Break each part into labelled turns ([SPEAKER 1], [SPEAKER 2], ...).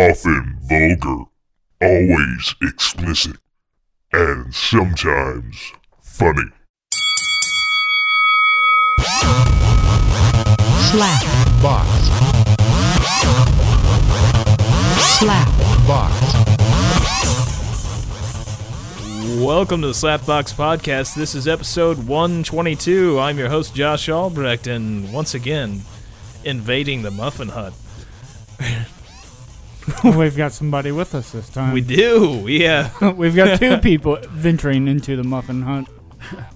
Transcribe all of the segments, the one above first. [SPEAKER 1] often vulgar, always explicit, and sometimes funny.
[SPEAKER 2] Slap
[SPEAKER 3] box,
[SPEAKER 2] slap
[SPEAKER 3] box.
[SPEAKER 4] Welcome to the Slapbox Podcast. This is episode 122. I'm your host, Josh Albrecht, and once again, invading the Muffin Hut.
[SPEAKER 5] We've got somebody with us this time.
[SPEAKER 4] We do, yeah.
[SPEAKER 5] We've got two people venturing into the muffin hunt,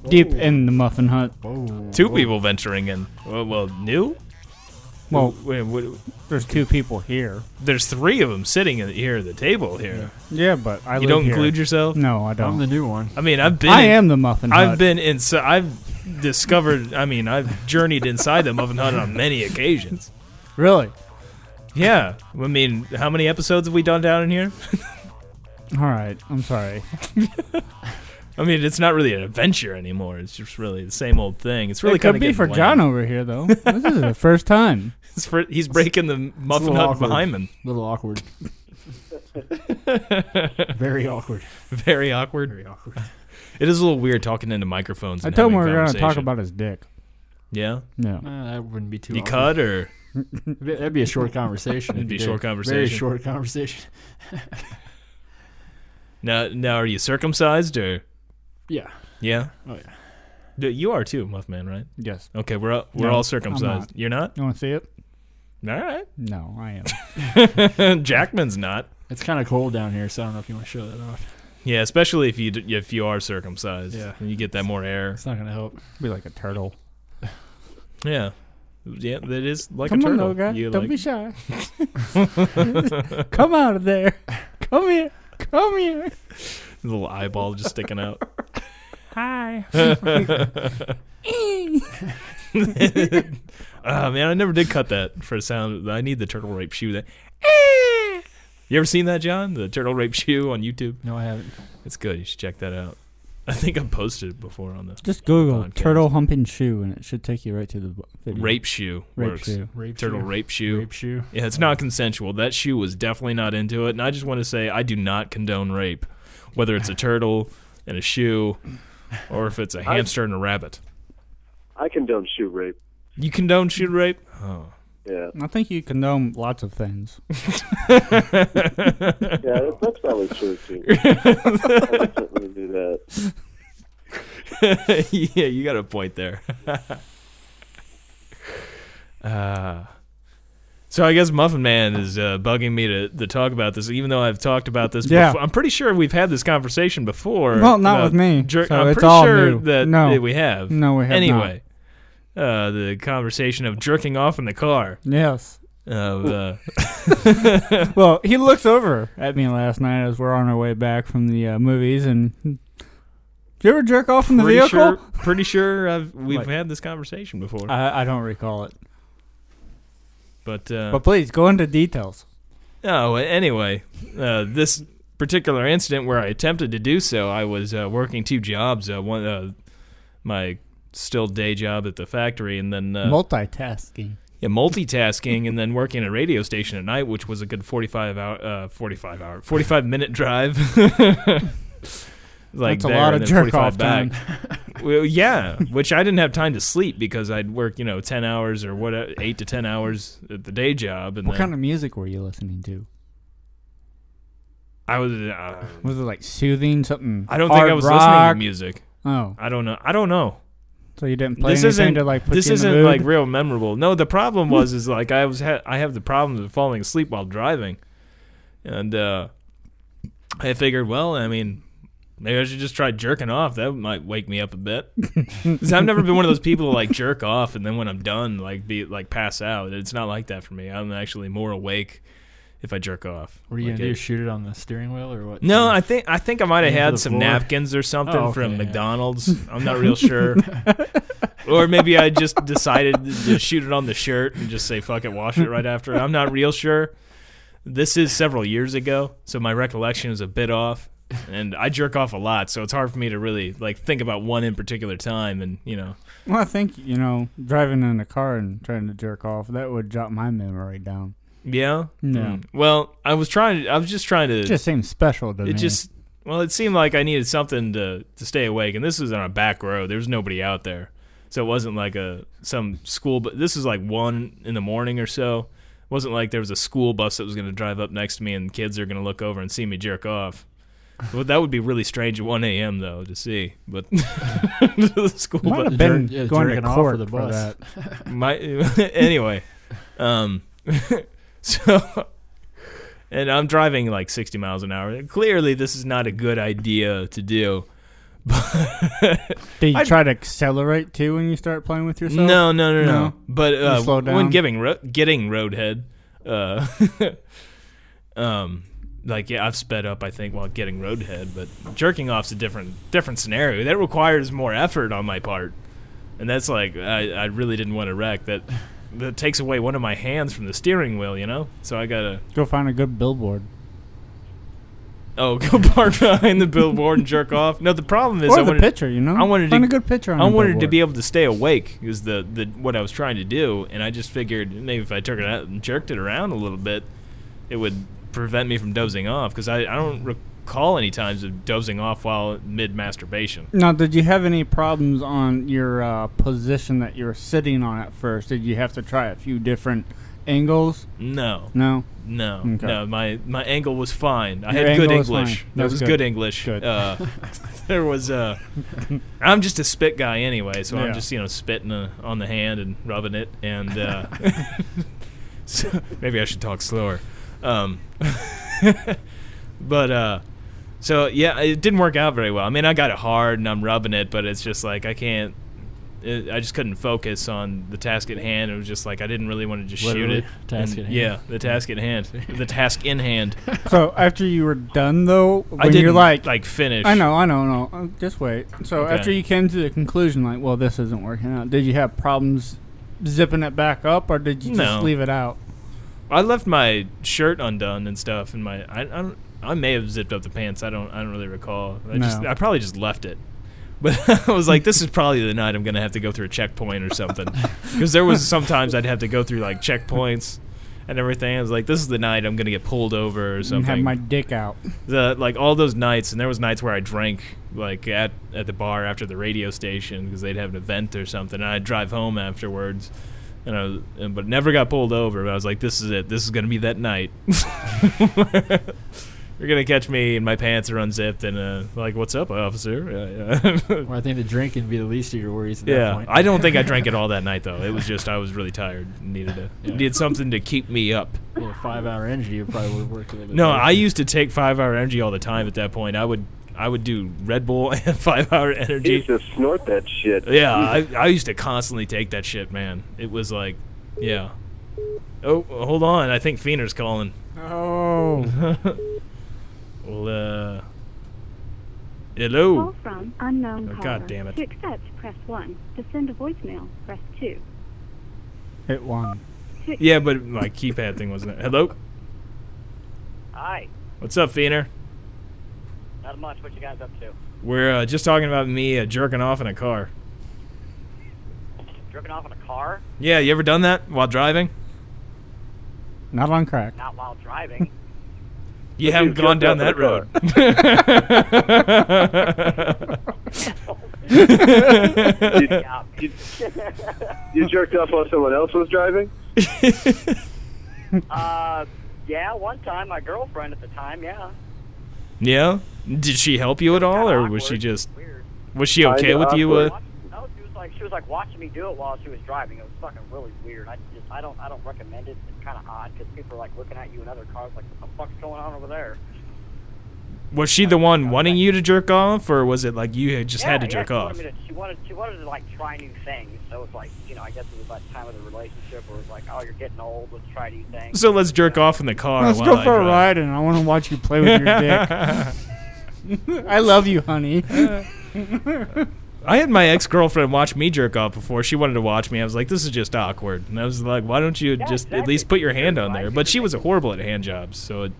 [SPEAKER 5] deep in the muffin hunt.
[SPEAKER 4] Two people venturing in. Well, well new?
[SPEAKER 5] Well,
[SPEAKER 4] Wait, wait,
[SPEAKER 5] there's two people here.
[SPEAKER 4] there's three of them sitting at- here at the table here.
[SPEAKER 5] Yeah, but I
[SPEAKER 4] you
[SPEAKER 5] live
[SPEAKER 4] don't
[SPEAKER 5] here.
[SPEAKER 4] include yourself?
[SPEAKER 5] No, I
[SPEAKER 3] I'm the
[SPEAKER 5] don't.
[SPEAKER 3] new one.
[SPEAKER 4] I mean, I've been.
[SPEAKER 5] I am the muffin
[SPEAKER 4] I've
[SPEAKER 5] hut.
[SPEAKER 4] been inside. I've discovered. I mean, I've journeyed inside the Muffin Hut on many occasions.
[SPEAKER 5] really.
[SPEAKER 4] Yeah. I mean, how many episodes have we done down in here?
[SPEAKER 5] All right, I'm sorry.
[SPEAKER 4] I mean, it's not really an adventure anymore. It's just really the same old thing. It's really
[SPEAKER 5] it could
[SPEAKER 4] kind
[SPEAKER 5] be
[SPEAKER 4] of
[SPEAKER 5] for John over here though. this is the first time.
[SPEAKER 4] It's for, he's breaking the
[SPEAKER 3] It's a
[SPEAKER 4] muffin
[SPEAKER 3] little
[SPEAKER 4] hut
[SPEAKER 3] awkward.
[SPEAKER 4] behind him.
[SPEAKER 3] A little awkward. Very awkward.
[SPEAKER 4] Very awkward.
[SPEAKER 3] Very awkward.
[SPEAKER 4] It is a little weird talking into microphones.
[SPEAKER 5] I
[SPEAKER 4] and
[SPEAKER 5] told him we
[SPEAKER 4] having
[SPEAKER 5] were going to talk
[SPEAKER 4] conversation.
[SPEAKER 5] about his dick.
[SPEAKER 4] Yeah,
[SPEAKER 5] No.
[SPEAKER 3] Uh, that wouldn't be too.
[SPEAKER 4] you
[SPEAKER 3] awkward.
[SPEAKER 4] cut or
[SPEAKER 3] That'd be- That'd be a short conversation.
[SPEAKER 4] It'd be a
[SPEAKER 3] Very-
[SPEAKER 4] short
[SPEAKER 3] Very
[SPEAKER 4] conversation.
[SPEAKER 3] short conversation.
[SPEAKER 4] now? Now are you circumcised or
[SPEAKER 3] Yeah.
[SPEAKER 4] yeah?
[SPEAKER 3] Oh yeah.
[SPEAKER 4] D- You are too, Muff Man, right?
[SPEAKER 5] Yes.
[SPEAKER 4] Okay, we're all, we're
[SPEAKER 5] No,
[SPEAKER 4] all
[SPEAKER 5] I'm
[SPEAKER 4] circumcised.
[SPEAKER 5] not.
[SPEAKER 4] You're not.
[SPEAKER 5] You want to see it?
[SPEAKER 4] All
[SPEAKER 5] No, I am.
[SPEAKER 4] right. Jackman's not.
[SPEAKER 3] It's kind of cold down here, so I don't know if you want to show that off.
[SPEAKER 4] Yeah, especially if you d- if you are circumcised,
[SPEAKER 3] Yeah.
[SPEAKER 4] and you get that more air.
[SPEAKER 3] It's not gonna help.
[SPEAKER 5] be like a turtle.
[SPEAKER 4] Yeah, yeah, that is like
[SPEAKER 5] Come
[SPEAKER 4] a
[SPEAKER 5] on,
[SPEAKER 4] turtle.
[SPEAKER 5] little guy.
[SPEAKER 4] You,
[SPEAKER 5] Don't
[SPEAKER 4] like-
[SPEAKER 5] be shy. Come out of there. Come here. Come here.
[SPEAKER 4] The little eyeball just sticking out.
[SPEAKER 5] Hi.
[SPEAKER 4] Ah man, I never did cut that for sound. I need the turtle rape shoe. That Eh. you ever seen that, John? The turtle rape shoe on YouTube.
[SPEAKER 3] No, I haven't.
[SPEAKER 4] It's good. You should check that out. I think I posted it before on the
[SPEAKER 5] Just Google
[SPEAKER 4] Podcast.
[SPEAKER 5] turtle humping shoe, and it should take you right to the b- video.
[SPEAKER 4] rape shoe.
[SPEAKER 5] Rape
[SPEAKER 4] works.
[SPEAKER 5] shoe.
[SPEAKER 3] Rape
[SPEAKER 4] Turtle
[SPEAKER 3] shoe.
[SPEAKER 4] rape shoe.
[SPEAKER 3] Rape shoe.
[SPEAKER 4] Yeah, it's not consensual. That shoe was definitely not into it. And I just want to say I do not condone rape, whether it's a turtle and a shoe, or if it's a hamster and a rabbit.
[SPEAKER 6] I condone shoe rape.
[SPEAKER 4] You condone shoe rape? Oh.
[SPEAKER 6] Yeah,
[SPEAKER 5] I think you condone lots of things.
[SPEAKER 6] yeah, that's, that's probably true too. I don't really do that.
[SPEAKER 4] yeah, you got a point there. uh, so I guess Muffin Man is uh, bugging me to, to talk about this, even though I've talked about this.
[SPEAKER 5] Yeah.
[SPEAKER 4] before. I'm pretty sure we've had this conversation before.
[SPEAKER 5] Well, not
[SPEAKER 4] about
[SPEAKER 5] with me,
[SPEAKER 4] jer-
[SPEAKER 5] so
[SPEAKER 4] I'm
[SPEAKER 5] it's
[SPEAKER 4] pretty
[SPEAKER 5] all
[SPEAKER 4] sure
[SPEAKER 5] new.
[SPEAKER 4] that
[SPEAKER 5] No.
[SPEAKER 4] that we have.
[SPEAKER 5] No, we have not.
[SPEAKER 4] anyway, uh, the conversation of jerking off in the car.
[SPEAKER 5] Yes.
[SPEAKER 4] Of uh,
[SPEAKER 5] Well, he looks over at me last night as we're on our way back from the uh, movies, and do you ever jerk off in the
[SPEAKER 4] pretty
[SPEAKER 5] vehicle?
[SPEAKER 4] sure, pretty sure I've, we've
[SPEAKER 5] Like-
[SPEAKER 4] had this conversation before.
[SPEAKER 5] I, I don't recall it.
[SPEAKER 4] but uh,
[SPEAKER 5] But please go into details.
[SPEAKER 4] Oh, anyway, uh, this particular incident where I attempted to do so, I was uh, working two jobs. Uh, one, uh, my still day job at the factory, and then uh,
[SPEAKER 5] Multitasking.
[SPEAKER 4] yeah, multitasking, and then working at a radio station at night, which was a good forty-five hour, uh, forty-five hour, forty-five minute drive. like
[SPEAKER 5] That's a
[SPEAKER 4] there
[SPEAKER 5] lot
[SPEAKER 4] and then
[SPEAKER 5] of jerk
[SPEAKER 4] 45
[SPEAKER 5] off time.
[SPEAKER 4] well, yeah, which I didn't have time to sleep because I'd work, you know, ten hours or what, eight to ten hours at the day job, and
[SPEAKER 5] What
[SPEAKER 4] then
[SPEAKER 5] kind of music were you listening to?
[SPEAKER 4] I was. Uh,
[SPEAKER 5] Was it like soothing something?
[SPEAKER 4] I don't think
[SPEAKER 5] hard
[SPEAKER 4] I was listening
[SPEAKER 5] rock?
[SPEAKER 4] to music.
[SPEAKER 5] Oh,
[SPEAKER 4] I don't know. I don't know.
[SPEAKER 5] so you didn't play
[SPEAKER 4] this
[SPEAKER 5] anything
[SPEAKER 4] isn't
[SPEAKER 5] to like put
[SPEAKER 4] this
[SPEAKER 5] you in
[SPEAKER 4] isn't
[SPEAKER 5] the mood?
[SPEAKER 4] like real memorable. No, the problem was is like I was ha- I have the problem of falling asleep while driving, and uh, I figured, well, I mean, maybe I should just try jerking off. That might wake me up a bit. 'Cause I've never been one of those people to like jerk off and then when I'm done, like be like pass out. It's not like that for me. I'm actually more awake if I jerk off.
[SPEAKER 3] What are you
[SPEAKER 4] Like,
[SPEAKER 3] gonna
[SPEAKER 4] it-
[SPEAKER 3] do? Shoot it on the steering wheel or what?
[SPEAKER 4] no, I think I think I might have
[SPEAKER 3] Aim for
[SPEAKER 4] had
[SPEAKER 3] the
[SPEAKER 4] some
[SPEAKER 3] floor.
[SPEAKER 4] napkins or something
[SPEAKER 3] Oh, okay,
[SPEAKER 4] from
[SPEAKER 3] yeah.
[SPEAKER 4] McDonald's. I'm not real sure. or maybe I just decided to just shoot it on the shirt and just say fuck it, wash it right after. I'm not real sure. This is several years ago, so my recollection is a bit off. And I jerk off a lot, so it's hard for me to really like think about one in particular time and, you know,
[SPEAKER 5] Well, I think you know, driving in a car and trying to jerk off that would jot my memory down.
[SPEAKER 4] Yeah.
[SPEAKER 5] No.
[SPEAKER 4] Mm. Well, I was trying to. I was just trying to.
[SPEAKER 5] It just seems special to me.
[SPEAKER 4] it just. Well, it seemed like I needed something to to stay awake, and this was on a back road. There was nobody out there, so it wasn't like a some school. But this was like one in the morning or so. It wasn't like there was a school bus that was going to drive up next to me, and kids are going to look over and see me jerk off. Well, that would be really strange at 1 a.m. though to see, but the school
[SPEAKER 5] might
[SPEAKER 4] bus.
[SPEAKER 5] have been
[SPEAKER 3] Jer- yeah,
[SPEAKER 5] going to
[SPEAKER 3] jerking off
[SPEAKER 5] court
[SPEAKER 3] for the
[SPEAKER 5] for
[SPEAKER 3] bus.
[SPEAKER 5] that.
[SPEAKER 4] my anyway um so and i'm driving like 60 miles an hour clearly this is not a good idea to do but
[SPEAKER 5] Do you
[SPEAKER 4] I-
[SPEAKER 5] try to accelerate too when you start playing with yourself?
[SPEAKER 4] no, no, no, no,
[SPEAKER 5] No.
[SPEAKER 4] But uh,
[SPEAKER 5] slow
[SPEAKER 4] when
[SPEAKER 5] down.
[SPEAKER 4] giving ro- getting roadhead, uh, um, like yeah, I've sped up I think while getting roadhead, but jerking off's a different different scenario that requires more effort on my part, and that's like I, I really didn't want to wreck that. That takes away one of my hands from the steering wheel, you know. So I gotta
[SPEAKER 5] Go find a good billboard.
[SPEAKER 4] oh go park behind the billboard and jerk off. No, the problem is
[SPEAKER 5] Or
[SPEAKER 4] I
[SPEAKER 5] the
[SPEAKER 4] wanted,
[SPEAKER 5] picture, you know?
[SPEAKER 4] I wanted to-
[SPEAKER 5] Oh, find a good picture on
[SPEAKER 4] I
[SPEAKER 5] a
[SPEAKER 4] wanted to
[SPEAKER 5] billboard.
[SPEAKER 4] be able to stay awake is the, the what I was trying to do, and I just figured maybe if I took it out and jerked it around a little bit, it would prevent me from dozing off because I, I don't recall any times of dozing off while mid masturbation.
[SPEAKER 5] Now, did you have any problems on your uh, position that you were sitting on at first? Did you have to try a few different angles?
[SPEAKER 4] No,
[SPEAKER 5] No.
[SPEAKER 4] no,
[SPEAKER 5] Okay.
[SPEAKER 4] no. My my angle was fine. I
[SPEAKER 5] Your
[SPEAKER 4] had good
[SPEAKER 5] angle was
[SPEAKER 4] English.
[SPEAKER 5] fine.
[SPEAKER 4] That
[SPEAKER 5] That's
[SPEAKER 4] was
[SPEAKER 5] good.
[SPEAKER 4] good, English.
[SPEAKER 5] Good.
[SPEAKER 4] Uh, there was uh, I'm just a spit guy anyway, so
[SPEAKER 5] Yeah.
[SPEAKER 4] I'm just you know spitting uh, on the hand and rubbing it, and uh, so maybe I should talk slower. Um, but uh, so yeah, it didn't work out very well. I mean, I got it hard and I'm rubbing it, but it's just like I can't. It, I just couldn't focus on the task at hand. It was just like I didn't really want to just
[SPEAKER 3] Literally,
[SPEAKER 4] shoot it.
[SPEAKER 3] task
[SPEAKER 4] And-
[SPEAKER 3] at hand.
[SPEAKER 4] Yeah, the task at hand, the task in hand.
[SPEAKER 5] So after you were done, though,
[SPEAKER 4] I
[SPEAKER 5] when
[SPEAKER 4] didn't
[SPEAKER 5] you're like,
[SPEAKER 4] like finish.
[SPEAKER 5] I know, I know, no, uh, just wait. So
[SPEAKER 4] Okay.
[SPEAKER 5] after you came to the conclusion, like, well, this isn't working out. Did you have problems zipping it back up, or did you
[SPEAKER 4] No.
[SPEAKER 5] just leave it out?
[SPEAKER 4] I left my shirt undone and stuff, and my I, I don't. I may have zipped up the pants. I don't. I don't really recall. I just.
[SPEAKER 5] No.
[SPEAKER 4] I probably just left it. But I was like, this is probably the night I'm gonna have to go through a checkpoint or something, because there was sometimes I'd have to go through like checkpoints and everything. I was like, this is the night I'm gonna get pulled over or
[SPEAKER 5] And
[SPEAKER 4] something.
[SPEAKER 5] have my dick out.
[SPEAKER 4] the like all those nights, and there was nights where I drank like at at the bar after the radio station because they'd have an event or something, and I'd drive home afterwards. And I was, and, but never got pulled over. But I was like, "This is it. This is gonna be that night. You're gonna catch me, and my pants are unzipped, and uh, like, what's up, officer? Yeah, yeah.
[SPEAKER 3] Well, I think the drink would be the least of your worries at that
[SPEAKER 4] yeah.
[SPEAKER 3] point.
[SPEAKER 4] I don't think I drank it all that night though. It was just I was really tired. and Needed to
[SPEAKER 3] Yeah.
[SPEAKER 4] needed something to keep me up.
[SPEAKER 3] Yeah, five hour energy, you probably would have worked a little bit.
[SPEAKER 4] No,
[SPEAKER 3] better.
[SPEAKER 4] I used to take five hour energy all the time. At that point, I would I would do Red Bull and five hour
[SPEAKER 6] He
[SPEAKER 4] energy.
[SPEAKER 6] used to snort that shit.
[SPEAKER 4] Yeah, I, I used to constantly take that shit, man. It was like, yeah. Oh, hold on. I think Fiener's calling.
[SPEAKER 5] Oh.
[SPEAKER 4] Well, uh,
[SPEAKER 7] Call
[SPEAKER 4] hello.
[SPEAKER 7] from unknown
[SPEAKER 4] Oh,
[SPEAKER 7] caller.
[SPEAKER 4] God damn it.
[SPEAKER 7] To accept, press 1. To send a voicemail, press 2.
[SPEAKER 5] Hit one.
[SPEAKER 7] To
[SPEAKER 4] Yeah, but my keypad thing wasn't. Hello.
[SPEAKER 8] Hi.
[SPEAKER 4] What's up, Fiener?
[SPEAKER 8] Not much. What you guys up to?
[SPEAKER 4] We're uh, just talking about me uh, jerking off in a car.
[SPEAKER 8] Jerking off in a car?
[SPEAKER 4] Yeah, you ever done that while driving?
[SPEAKER 5] Not on crack.
[SPEAKER 8] Not while driving.
[SPEAKER 4] You
[SPEAKER 6] But you
[SPEAKER 4] haven't gone down
[SPEAKER 6] jerked off in a
[SPEAKER 4] that road.
[SPEAKER 8] yeah.
[SPEAKER 6] You, you jerked off while someone else was driving?
[SPEAKER 8] Uh, yeah. One time, my girlfriend at the time. Yeah.
[SPEAKER 4] yeah. Did she help you at all,
[SPEAKER 8] Kinda
[SPEAKER 4] or Oh, was she
[SPEAKER 8] awkward,
[SPEAKER 4] just
[SPEAKER 8] weird?
[SPEAKER 4] was she
[SPEAKER 6] Kinda
[SPEAKER 4] okay with you?
[SPEAKER 6] awkward.
[SPEAKER 4] Uh,
[SPEAKER 8] Watch- No, she was like she was like watching me do it while she was driving. It was fucking really weird. I just I don't I don't recommend it. It's kind of odd because people are like looking at you in other cars like what the fuck's going on over there?
[SPEAKER 4] Was she the one wanting you to jerk off, or was it like you had just had to
[SPEAKER 8] Yeah, yeah,
[SPEAKER 4] jerk
[SPEAKER 8] she
[SPEAKER 4] off?
[SPEAKER 8] Wanted me to, she wanted she wanted to like try new things. So it's like you know I guess it was about the time of the relationship where it was like oh you're getting old. Let's try new things.
[SPEAKER 4] So let's jerk off in the car.
[SPEAKER 5] Let's
[SPEAKER 4] while
[SPEAKER 5] go
[SPEAKER 4] I
[SPEAKER 5] for a
[SPEAKER 4] drive.
[SPEAKER 5] ride, and I want to watch you play with your dick. I love you, honey.
[SPEAKER 4] I had my ex girlfriend watch me jerk off before. She wanted to watch me. I was like, this is just awkward. And I was like, why don't you just at
[SPEAKER 8] exactly.
[SPEAKER 4] least put your hand
[SPEAKER 8] Sure,
[SPEAKER 4] on
[SPEAKER 8] why
[SPEAKER 4] there?
[SPEAKER 8] should
[SPEAKER 4] But
[SPEAKER 8] you
[SPEAKER 4] she was
[SPEAKER 8] make-
[SPEAKER 4] horrible at hand jobs, so it,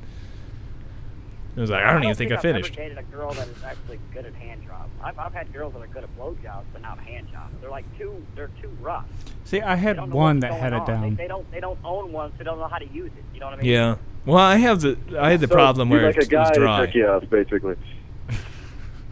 [SPEAKER 4] It was like I don't even think, I
[SPEAKER 8] I've ever
[SPEAKER 4] finished.
[SPEAKER 8] dated a girl that is actually good at hand jobs. I've, I've had girls that are good at blowjobs, but not hand jobs. They're like too, they're too rough.
[SPEAKER 5] See, I
[SPEAKER 8] They
[SPEAKER 5] had
[SPEAKER 8] don't know
[SPEAKER 5] one
[SPEAKER 8] what's
[SPEAKER 5] that had
[SPEAKER 8] going
[SPEAKER 5] it
[SPEAKER 8] on. They,
[SPEAKER 5] down.
[SPEAKER 8] they don't, they don't own one, so they don't know how to use it. You know what I mean?
[SPEAKER 4] Yeah. Well, I have the I had the
[SPEAKER 6] So,
[SPEAKER 4] problem
[SPEAKER 6] you're
[SPEAKER 4] where
[SPEAKER 6] like
[SPEAKER 4] it
[SPEAKER 6] a guy
[SPEAKER 4] was
[SPEAKER 6] in
[SPEAKER 4] dry.
[SPEAKER 6] turkey house, basically.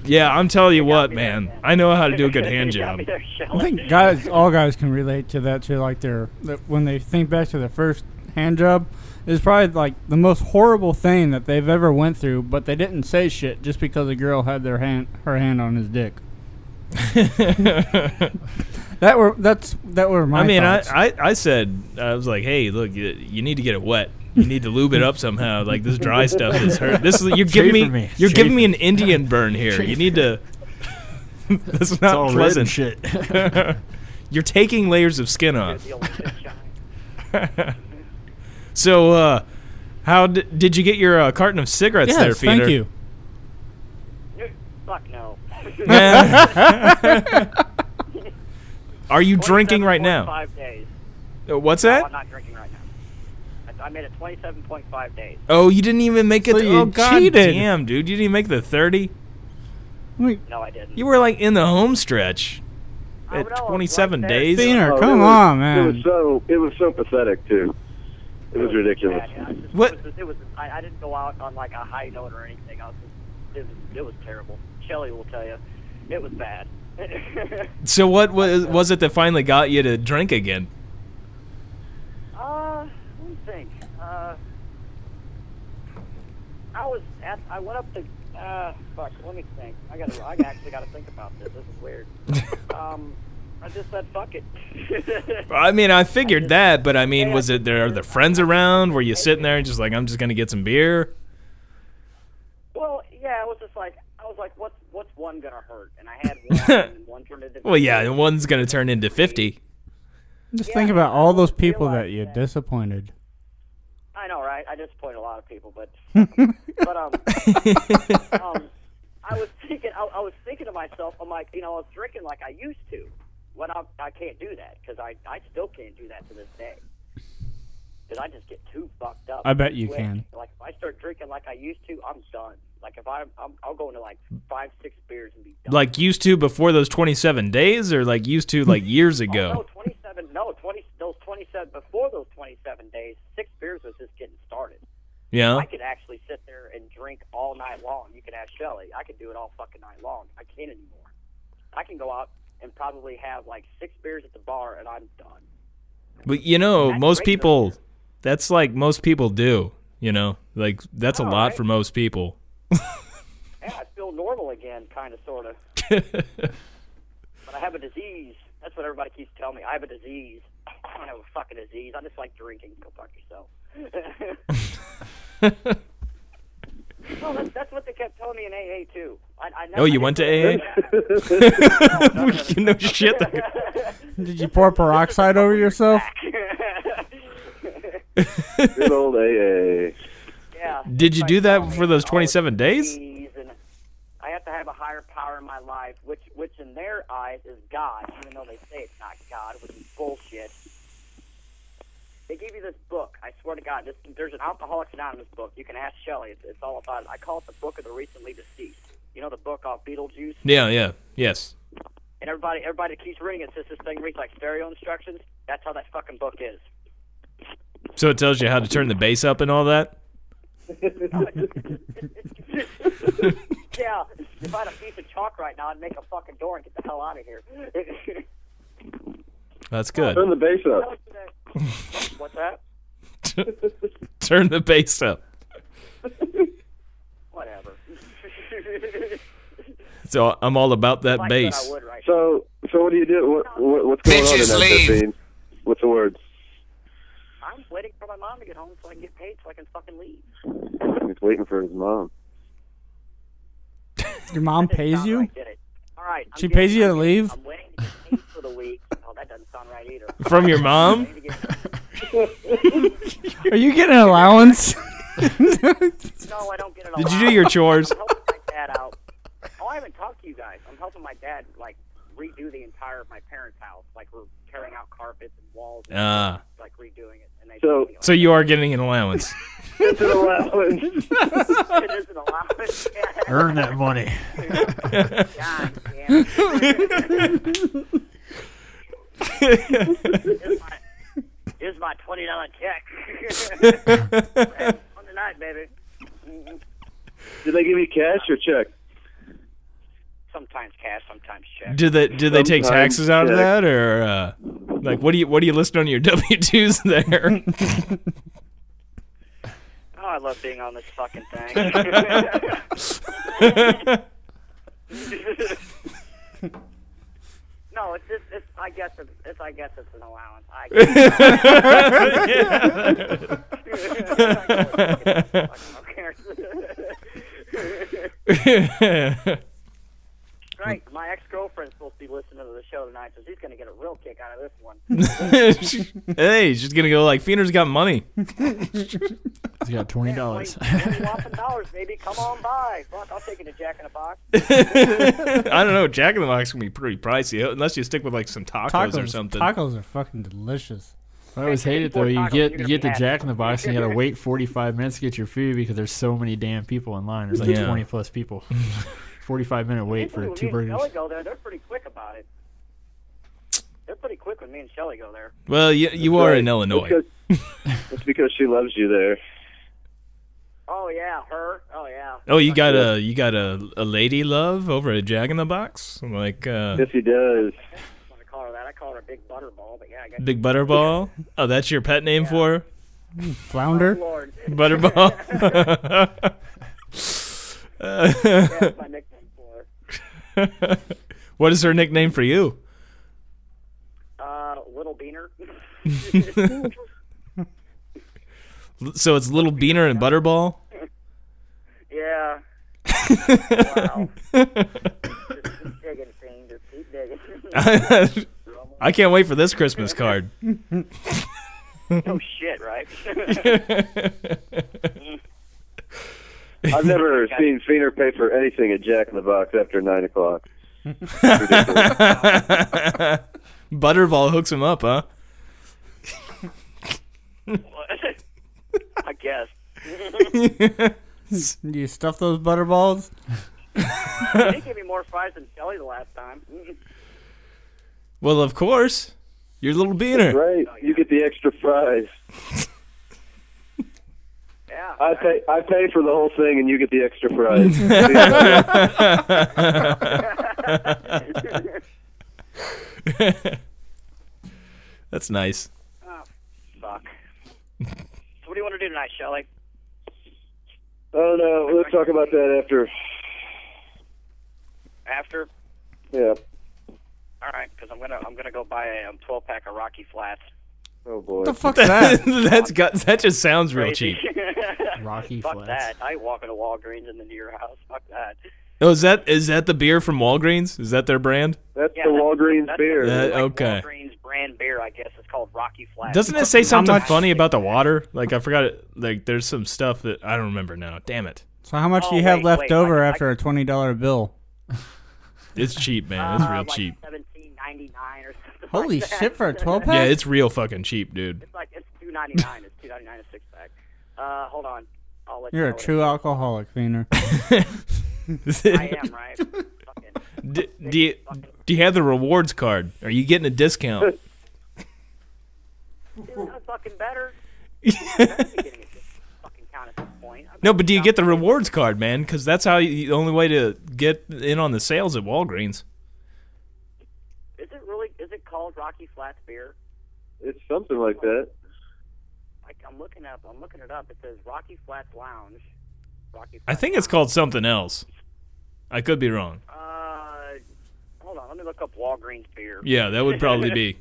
[SPEAKER 4] Yeah, I'm telling you what,
[SPEAKER 8] me there,
[SPEAKER 4] man.
[SPEAKER 8] man.
[SPEAKER 4] I know how to do a good hand
[SPEAKER 8] You got
[SPEAKER 4] job.
[SPEAKER 8] me there,
[SPEAKER 5] I
[SPEAKER 8] Shelley.
[SPEAKER 5] think guys, all guys can relate to that too. Like their that when they think back to their first hand job, it's probably like the most horrible thing that they've ever went through. But they didn't say shit just because a girl had their hand her hand on his dick. That were that's that were my.
[SPEAKER 4] I mean, I,
[SPEAKER 5] thoughts.
[SPEAKER 4] I I said I was like, hey, look, you, you need to get it wet. You need to lube it up somehow. Like this dry stuff is hurt. This is you're giving me,
[SPEAKER 3] Chafing me.
[SPEAKER 4] you're giving me an Indian burn here. You need to. this is
[SPEAKER 3] It's
[SPEAKER 4] not
[SPEAKER 3] all red
[SPEAKER 4] pleasant.
[SPEAKER 3] and shit.
[SPEAKER 4] you're taking layers of skin off.
[SPEAKER 8] The old shit shine.
[SPEAKER 4] So, uh, how d- did you get your uh, carton of cigarettes
[SPEAKER 5] yes,
[SPEAKER 4] there, Peter?
[SPEAKER 5] thank you.
[SPEAKER 8] Fuck no.
[SPEAKER 4] Are you drinking right now?
[SPEAKER 8] 27.5 days.
[SPEAKER 4] Uh, What's
[SPEAKER 8] No,
[SPEAKER 4] that?
[SPEAKER 8] I'm not drinking right now. I, I made it 27.5 days.
[SPEAKER 4] Oh, you didn't even make it.
[SPEAKER 5] So
[SPEAKER 4] th-
[SPEAKER 5] you
[SPEAKER 4] oh, god
[SPEAKER 5] cheated.
[SPEAKER 4] damn, dude, you didn't even make the thirty.
[SPEAKER 5] Wait,
[SPEAKER 8] No, I didn't.
[SPEAKER 4] You were like in the home stretch
[SPEAKER 8] I
[SPEAKER 4] at
[SPEAKER 8] know, I was right
[SPEAKER 4] 27
[SPEAKER 8] there.
[SPEAKER 4] days.
[SPEAKER 5] Diener,
[SPEAKER 6] Oh,
[SPEAKER 5] come
[SPEAKER 6] it was-
[SPEAKER 5] on,
[SPEAKER 6] It was
[SPEAKER 5] man.
[SPEAKER 6] so it was so pathetic too. It was ridiculous.
[SPEAKER 8] bad, yeah. I just-
[SPEAKER 4] What-
[SPEAKER 8] It was, it was I, I didn't go out on like a high note or anything. I was just, it was it was terrible. Shelly will tell you, it was bad.
[SPEAKER 4] So what was was it that finally got you to drink again?
[SPEAKER 8] uh, let me think. Uh, I was at I went up to uh fuck. Let me think. I got to I actually got to think about this. This is weird. um, I just said fuck it.
[SPEAKER 4] I mean, I figured that, but I mean,
[SPEAKER 8] Yeah,
[SPEAKER 4] was
[SPEAKER 8] I
[SPEAKER 4] it there? Are there friends around? Were you sitting there just like I'm just gonna get some beer?
[SPEAKER 8] well, yeah, I was just like I was like, what's what's one gonna hurt? And I had one. and one turned into
[SPEAKER 4] Well, yeah, and one's gonna turn into fifty.
[SPEAKER 5] Just
[SPEAKER 8] Yeah,
[SPEAKER 5] think about
[SPEAKER 8] I
[SPEAKER 5] all those
[SPEAKER 8] almost
[SPEAKER 5] people
[SPEAKER 8] realized
[SPEAKER 5] that you
[SPEAKER 8] that.
[SPEAKER 5] disappointed.
[SPEAKER 8] I know, right? I disappoint a lot of people, but but um, um, I was thinking, I, I was thinking to myself, I'm like, you know, I was drinking like I used to. When I I can't do that because I I still can't do that to this day. Because I just get too fucked up.
[SPEAKER 5] I bet you
[SPEAKER 8] quick.
[SPEAKER 5] can.
[SPEAKER 8] Like if I start drinking like I used to, I'm done. Like if I I'm, I'll go into like five six beers and be done.
[SPEAKER 4] Like used to before those 27 days, or like used to like years
[SPEAKER 8] Oh, no,
[SPEAKER 4] ago.
[SPEAKER 8] 27. No, 20. Those 27. Before those 27 days, six beers was just getting started.
[SPEAKER 4] Yeah.
[SPEAKER 8] I could actually sit there and drink all night long. You can ask Shelly. I could do it all fucking night long. I can't anymore. I can go out and probably have like six beers at the bar and I'm done.
[SPEAKER 4] But you know,
[SPEAKER 8] That's
[SPEAKER 4] most
[SPEAKER 8] great
[SPEAKER 4] people, that's like most people do. You know, like that's a
[SPEAKER 8] Oh,
[SPEAKER 4] lot
[SPEAKER 8] right.
[SPEAKER 4] for most people.
[SPEAKER 8] Yeah, I feel normal again, kind of, sort of. but I have a disease. That's what everybody keeps telling me. I have a disease. I don't have a fucking disease. I just like drinking. Go fuck yourself. well, that's, that's what they kept telling me in AA too. I, I never,
[SPEAKER 4] Oh, you went to AA? you know, shit.
[SPEAKER 5] Did you pour peroxide over yourself?
[SPEAKER 6] Good old AA.
[SPEAKER 8] Yeah.
[SPEAKER 4] Did you
[SPEAKER 8] Like,
[SPEAKER 4] do
[SPEAKER 8] oh,
[SPEAKER 4] that for
[SPEAKER 8] man,
[SPEAKER 4] those
[SPEAKER 8] all
[SPEAKER 4] 27 days?
[SPEAKER 8] disease and I have to have a higher power in my life, which, which in their eyes is God, even though they say it's not God, which is bullshit. They give you this book. I swear to God, this, there's an Alcoholics Anonymous book. You can ask Shelley. It's, it's all about it. I call it the book of the recently deceased. You know the book off Beetlejuice?
[SPEAKER 4] Yeah, yeah, yes.
[SPEAKER 8] And everybody, everybody that keeps reading it says this thing reads like stereo instructions. That's how that fucking book is.
[SPEAKER 4] So it tells you how to turn the bass up and all that.
[SPEAKER 8] Yeah, if I had a piece of chalk right now, I'd make a fucking door and get the hell out of here.
[SPEAKER 4] That's good.
[SPEAKER 6] Turn the bass up.
[SPEAKER 8] What's that?
[SPEAKER 4] Turn the bass up.
[SPEAKER 8] Whatever.
[SPEAKER 4] So I'm all about that
[SPEAKER 8] Like
[SPEAKER 4] bass.
[SPEAKER 8] that I would right now.
[SPEAKER 6] So so what do you do? What, what what's going on in that fifteen? What's the word?
[SPEAKER 8] I'm just waiting for my mom to get home so I can get paid so I can fucking leave.
[SPEAKER 6] He's waiting for his mom.
[SPEAKER 5] Your mom
[SPEAKER 8] That didn't
[SPEAKER 5] pays
[SPEAKER 8] sound
[SPEAKER 5] you.
[SPEAKER 8] right, did it? All right. I'm
[SPEAKER 5] She
[SPEAKER 8] getting-
[SPEAKER 5] pays you to
[SPEAKER 8] I'm-
[SPEAKER 5] leave?
[SPEAKER 8] I'm waiting to get paid for the week. Oh, that doesn't sound right either.
[SPEAKER 4] From your mom?
[SPEAKER 8] Waiting to get-
[SPEAKER 5] Are you getting an allowance?
[SPEAKER 8] No, I don't get it.
[SPEAKER 4] Did you do your chores?
[SPEAKER 8] I'm helping my dad out. Oh, I haven't talked to you guys. I'm helping my dad like redo the entire of my parents' house. Like we're tearing out carpets and walls. And
[SPEAKER 4] Ah.
[SPEAKER 8] like redoing it. And they
[SPEAKER 6] So-
[SPEAKER 4] So you are getting an allowance.
[SPEAKER 6] It's an allowance.
[SPEAKER 8] "Oh, it is an allowance.
[SPEAKER 3] Earn that money.
[SPEAKER 8] God damn it. here's, my, here's my twenty dollar check. On the night, baby. Mm-hmm.
[SPEAKER 6] Did they give you cash or check?
[SPEAKER 8] Sometimes cash, sometimes check.
[SPEAKER 4] Do they do they take
[SPEAKER 6] Sometimes,
[SPEAKER 4] taxes out of
[SPEAKER 6] yeah.
[SPEAKER 4] that or uh, like what do you what do you list on your W twos there?
[SPEAKER 8] Oh, I love being on this fucking thing. no, it's just it's. I guess it's, it's. I guess it's an allowance. I guess. Right, my ex-girlfriend's supposed to be listening to the show tonight, so she's gonna get a real kick out of this one.
[SPEAKER 4] hey, she's gonna go like Feener's got money.
[SPEAKER 3] He's got twenty dollars.
[SPEAKER 8] Whopping dollars, baby. Come on by. Fuck, I'll take it to Jack in a Box.
[SPEAKER 4] I don't know. Jack in the Box can be pretty pricey uh, unless you stick with like some tacos, or
[SPEAKER 5] Tacos,
[SPEAKER 4] something.
[SPEAKER 5] tacos are fucking delicious.
[SPEAKER 3] I always hate it though. You get you get the Jack in the Box and you gotta wait forty five minutes to get your food because there's so many damn people in line. There's like
[SPEAKER 4] Yeah.
[SPEAKER 3] twenty plus people. Forty five minute wait for
[SPEAKER 8] When
[SPEAKER 3] two
[SPEAKER 8] me and
[SPEAKER 3] burgers.
[SPEAKER 8] Shelly go there, they're pretty quick about it. They're pretty quick when me and Shelly go there.
[SPEAKER 4] well, you you are in
[SPEAKER 6] Right.
[SPEAKER 4] Illinois.
[SPEAKER 6] It's because- It's because she loves you there.
[SPEAKER 8] Oh yeah, her. Oh yeah.
[SPEAKER 4] Oh, you got a you got a, a lady love over at Jack in the Box, like uh,
[SPEAKER 6] Yes, he does.
[SPEAKER 8] I'm gonna call her that. I call her a big butterball, but yeah, I got
[SPEAKER 4] Big Butterball. Oh, that's your pet name for her?
[SPEAKER 5] Flounder.
[SPEAKER 8] Lord.
[SPEAKER 4] Butterball. Uh,
[SPEAKER 8] That's my nickname for
[SPEAKER 4] what is her nickname for you?
[SPEAKER 8] her. Uh, Little Beaner.
[SPEAKER 4] So it's Little Beaner and Butterball.
[SPEAKER 8] yeah. wow. just keep digging, Fiend. Just keep digging.
[SPEAKER 4] I can't wait for this Christmas card.
[SPEAKER 8] no Oh, shit, right?
[SPEAKER 6] I've never seen Feener pay for anything at Jack in the Box after nine o'clock. Ridiculous.
[SPEAKER 4] Butterball hooks him up, huh?
[SPEAKER 8] I guess.
[SPEAKER 5] You stuff those butterballs.
[SPEAKER 8] They gave me more fries than Shelly the last time.
[SPEAKER 4] Well, of course. You're Little Beaner.
[SPEAKER 6] right? You get the extra fries.
[SPEAKER 8] Yeah.
[SPEAKER 6] I pay. I pay for the whole thing, and you get the extra fries.
[SPEAKER 4] That's nice.
[SPEAKER 8] Oh, fuck. so what do you want to do tonight, Shelly?
[SPEAKER 6] oh no, we'll talk about that after.
[SPEAKER 8] After?
[SPEAKER 6] Yeah.
[SPEAKER 8] All right, because I'm gonna I'm gonna go buy a um, 12 pack of Rocky Flats.
[SPEAKER 6] Oh boy.
[SPEAKER 5] The fuck's that?
[SPEAKER 4] That's got, that just sounds real cheap.
[SPEAKER 3] Rocky
[SPEAKER 8] Fuck
[SPEAKER 3] flats.
[SPEAKER 8] that! I ain't walking to Walgreens and into your house. Fuck that.
[SPEAKER 4] Oh, is that is that the beer from Walgreens? Is that their brand?
[SPEAKER 6] That's
[SPEAKER 8] Yeah,
[SPEAKER 6] the
[SPEAKER 8] that's-
[SPEAKER 6] Walgreens
[SPEAKER 8] that's-
[SPEAKER 6] beer.
[SPEAKER 4] That-
[SPEAKER 8] Like
[SPEAKER 4] okay.
[SPEAKER 8] Walgreens brand beer, I guess it's called Rocky Flats.
[SPEAKER 4] Doesn't it say something funny about the water? Like I forgot it. Like there's some stuff that I don't remember now. Damn it.
[SPEAKER 5] So how much do
[SPEAKER 8] Oh,
[SPEAKER 5] you have
[SPEAKER 8] wait,
[SPEAKER 5] left
[SPEAKER 8] wait,
[SPEAKER 5] over
[SPEAKER 8] I- I-
[SPEAKER 5] after a twenty dollar bill?
[SPEAKER 4] It's cheap, man.
[SPEAKER 8] Uh,
[SPEAKER 4] It's real
[SPEAKER 8] like
[SPEAKER 4] cheap.
[SPEAKER 8] 17.99 or something.
[SPEAKER 5] Holy
[SPEAKER 8] like that.
[SPEAKER 5] shit for a twelve
[SPEAKER 4] Yeah,
[SPEAKER 5] pack.
[SPEAKER 4] it's real fucking cheap, dude.
[SPEAKER 8] It's like it's 2.99. it's 2.99 a six pack. Uh, hold on. I'll let
[SPEAKER 5] You're
[SPEAKER 8] you
[SPEAKER 5] a
[SPEAKER 8] know what
[SPEAKER 5] true alcoholic, Wiener.
[SPEAKER 8] it- I am right. Fucking.
[SPEAKER 4] D- do, you, do you have the rewards card? Are you getting a discount?
[SPEAKER 8] Dude, I'm fucking better. I'm better than getting a fucking count at this point. I'm
[SPEAKER 4] No, but do you get the rewards card, man? Because that's how you, the only way to get in on the sales at Walgreens.
[SPEAKER 8] Is it really? Is it called Rocky Flats beer?
[SPEAKER 6] It's something like that.
[SPEAKER 8] Like I'm looking up. I'm looking it up. It says Rocky Flats Lounge. Rocky. Flats
[SPEAKER 4] I think it's called something else. I could be wrong.
[SPEAKER 8] Uh, hold on. Let me look up Walgreens beer.
[SPEAKER 4] Yeah, that would probably be.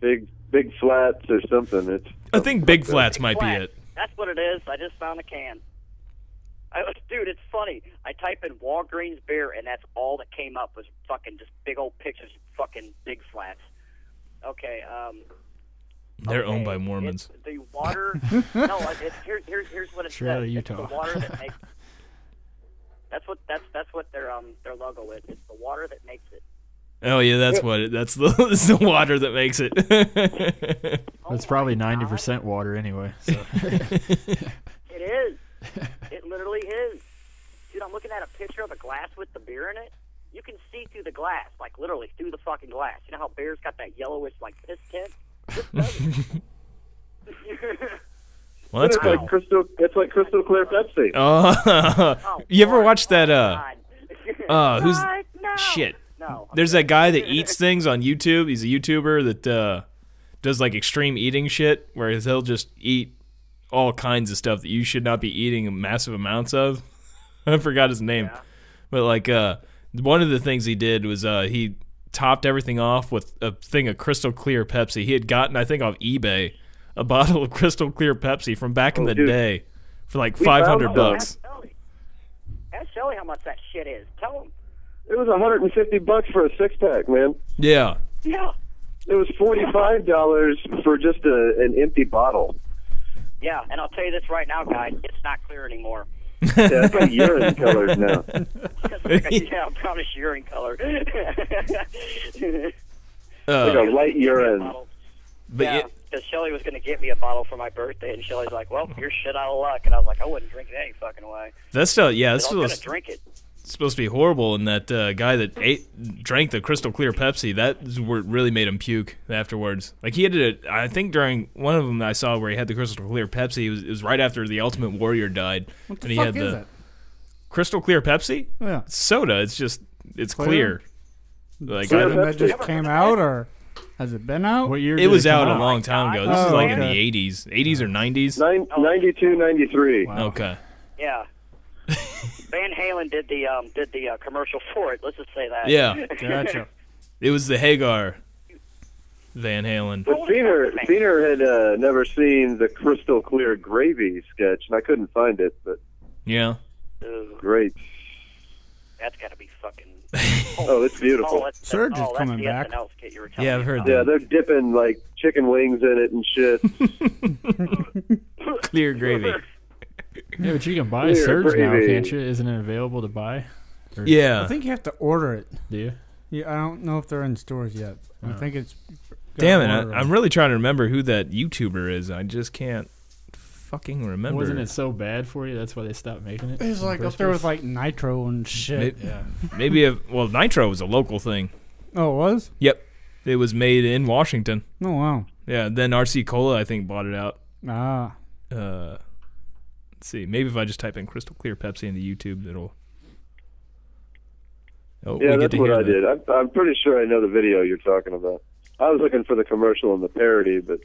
[SPEAKER 6] Big big flats or something. It's.
[SPEAKER 4] I think Big Flats might be
[SPEAKER 8] Flats.
[SPEAKER 4] it.
[SPEAKER 8] That's what it is. I just found a can. I was, dude, it's funny. I type in Walgreens beer, and that's all that came up was fucking just big old pictures of fucking big flats. Okay, um,
[SPEAKER 4] They're owned by
[SPEAKER 8] Okay,
[SPEAKER 4] Mormons.
[SPEAKER 8] It's the water. no, it's, here, here, here's what it
[SPEAKER 3] Straight outta
[SPEAKER 8] says.
[SPEAKER 3] Utah.
[SPEAKER 8] It's the water that makes. That's what that's that's what their um their logo is. It's the water that makes it.
[SPEAKER 4] Oh yeah, that's what it, that's the it's the water that makes it.
[SPEAKER 8] Oh
[SPEAKER 3] It's probably ninety percent water anyway. So.
[SPEAKER 8] It is. it literally is. Dude, I'm looking at a picture of a glass with the beer in it. You can see through the glass, like literally through the fucking glass. You know how beer's got that yellowish, like piss tint? This doesn't.
[SPEAKER 4] well, that's
[SPEAKER 6] It's like
[SPEAKER 4] cool.
[SPEAKER 6] crystal. It's like crystal clear Pepsi.
[SPEAKER 4] Oh,
[SPEAKER 8] Oh,
[SPEAKER 4] you ever
[SPEAKER 8] Lord.
[SPEAKER 4] watch that? Uh,
[SPEAKER 8] God.
[SPEAKER 4] uh, who's
[SPEAKER 8] God, no.
[SPEAKER 4] shit?
[SPEAKER 8] No.
[SPEAKER 4] There's that guy that eats things on YouTube. He's a YouTuber that uh, does like extreme eating shit, where he'll just eat all kinds of stuff that you should not be eating massive amounts of. I forgot his name, but like uh, one of the things he did was uh, he topped everything off with a thing of crystal clear Pepsi. He had gotten, I think, off eBay a bottle of crystal clear Pepsi from back in
[SPEAKER 6] Oh,
[SPEAKER 4] the
[SPEAKER 6] dude.
[SPEAKER 4] day for like
[SPEAKER 6] found
[SPEAKER 4] five hundred
[SPEAKER 6] that.
[SPEAKER 4] bucks.
[SPEAKER 8] Ask Shelly. Ask Shelly how much that shit is. Tell him.
[SPEAKER 6] It was 150 bucks for a six pack, man.
[SPEAKER 4] Yeah.
[SPEAKER 8] Yeah.
[SPEAKER 6] It was 45 dollars for just a, an empty bottle.
[SPEAKER 8] Yeah, and I'll tell you this right now, guys. It's not clear anymore.
[SPEAKER 6] Yeah, it's like urine colors now.
[SPEAKER 8] yeah, I'm brownish urine color.
[SPEAKER 4] Uh,
[SPEAKER 6] Like a light urine.
[SPEAKER 8] Bottle.
[SPEAKER 4] but
[SPEAKER 8] yeah,
[SPEAKER 4] it-
[SPEAKER 8] because Shelly was going to get me a bottle for my birthday, and Shelly's like, well, you're shit out of luck. And I was like, I wouldn't drink it any fucking way.
[SPEAKER 4] that's still yeah.
[SPEAKER 8] But
[SPEAKER 4] That's
[SPEAKER 8] I was
[SPEAKER 4] still
[SPEAKER 8] going to drink it.
[SPEAKER 4] supposed to be horrible, and that uh, guy that ate drank the crystal clear Pepsi that is what really made him puke afterwards. Like he had it, I think during one of them I saw where he had the crystal clear Pepsi. It was, it was right after the Ultimate Warrior died,
[SPEAKER 5] What the
[SPEAKER 4] and he
[SPEAKER 5] fuck
[SPEAKER 4] had
[SPEAKER 5] is
[SPEAKER 4] the crystal clear Pepsi
[SPEAKER 5] it? Yeah.
[SPEAKER 4] It's soda. It's just it's clear.
[SPEAKER 5] Clear?
[SPEAKER 4] Like I
[SPEAKER 5] Something
[SPEAKER 4] don't-
[SPEAKER 5] that just came out, or has it been out?
[SPEAKER 3] What year?
[SPEAKER 4] it
[SPEAKER 3] did
[SPEAKER 4] was
[SPEAKER 3] come
[SPEAKER 4] out a long time ago. This
[SPEAKER 5] Oh,
[SPEAKER 4] is like in
[SPEAKER 5] okay.
[SPEAKER 4] the eighties, eighties or nineties.
[SPEAKER 6] Nine, 92, 93.
[SPEAKER 4] Okay.
[SPEAKER 8] Yeah. Van Halen did the um, did the uh, commercial for it. Let's just say that.
[SPEAKER 4] Yeah,
[SPEAKER 3] Gotcha.
[SPEAKER 4] it was the Hagar Van Halen.
[SPEAKER 6] But Fener, Fener had uh, never seen the crystal clear gravy sketch, and I couldn't find it, but
[SPEAKER 4] Yeah.
[SPEAKER 8] Ooh,
[SPEAKER 6] great.
[SPEAKER 8] that's got to be fucking.
[SPEAKER 6] Oh, it's beautiful.
[SPEAKER 8] that's,
[SPEAKER 5] Surge is
[SPEAKER 8] oh, that's
[SPEAKER 5] coming
[SPEAKER 8] the
[SPEAKER 5] back.
[SPEAKER 8] SNL skit you were telling
[SPEAKER 4] Yeah,
[SPEAKER 8] me
[SPEAKER 4] I've heard
[SPEAKER 8] about.
[SPEAKER 6] Yeah,
[SPEAKER 4] that.
[SPEAKER 6] they're dipping like chicken wings in it and shit.
[SPEAKER 4] Clear gravy.
[SPEAKER 3] Yeah, but you can buy
[SPEAKER 6] Clear
[SPEAKER 3] Surge now,
[SPEAKER 6] gravy.
[SPEAKER 3] can't you? Isn't it available to buy?
[SPEAKER 4] Yeah.
[SPEAKER 5] I think you have to order it.
[SPEAKER 3] Do you?
[SPEAKER 5] Yeah, I don't know if they're in stores yet. I think it's.
[SPEAKER 4] Damn it! I, I'm really trying to remember who that YouTuber is. I just can't fucking remember.
[SPEAKER 3] Wasn't it so bad for you? That's why they stopped making it.
[SPEAKER 5] It's
[SPEAKER 3] in
[SPEAKER 5] like
[SPEAKER 3] the
[SPEAKER 5] up
[SPEAKER 3] first
[SPEAKER 5] there with
[SPEAKER 3] place?
[SPEAKER 5] like nitro and shit.
[SPEAKER 4] Maybe, maybe if well, Nitro was a local thing.
[SPEAKER 5] Oh, it was?
[SPEAKER 4] Yep, it was made in Washington.
[SPEAKER 5] Oh wow.
[SPEAKER 4] Yeah, then RC Cola I think bought it out.
[SPEAKER 5] Ah,
[SPEAKER 4] Uh, let's see, maybe if I just type in Crystal Clear Pepsi into YouTube, it'll. Oh, we
[SPEAKER 6] Yeah,
[SPEAKER 4] get
[SPEAKER 6] that's
[SPEAKER 4] to
[SPEAKER 6] what
[SPEAKER 4] hear
[SPEAKER 6] I
[SPEAKER 4] the-
[SPEAKER 6] did. I'm, I'm pretty sure I know the video you're talking about. I was looking for the commercial and the parody, but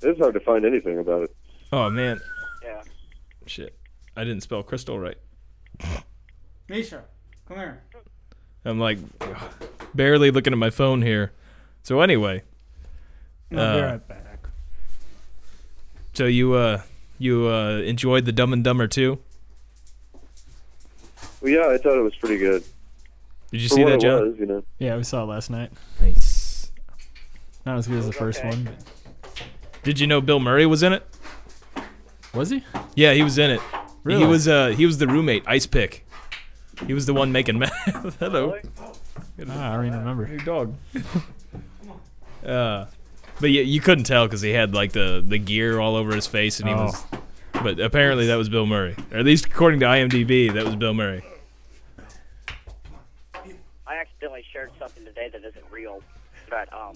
[SPEAKER 6] it's hard to find anything about it.
[SPEAKER 4] Oh man,
[SPEAKER 8] Yeah.
[SPEAKER 4] shit! I didn't spell crystal right.
[SPEAKER 5] Misha, come here.
[SPEAKER 4] I'm like barely looking at my phone here. So anyway,
[SPEAKER 5] I'll be
[SPEAKER 4] Uh,
[SPEAKER 5] right back.
[SPEAKER 4] So you uh you uh enjoyed the Dumb and Dumber too?
[SPEAKER 6] Well, yeah, I thought it was pretty good.
[SPEAKER 4] Did you
[SPEAKER 6] For
[SPEAKER 4] see
[SPEAKER 6] what
[SPEAKER 4] that,
[SPEAKER 6] it
[SPEAKER 4] John?
[SPEAKER 6] was, you know.
[SPEAKER 3] Yeah, we saw it last night.
[SPEAKER 4] Nice.
[SPEAKER 3] Not as good as the first
[SPEAKER 8] Okay.
[SPEAKER 3] one. but-
[SPEAKER 4] Did you know Bill Murray was in it?
[SPEAKER 3] Was he?
[SPEAKER 4] Yeah, he was in it.
[SPEAKER 3] Really?
[SPEAKER 4] He was uh he was the roommate, Ice Pick. He was the one making meth. Hello.
[SPEAKER 3] Ah, I don't even remember.
[SPEAKER 4] Your dog. uh but yeah, you couldn't tell because he had like the, the gear all over his face, and he
[SPEAKER 3] Oh.
[SPEAKER 4] was. But apparently that was Bill Murray, or at least according to IMDb, that was Bill Murray.
[SPEAKER 8] I accidentally shared something today that isn't real. That um,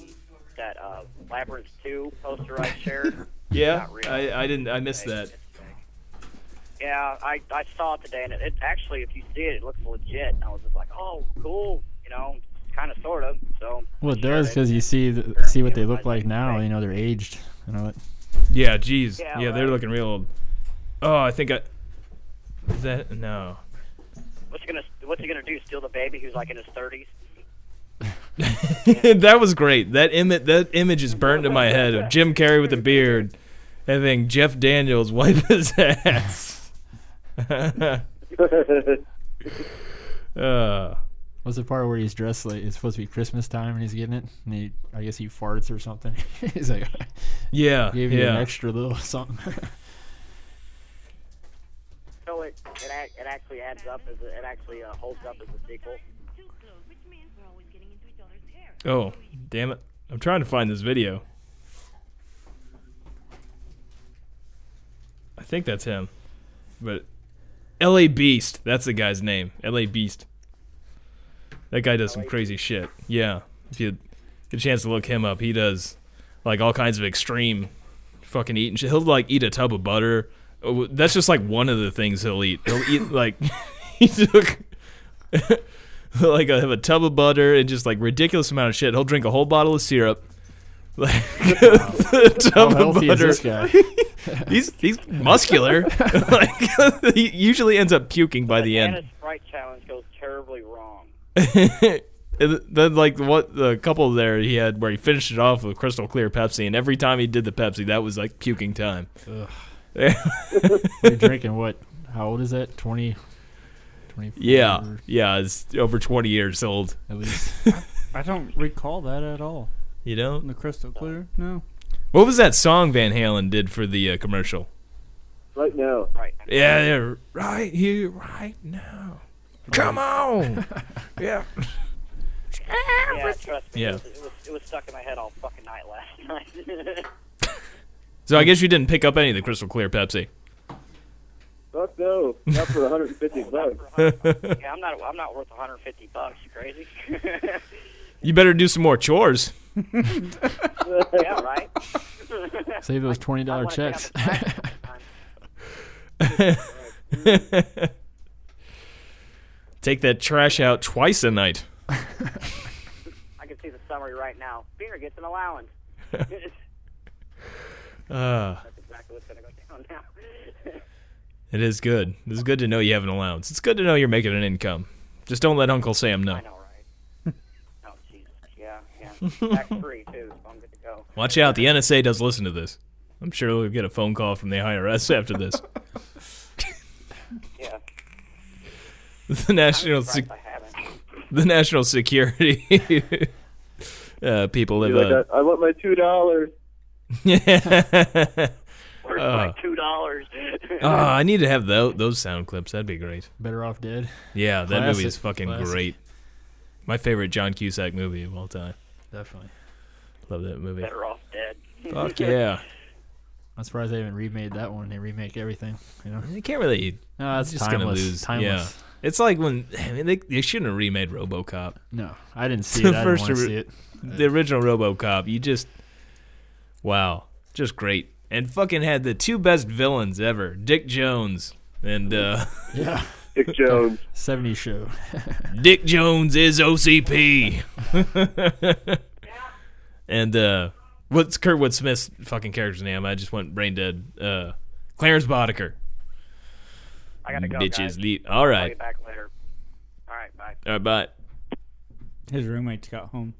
[SPEAKER 8] that uh, Labyrinth Two poster I shared.
[SPEAKER 4] Yeah,
[SPEAKER 8] Not real.
[SPEAKER 4] I, I didn't I missed that.
[SPEAKER 8] yeah, I I saw it today, and it, it actually, if you see it, it looks legit. And I was just like, oh, cool, you know, kind of, sort of. So.
[SPEAKER 3] Well,
[SPEAKER 8] I
[SPEAKER 3] it does
[SPEAKER 8] shared
[SPEAKER 3] because you see the, see what they look like now. You know they're aged. You know,
[SPEAKER 4] Yeah, geez. Yeah,
[SPEAKER 8] Yeah,
[SPEAKER 4] they're
[SPEAKER 8] right.
[SPEAKER 4] looking real old. Oh, I think I. Is that no?
[SPEAKER 8] What's he gonna What's he gonna do? Steal the baby who's like in his thirties?
[SPEAKER 4] that was great. That image, that image is burned in my head of Jim Carrey with a beard, having Jeff Daniels wipe his ass. uh,
[SPEAKER 3] what's the part where he's dressed like it's supposed to be Christmas time and he's getting it, and he I guess he farts or something. he's like, I
[SPEAKER 4] yeah,
[SPEAKER 3] gave you an
[SPEAKER 4] yeah.
[SPEAKER 3] extra little something.
[SPEAKER 8] So it it, ac- it actually adds up as a, it actually uh, holds up as a sequel.
[SPEAKER 9] too close, which means we're always getting into each other's hair.
[SPEAKER 4] Oh, damn it. I'm trying to find this video. I think that's him. But LA Beast, that's the guy's name. LA Beast. That guy does some crazy shit. Yeah. If you get a chance to look him up, he does like all kinds of extreme fucking eating shit. He'll like eat a tub of butter. Oh, That's just like one of the things he'll eat. He'll eat like he took like I have a tub of butter and just like ridiculous amount of shit. He'll drink a whole bottle of syrup. Like a
[SPEAKER 3] How
[SPEAKER 4] tub of
[SPEAKER 3] healthy is
[SPEAKER 4] butter.
[SPEAKER 3] this guy?
[SPEAKER 4] He's he's muscular. like he usually ends up puking by the end.
[SPEAKER 8] Anna's Sprite challenge goes terribly wrong.
[SPEAKER 4] And then like what the couple there he had where he finished it off with crystal clear Pepsi, and every time he did the Pepsi, that was like puking time.
[SPEAKER 3] You're drinking what? How old is that? 20, 24
[SPEAKER 4] Yeah, yeah, it's over twenty years old.
[SPEAKER 3] at least.
[SPEAKER 5] I don't recall that at all.
[SPEAKER 4] You know
[SPEAKER 5] The crystal clear? No.
[SPEAKER 4] what was that song Van Halen did for the uh, commercial?
[SPEAKER 6] Right now.
[SPEAKER 8] Right.
[SPEAKER 4] Yeah, yeah, right here, right now. Come on, yeah.
[SPEAKER 8] Yeah, trust me.
[SPEAKER 4] Yeah.
[SPEAKER 8] It, was, it, was, it was stuck in my head all fucking night last night.
[SPEAKER 4] So I guess you didn't pick up any of the crystal clear Pepsi.
[SPEAKER 6] Fuck no. Not for 150 bucks.
[SPEAKER 8] yeah, I'm not. I'm not worth 150 bucks. You crazy?
[SPEAKER 4] You better do some more chores.
[SPEAKER 8] yeah, right.
[SPEAKER 3] Save those twenty dollar
[SPEAKER 8] wanna get out
[SPEAKER 3] checks.
[SPEAKER 8] the tax sometime.
[SPEAKER 4] Take that trash out twice a night.
[SPEAKER 8] I can see the summary right now. Beaner gets an allowance. That's
[SPEAKER 4] Uh,
[SPEAKER 8] exactly what's gonna go down now.
[SPEAKER 4] it is good. It's good to know you have an allowance. It's good to know you're making an income. Just don't let Uncle Sam know.
[SPEAKER 8] I know, right? oh Jesus. Yeah, yeah. Tax free too, so I'm good to go.
[SPEAKER 4] Watch out, the NSA does listen to this. I'm sure we'll get a phone call from the IRS after this.
[SPEAKER 8] Yeah.
[SPEAKER 4] the national,
[SPEAKER 8] Surprised
[SPEAKER 4] sec-
[SPEAKER 8] I haven't.
[SPEAKER 4] the national security uh, people live.
[SPEAKER 6] Be like,
[SPEAKER 4] Uh,
[SPEAKER 6] I, I want my two dollars.
[SPEAKER 8] Where's
[SPEAKER 4] Uh.
[SPEAKER 8] my two dollars?
[SPEAKER 4] Oh, I need to have those those sound clips. That'd be great.
[SPEAKER 3] Better off dead.
[SPEAKER 4] Yeah, that movie
[SPEAKER 3] Classic.
[SPEAKER 4] is fucking
[SPEAKER 3] Classic.
[SPEAKER 4] great. My favorite John Cusack movie of all time.
[SPEAKER 3] Definitely.
[SPEAKER 4] Love that movie.
[SPEAKER 8] Better off dead.
[SPEAKER 4] Fuck yeah.
[SPEAKER 3] I'm surprised they haven't remade that one. They remake everything. You know,
[SPEAKER 4] You can't really.
[SPEAKER 3] no, it's
[SPEAKER 4] It's just
[SPEAKER 3] timeless.
[SPEAKER 4] gonna lose.
[SPEAKER 3] Timeless.
[SPEAKER 4] Yeah. It's like when I mean, they they shouldn't have remade RoboCop.
[SPEAKER 3] No, I didn't see
[SPEAKER 4] The
[SPEAKER 3] it. I didn't
[SPEAKER 4] first
[SPEAKER 3] want to
[SPEAKER 4] re-
[SPEAKER 3] see it.
[SPEAKER 4] The original RoboCop. You just wow, just great. And fucking had the two best villains ever, Dick Jones and uh,
[SPEAKER 3] Yeah,
[SPEAKER 6] Dick Jones.
[SPEAKER 3] 70s show.
[SPEAKER 4] Dick Jones is OCP. and uh, what's Kurtwood Smith's fucking character's name? I just went brain dead. Uh, Clarence Boddicker.
[SPEAKER 8] I gotta go.
[SPEAKER 4] Bitches
[SPEAKER 8] guys.
[SPEAKER 4] leave. All
[SPEAKER 8] I'll
[SPEAKER 4] right.
[SPEAKER 8] get back later. All right, bye.
[SPEAKER 4] All right, bye.
[SPEAKER 5] His roommates got home.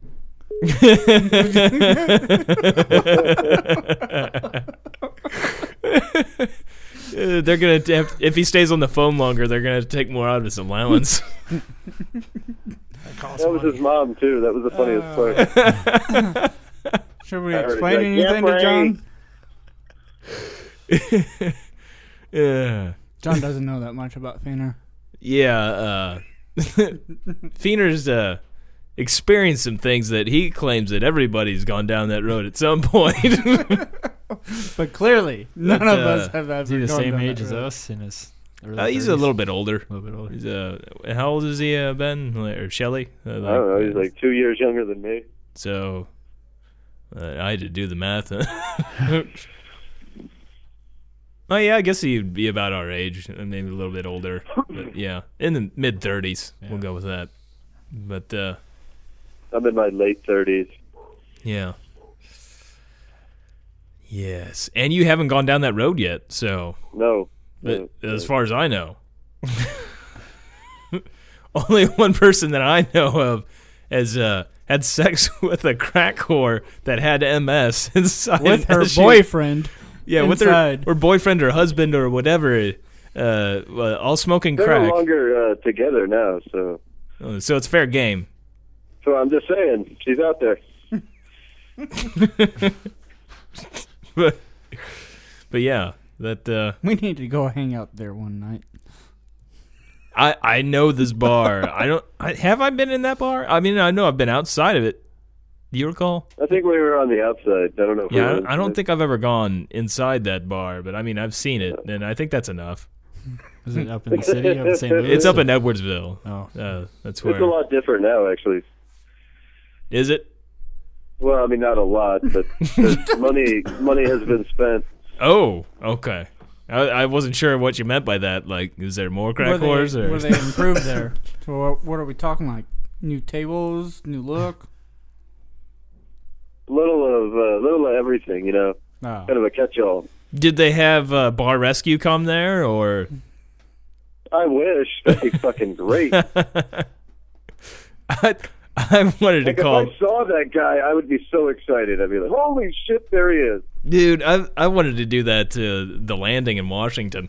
[SPEAKER 4] Uh, they're gonna if, if he stays on the phone longer, they're gonna take more out of his allowance.
[SPEAKER 6] That was his mom too. That was the
[SPEAKER 4] Oh.
[SPEAKER 6] funniest part.
[SPEAKER 5] Should we
[SPEAKER 6] heard it.
[SPEAKER 5] explain
[SPEAKER 6] Like,
[SPEAKER 5] anything to
[SPEAKER 6] "Jeffrey!"
[SPEAKER 5] John?
[SPEAKER 4] yeah,
[SPEAKER 5] John doesn't know that much about Feener.
[SPEAKER 4] yeah. Uh, Feener's uh, experienced some things that he claims that everybody's gone down that road at some point.
[SPEAKER 5] But clearly, none of
[SPEAKER 4] uh,
[SPEAKER 5] us have ever
[SPEAKER 3] Is he the
[SPEAKER 5] gone
[SPEAKER 3] same
[SPEAKER 5] down that
[SPEAKER 3] age as
[SPEAKER 5] road.
[SPEAKER 3] us? In his early
[SPEAKER 4] uh, he's a
[SPEAKER 3] 30s?
[SPEAKER 4] little bit older.
[SPEAKER 3] little bit older.
[SPEAKER 4] He's, uh, how old is he, uh, Ben or Shelley? Uh,
[SPEAKER 6] I don't know. He's like two years younger than me.
[SPEAKER 4] So uh, I had to do the math. oh yeah, I guess he'd be about our age, uh, maybe a little bit older. But yeah, in the mid thirties,
[SPEAKER 3] Yeah.
[SPEAKER 4] we'll go with that. But uh,
[SPEAKER 6] I'm in my late thirties.
[SPEAKER 4] yeah, yes, and you haven't gone down that road yet, so
[SPEAKER 6] No.
[SPEAKER 4] but
[SPEAKER 6] Yeah.
[SPEAKER 4] as far as I know, only one person that I know of has uh, had sex with a crack whore that had MS inside
[SPEAKER 5] With her
[SPEAKER 4] as she-
[SPEAKER 5] boyfriend.
[SPEAKER 4] yeah,
[SPEAKER 5] inside.
[SPEAKER 4] with her or boyfriend or husband or whatever, uh, uh, all smoking
[SPEAKER 6] They're
[SPEAKER 4] crack.
[SPEAKER 6] no longer uh, together now, so
[SPEAKER 4] Uh, so it's fair game.
[SPEAKER 6] so I'm just saying she's out there.
[SPEAKER 4] but but yeah, that uh,
[SPEAKER 5] We need to go hang out there one night.
[SPEAKER 4] I I know this bar. I don't. I, have I been in that bar? I mean, I know I've been outside of it. Do you recall?
[SPEAKER 6] I think we were on the outside. I don't know. If
[SPEAKER 4] Yeah, I
[SPEAKER 6] we
[SPEAKER 4] don't, I don't think I've ever gone inside that bar, but I mean, I've seen it, and I think that's enough.
[SPEAKER 3] Is it up in the city? Up in St. Louis?
[SPEAKER 4] It's up in Edwardsville.
[SPEAKER 3] Oh.
[SPEAKER 4] Uh, that's
[SPEAKER 6] it's a
[SPEAKER 4] where.
[SPEAKER 6] lot different now, actually.
[SPEAKER 4] Is it?
[SPEAKER 6] Well, I mean, not a lot, but there's money money has been spent.
[SPEAKER 4] Oh, okay. I, I wasn't sure what you meant by that. Like, is there more
[SPEAKER 5] Were
[SPEAKER 4] crack
[SPEAKER 5] they,
[SPEAKER 4] whores?
[SPEAKER 5] were
[SPEAKER 4] Or?
[SPEAKER 5] they improved there? So what, what are we talking like? New tables, new look.
[SPEAKER 6] Little of uh, little of everything, you know.
[SPEAKER 5] Oh.
[SPEAKER 6] Kind of a catch-all.
[SPEAKER 4] Did they have uh, bar rescue come there, or
[SPEAKER 6] I wish that'd be fucking great. Like,
[SPEAKER 4] I, I wanted to
[SPEAKER 6] if
[SPEAKER 4] call,
[SPEAKER 6] I saw that guy, I would be so excited. I'd be like, "Holy shit, there he is!"
[SPEAKER 4] dude. I I wanted to do that to the landing in Washington.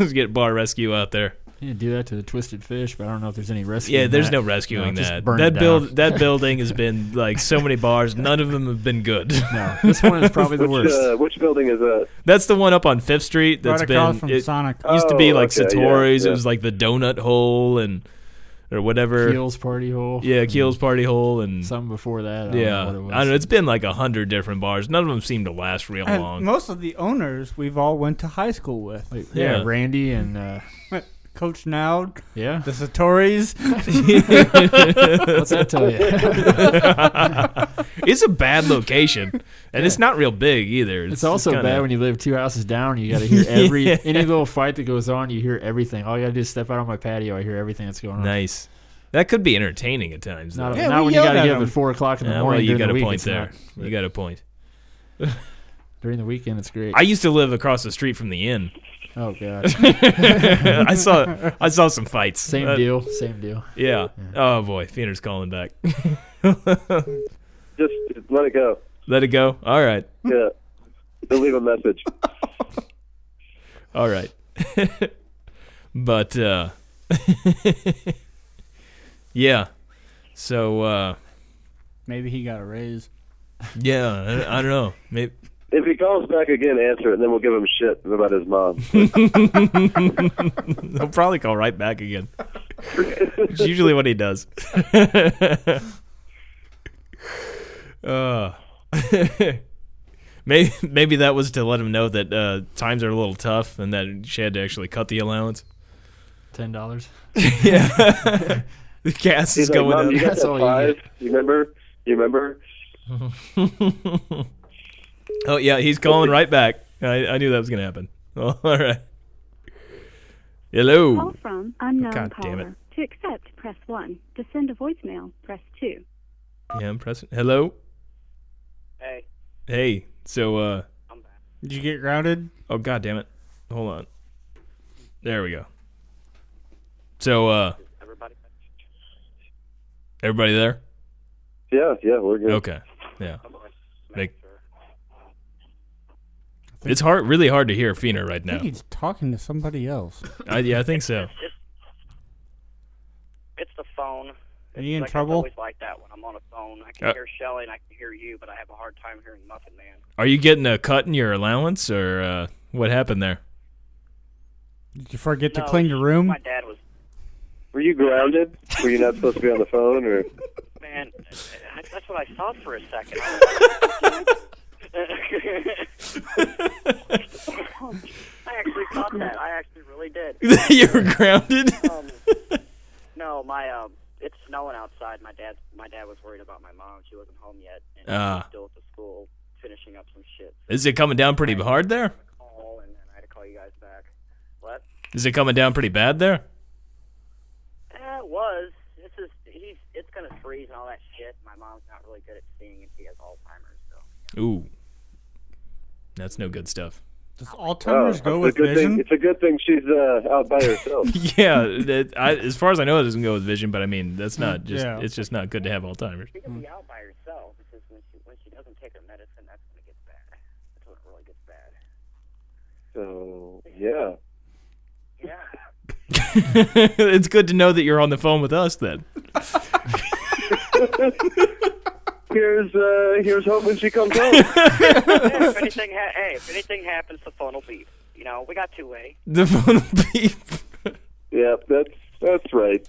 [SPEAKER 4] Get bar rescue out there.
[SPEAKER 3] Yeah, do that to the twisted fish, but I don't know if there's any rescue.
[SPEAKER 4] Yeah,
[SPEAKER 3] in
[SPEAKER 4] there's
[SPEAKER 3] that.
[SPEAKER 4] no rescuing
[SPEAKER 3] No, just
[SPEAKER 4] that.
[SPEAKER 3] burn it
[SPEAKER 4] That
[SPEAKER 3] down.
[SPEAKER 4] build that building has been like so many bars. None of them have been good.
[SPEAKER 3] No, this one is probably the
[SPEAKER 6] Which,
[SPEAKER 3] worst.
[SPEAKER 6] uh, which building is that?
[SPEAKER 4] That's the one up on Fifth Street. That's
[SPEAKER 5] Right across
[SPEAKER 4] been
[SPEAKER 5] from
[SPEAKER 4] it
[SPEAKER 5] Sonic.
[SPEAKER 4] used to be
[SPEAKER 6] Oh,
[SPEAKER 4] like
[SPEAKER 6] okay, yeah,
[SPEAKER 4] Satori's.
[SPEAKER 6] yeah.
[SPEAKER 4] It was like the Donut Hole and or whatever.
[SPEAKER 3] Keel's party hole.
[SPEAKER 4] Yeah, Keel's Party Hole and
[SPEAKER 3] Something before that. I don't
[SPEAKER 4] yeah.
[SPEAKER 3] Know what it was.
[SPEAKER 4] I don't know. It's been like a hundred different bars. None of them seem to last real
[SPEAKER 5] And
[SPEAKER 4] long.
[SPEAKER 5] most of the owners we've all went to high school with.
[SPEAKER 3] Like, yeah,
[SPEAKER 4] Yeah.
[SPEAKER 3] Randy and uh,
[SPEAKER 5] Coach Now,
[SPEAKER 3] yeah.
[SPEAKER 5] the Satoris.
[SPEAKER 3] What's that tell you?
[SPEAKER 4] it's a bad location, and it's not real big either.
[SPEAKER 3] It's also bad when you live two houses down. You got to hear every
[SPEAKER 4] Yeah.
[SPEAKER 3] any little fight that goes on. You hear everything. All you got to do is step out on my patio. I hear everything that's going on.
[SPEAKER 4] nice. That could be entertaining at times.
[SPEAKER 3] Not,
[SPEAKER 4] though.
[SPEAKER 5] Yeah,
[SPEAKER 3] not
[SPEAKER 5] we
[SPEAKER 3] when you
[SPEAKER 5] yelled
[SPEAKER 3] got to
[SPEAKER 5] at
[SPEAKER 3] get up
[SPEAKER 5] him.
[SPEAKER 3] at four o'clock in the
[SPEAKER 4] Yeah,
[SPEAKER 3] morning.
[SPEAKER 4] well, you got
[SPEAKER 3] during the
[SPEAKER 4] a
[SPEAKER 3] week,
[SPEAKER 4] point
[SPEAKER 3] it's
[SPEAKER 4] there.
[SPEAKER 3] not.
[SPEAKER 4] You got a point.
[SPEAKER 3] During the weekend, it's great.
[SPEAKER 4] I used to live across the street from the inn.
[SPEAKER 3] oh gosh,
[SPEAKER 4] I saw I saw some fights.
[SPEAKER 3] same
[SPEAKER 4] Uh,
[SPEAKER 3] deal, same deal.
[SPEAKER 4] Yeah. Oh boy, Feener's calling back.
[SPEAKER 6] Just let it go.
[SPEAKER 4] Let it go. All right.
[SPEAKER 6] Yeah, They'll leave a message.
[SPEAKER 4] All right. but uh Yeah. So uh
[SPEAKER 5] Maybe he got a raise.
[SPEAKER 4] yeah, I, I don't know. Maybe
[SPEAKER 6] If he calls back again, answer it, and then we'll give him shit about his mom.
[SPEAKER 4] I'll probably call right back again. it's usually what he does. uh, maybe maybe that was to let him know that uh, times are a little tough and that she had to actually cut the allowance.
[SPEAKER 3] Ten dollars.
[SPEAKER 4] Yeah, the gas
[SPEAKER 6] He's
[SPEAKER 4] is
[SPEAKER 6] like,
[SPEAKER 4] going
[SPEAKER 6] Mom, you
[SPEAKER 4] up.
[SPEAKER 6] got
[SPEAKER 3] That's
[SPEAKER 6] that
[SPEAKER 3] all you
[SPEAKER 6] five?
[SPEAKER 3] get.
[SPEAKER 6] You remember? You remember?
[SPEAKER 4] Oh yeah, he's calling right back. I, I knew that was gonna happen. all right.
[SPEAKER 7] Call
[SPEAKER 4] Hello.
[SPEAKER 7] from unknown
[SPEAKER 4] God
[SPEAKER 7] caller.
[SPEAKER 4] damn it.
[SPEAKER 7] To accept, press 1. To send a voicemail, press 2.
[SPEAKER 4] Yeah, I'm pressing. Hello.
[SPEAKER 8] Hey,
[SPEAKER 4] Hey. So uh.
[SPEAKER 8] I'm back.
[SPEAKER 5] Did you get grounded?
[SPEAKER 4] Oh god damn it. Hold on. There we go. So uh
[SPEAKER 8] Everybody. back?
[SPEAKER 4] everybody there?
[SPEAKER 6] Yeah, yeah, we're good.
[SPEAKER 4] Okay. Yeah.
[SPEAKER 8] Come on.
[SPEAKER 4] Make- It's hard really hard to hear Feener right
[SPEAKER 5] I
[SPEAKER 4] now.
[SPEAKER 5] think he's talking to somebody else.
[SPEAKER 4] I, yeah, I think so.
[SPEAKER 8] It's the phone.
[SPEAKER 5] Are you in
[SPEAKER 8] like, it's
[SPEAKER 5] trouble?
[SPEAKER 8] always like that when I'm on a phone. I can
[SPEAKER 4] Uh,
[SPEAKER 8] hear Shelly and I can hear you, but I have a hard time hearing Muffin Man.
[SPEAKER 4] Are you getting a cut in your allowance or uh what happened there?
[SPEAKER 5] Did you forget to
[SPEAKER 8] No,
[SPEAKER 5] clean your room?
[SPEAKER 8] My dad was
[SPEAKER 6] Were you grounded? Were you not supposed to be on the phone? Or
[SPEAKER 8] man. I- That's what I thought for a second. I actually thought that. I actually really did.
[SPEAKER 4] you were grounded?
[SPEAKER 8] Um, no, my um, it's snowing outside. My dad, my dad was worried about my mom. She wasn't home yet, and she
[SPEAKER 4] Ah.
[SPEAKER 8] was still at the school finishing up some shit.
[SPEAKER 4] Is it coming down pretty hard there?
[SPEAKER 8] Call and then I had to call you guys back. What?
[SPEAKER 4] Is it coming down pretty bad there?
[SPEAKER 8] Eh, it was. This is he's. It's gonna freeze and all that shit. My mom's not really good at seeing, and she has Alzheimer's. So
[SPEAKER 4] Ooh. That's no good stuff.
[SPEAKER 5] Does
[SPEAKER 6] oh,
[SPEAKER 5] Alzheimer's
[SPEAKER 6] it's
[SPEAKER 5] go
[SPEAKER 6] a
[SPEAKER 5] with
[SPEAKER 6] good thing.
[SPEAKER 5] vision?
[SPEAKER 6] It's a good thing she's uh, out by herself.
[SPEAKER 4] Yeah, that, I, as far as I know, it doesn't go with vision, but I mean, that's not just,
[SPEAKER 5] Mm, yeah.
[SPEAKER 4] it's just not good to have Alzheimer's.
[SPEAKER 8] she can be out by herself because when she when she doesn't take her medicine, that's when it gets bad. That's when it really gets bad.
[SPEAKER 6] so yeah,
[SPEAKER 8] Yeah.
[SPEAKER 4] it's good to know that you're on the phone with us then.
[SPEAKER 6] here's uh, here's hoping she comes home.
[SPEAKER 8] Yeah, if anything, ha- hey, if anything happens, the phone will beep. You know, we got two way.
[SPEAKER 4] The phone beep.
[SPEAKER 6] yeah, that's. Uh, that's right.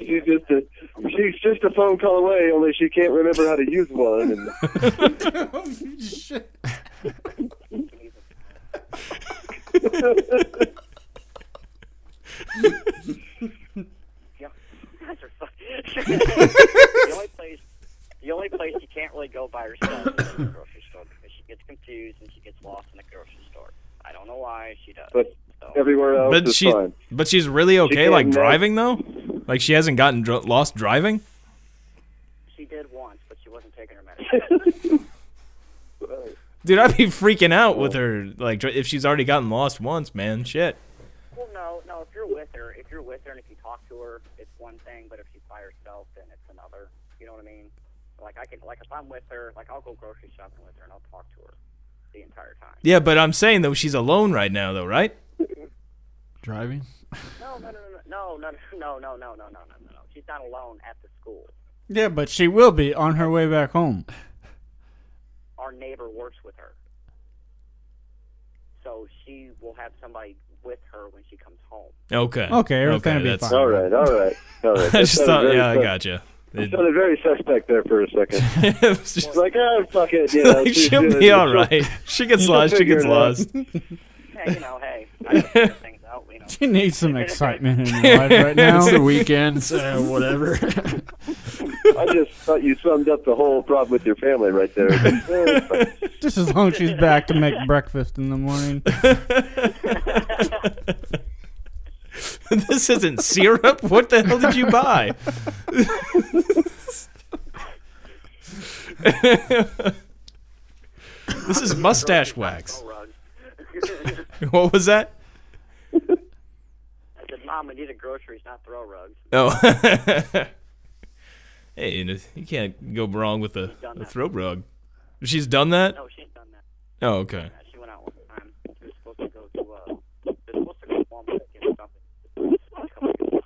[SPEAKER 6] She's just a she's just a phone call away, only she can't remember how to use one. And
[SPEAKER 8] Yeah. You guys are fu- the only place the only place you can't really go by yourself is the grocery store because she gets confused and she gets lost in the grocery store. I don't know why she does.
[SPEAKER 6] but
[SPEAKER 8] so,
[SPEAKER 6] everywhere else
[SPEAKER 4] But
[SPEAKER 6] is
[SPEAKER 4] she,
[SPEAKER 6] fine.
[SPEAKER 4] but she's really okay,
[SPEAKER 6] can't
[SPEAKER 4] like
[SPEAKER 6] know.
[SPEAKER 4] driving though. Like she hasn't gotten dr- lost driving.
[SPEAKER 8] she did once, but she wasn't taking her medicine.
[SPEAKER 4] Dude, I'd be freaking out
[SPEAKER 6] Oh.
[SPEAKER 4] with her. Like dr- if she's already gotten lost once, man, shit.
[SPEAKER 8] well, no, no. If you're with her, if you're with her, and if you talk to her, it's one thing. But if she's by herself, then it's another. You know what I mean? Like I can, like if I'm with her, like I'll go grocery shopping with her and I'll talk to her the entire time.
[SPEAKER 4] Yeah, but I'm saying though she's alone right now though, right?
[SPEAKER 3] Driving?
[SPEAKER 8] No, no, no, no, no, no, no, no, no, no, no, no, no. She's not alone at the school.
[SPEAKER 5] Yeah, but she will be on her way back home.
[SPEAKER 8] our neighbor works with her. So she will have somebody with her when she comes home.
[SPEAKER 4] Okay.
[SPEAKER 5] Okay, everything will be
[SPEAKER 4] that's-
[SPEAKER 5] fine.
[SPEAKER 6] All right, all right, all right.
[SPEAKER 4] I just
[SPEAKER 6] That sounded
[SPEAKER 4] thought,
[SPEAKER 6] very
[SPEAKER 4] yeah, I
[SPEAKER 6] sus-
[SPEAKER 4] gotcha. It,
[SPEAKER 6] Sounded very suspect there for a second.
[SPEAKER 4] it was just,
[SPEAKER 6] Like, oh, fuck it, you know.
[SPEAKER 4] like,
[SPEAKER 6] she's
[SPEAKER 4] she'll
[SPEAKER 6] doing
[SPEAKER 4] be
[SPEAKER 6] it.
[SPEAKER 4] all right. She gets lost. She
[SPEAKER 6] figure
[SPEAKER 4] gets
[SPEAKER 6] it out.
[SPEAKER 4] lost.
[SPEAKER 8] Hey, you know, hey, I gotta figure things out. You know,
[SPEAKER 5] She needs some excitement in her life right now.
[SPEAKER 3] It's the weekends, uh, whatever.
[SPEAKER 6] I just thought you summed up the whole problem with your family right there.
[SPEAKER 5] Just as long as she's back to make breakfast in the morning.
[SPEAKER 4] this isn't syrup. What the hell did you buy? this is mustache wax.
[SPEAKER 8] no rugs.
[SPEAKER 4] What was that?
[SPEAKER 8] I said, Mom, we need the groceries, not throw rugs.
[SPEAKER 4] Oh. hey, you know, you can't go wrong with a,
[SPEAKER 8] done
[SPEAKER 4] a
[SPEAKER 8] that.
[SPEAKER 4] throat rug. She's done that?
[SPEAKER 8] No, she's done that.
[SPEAKER 4] Oh, okay.
[SPEAKER 8] Uh, She went out one time. She was supposed to go to uh, she was supposed to go home to get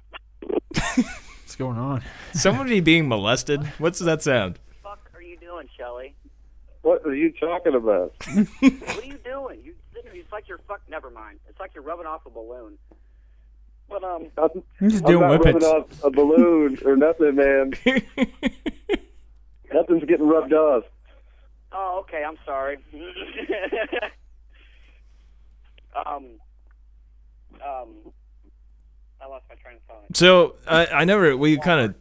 [SPEAKER 8] something.
[SPEAKER 3] What's going on?
[SPEAKER 4] Somebody being molested? What's that sound?
[SPEAKER 8] Fuck, are you doing, Shelly?
[SPEAKER 6] what are you talking about?
[SPEAKER 8] What are you doing? You sitting there? It's like you're fuck. Never mind. It's like you're rubbing off a balloon. But um,
[SPEAKER 6] I'm,
[SPEAKER 5] I'm just
[SPEAKER 6] I'm
[SPEAKER 5] doing
[SPEAKER 6] not
[SPEAKER 5] whippets.
[SPEAKER 6] rubbing off a balloon or nothing, man. Nothing's getting rubbed off.
[SPEAKER 8] Oh, okay. I'm sorry. um, um, I lost my train of thought.
[SPEAKER 4] So I, I never. We kind of.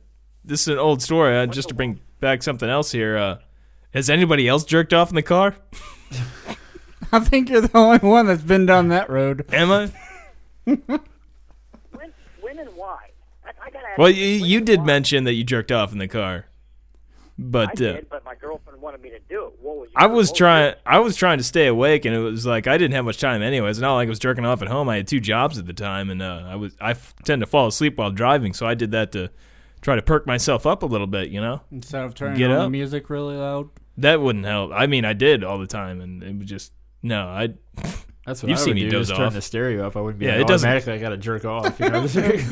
[SPEAKER 4] This is an old story. Uh, just to bring back something else here. Uh, has anybody else jerked off in the car?
[SPEAKER 5] I think you're the only one that's been down that road.
[SPEAKER 4] Am I?
[SPEAKER 8] When, when, and why? I, I gotta ask
[SPEAKER 4] Well,
[SPEAKER 8] you,
[SPEAKER 4] you,
[SPEAKER 8] when
[SPEAKER 4] you
[SPEAKER 8] and
[SPEAKER 4] did
[SPEAKER 8] why?
[SPEAKER 4] mention that you jerked off in the car,
[SPEAKER 8] I
[SPEAKER 4] but uh,
[SPEAKER 8] did, but my girlfriend wanted me to do it. What was?
[SPEAKER 4] I was
[SPEAKER 8] what
[SPEAKER 4] trying. I was trying to stay awake, and it was like I didn't have much time. Anyways, not like I was jerking off at home. I had two jobs at the time, and uh, I was I f- tend to fall asleep while driving, so I did that to try to perk myself up a little bit. You know,
[SPEAKER 5] Instead of turning
[SPEAKER 4] Get
[SPEAKER 5] on the
[SPEAKER 4] up.
[SPEAKER 5] music really loud.
[SPEAKER 4] that wouldn't help. I mean, I did all the time, and it was just no. I
[SPEAKER 3] That's what
[SPEAKER 4] You've
[SPEAKER 3] I would
[SPEAKER 4] seen me
[SPEAKER 3] do.
[SPEAKER 4] doze
[SPEAKER 3] Just
[SPEAKER 4] off.
[SPEAKER 3] turn the stereo up. I wouldn't be
[SPEAKER 4] Yeah,
[SPEAKER 3] like,
[SPEAKER 4] it doesn't- Oh,
[SPEAKER 3] automatically. I got to jerk off. You know?
[SPEAKER 5] where's my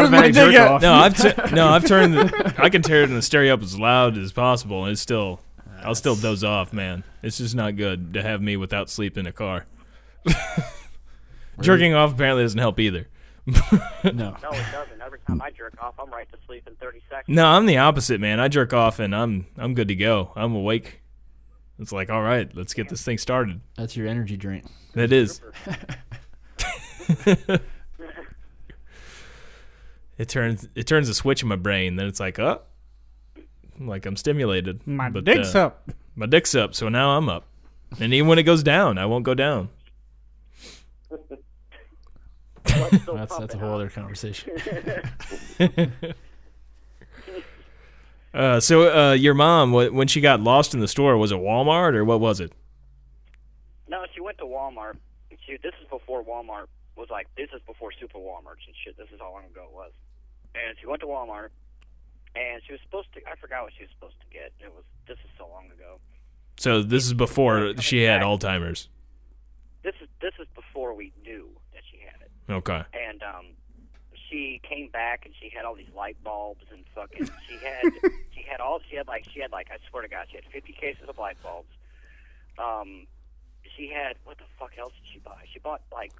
[SPEAKER 3] automatic
[SPEAKER 5] dick
[SPEAKER 3] jerk
[SPEAKER 5] at?
[SPEAKER 3] off.
[SPEAKER 4] No, I've t- no, I've turned. The, I can turn the stereo up as loud as possible, and it's still, I'll still doze off, man. It's just not good to have me without sleep in a car. Jerking off apparently doesn't help either.
[SPEAKER 3] no.
[SPEAKER 8] No, it doesn't. Every time I jerk off, I'm right to sleep in 30 seconds.
[SPEAKER 4] No, I'm the opposite, man. I jerk off and I'm I'm good to go. I'm awake. It's like, all right, let's get this thing started.
[SPEAKER 3] That's your energy drink.
[SPEAKER 4] That is. it turns it turns a switch in my brain. Then it's like, oh, like I'm stimulated.
[SPEAKER 5] My
[SPEAKER 4] But,
[SPEAKER 5] dick's
[SPEAKER 4] uh,
[SPEAKER 5] up.
[SPEAKER 4] My dick's up, so now I'm up. And even when it goes down, I won't go down.
[SPEAKER 8] What's still
[SPEAKER 3] That's that's a
[SPEAKER 8] pumping,
[SPEAKER 3] whole
[SPEAKER 8] huh?
[SPEAKER 3] other conversation.
[SPEAKER 4] Uh, so uh, your mom, wh- when she got lost in the store, was it Walmart or what was it?
[SPEAKER 8] No, she went to Walmart. She, this is before Walmart was like, this is before Super Walmarts and shit. This is how long ago it was. And she went to Walmart, and she was supposed to, I forgot what she was supposed to get. It was, this is so long ago.
[SPEAKER 4] So this is before she had Alzheimer's.
[SPEAKER 8] This is, this is before we knew that she had it.
[SPEAKER 4] Okay.
[SPEAKER 8] And, um, she came back and she had all these light bulbs and fucking, she had, she had all, she had like, she had like, I swear to God, she had 50 cases of light bulbs. Um, she had, what the fuck else did she buy? She bought like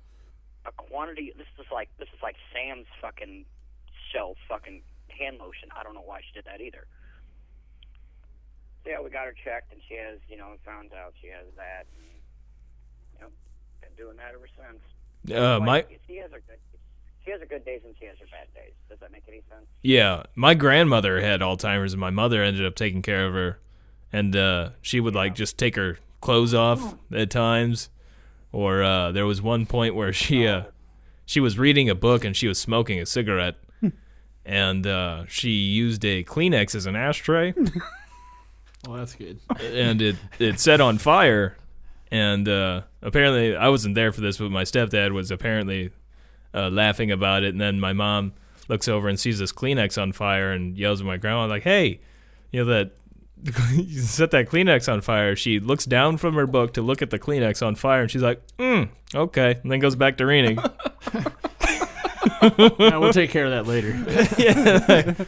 [SPEAKER 8] a quantity. This is like this is like Sam's fucking shelf fucking hand lotion. I don't know why she did that either. So yeah, we got her checked, and she has you know found out she has that. And, you know, been doing that ever since.
[SPEAKER 4] Uh,
[SPEAKER 8] Like,
[SPEAKER 4] my
[SPEAKER 8] she has her good. She has her good days and she has her bad days. Does that make any sense?
[SPEAKER 4] yeah, my grandmother had Alzheimer's, and my mother ended up taking care of her, and uh, she would like just take her clothes off at times, or uh, there was one point where she uh, she was reading a book and she was smoking a cigarette, and uh, she used a Kleenex as an ashtray.
[SPEAKER 3] Well, that's good.
[SPEAKER 4] and it it set on fire and uh apparently i wasn't there for this but my stepdad was apparently uh laughing about it and then my mom looks over and sees this kleenex on fire and yells at my grandma like hey you know that you set that kleenex on fire she looks down from her book to look at the kleenex on fire and she's like mm okay and then goes back to reading
[SPEAKER 3] Yeah, we'll take care of that later.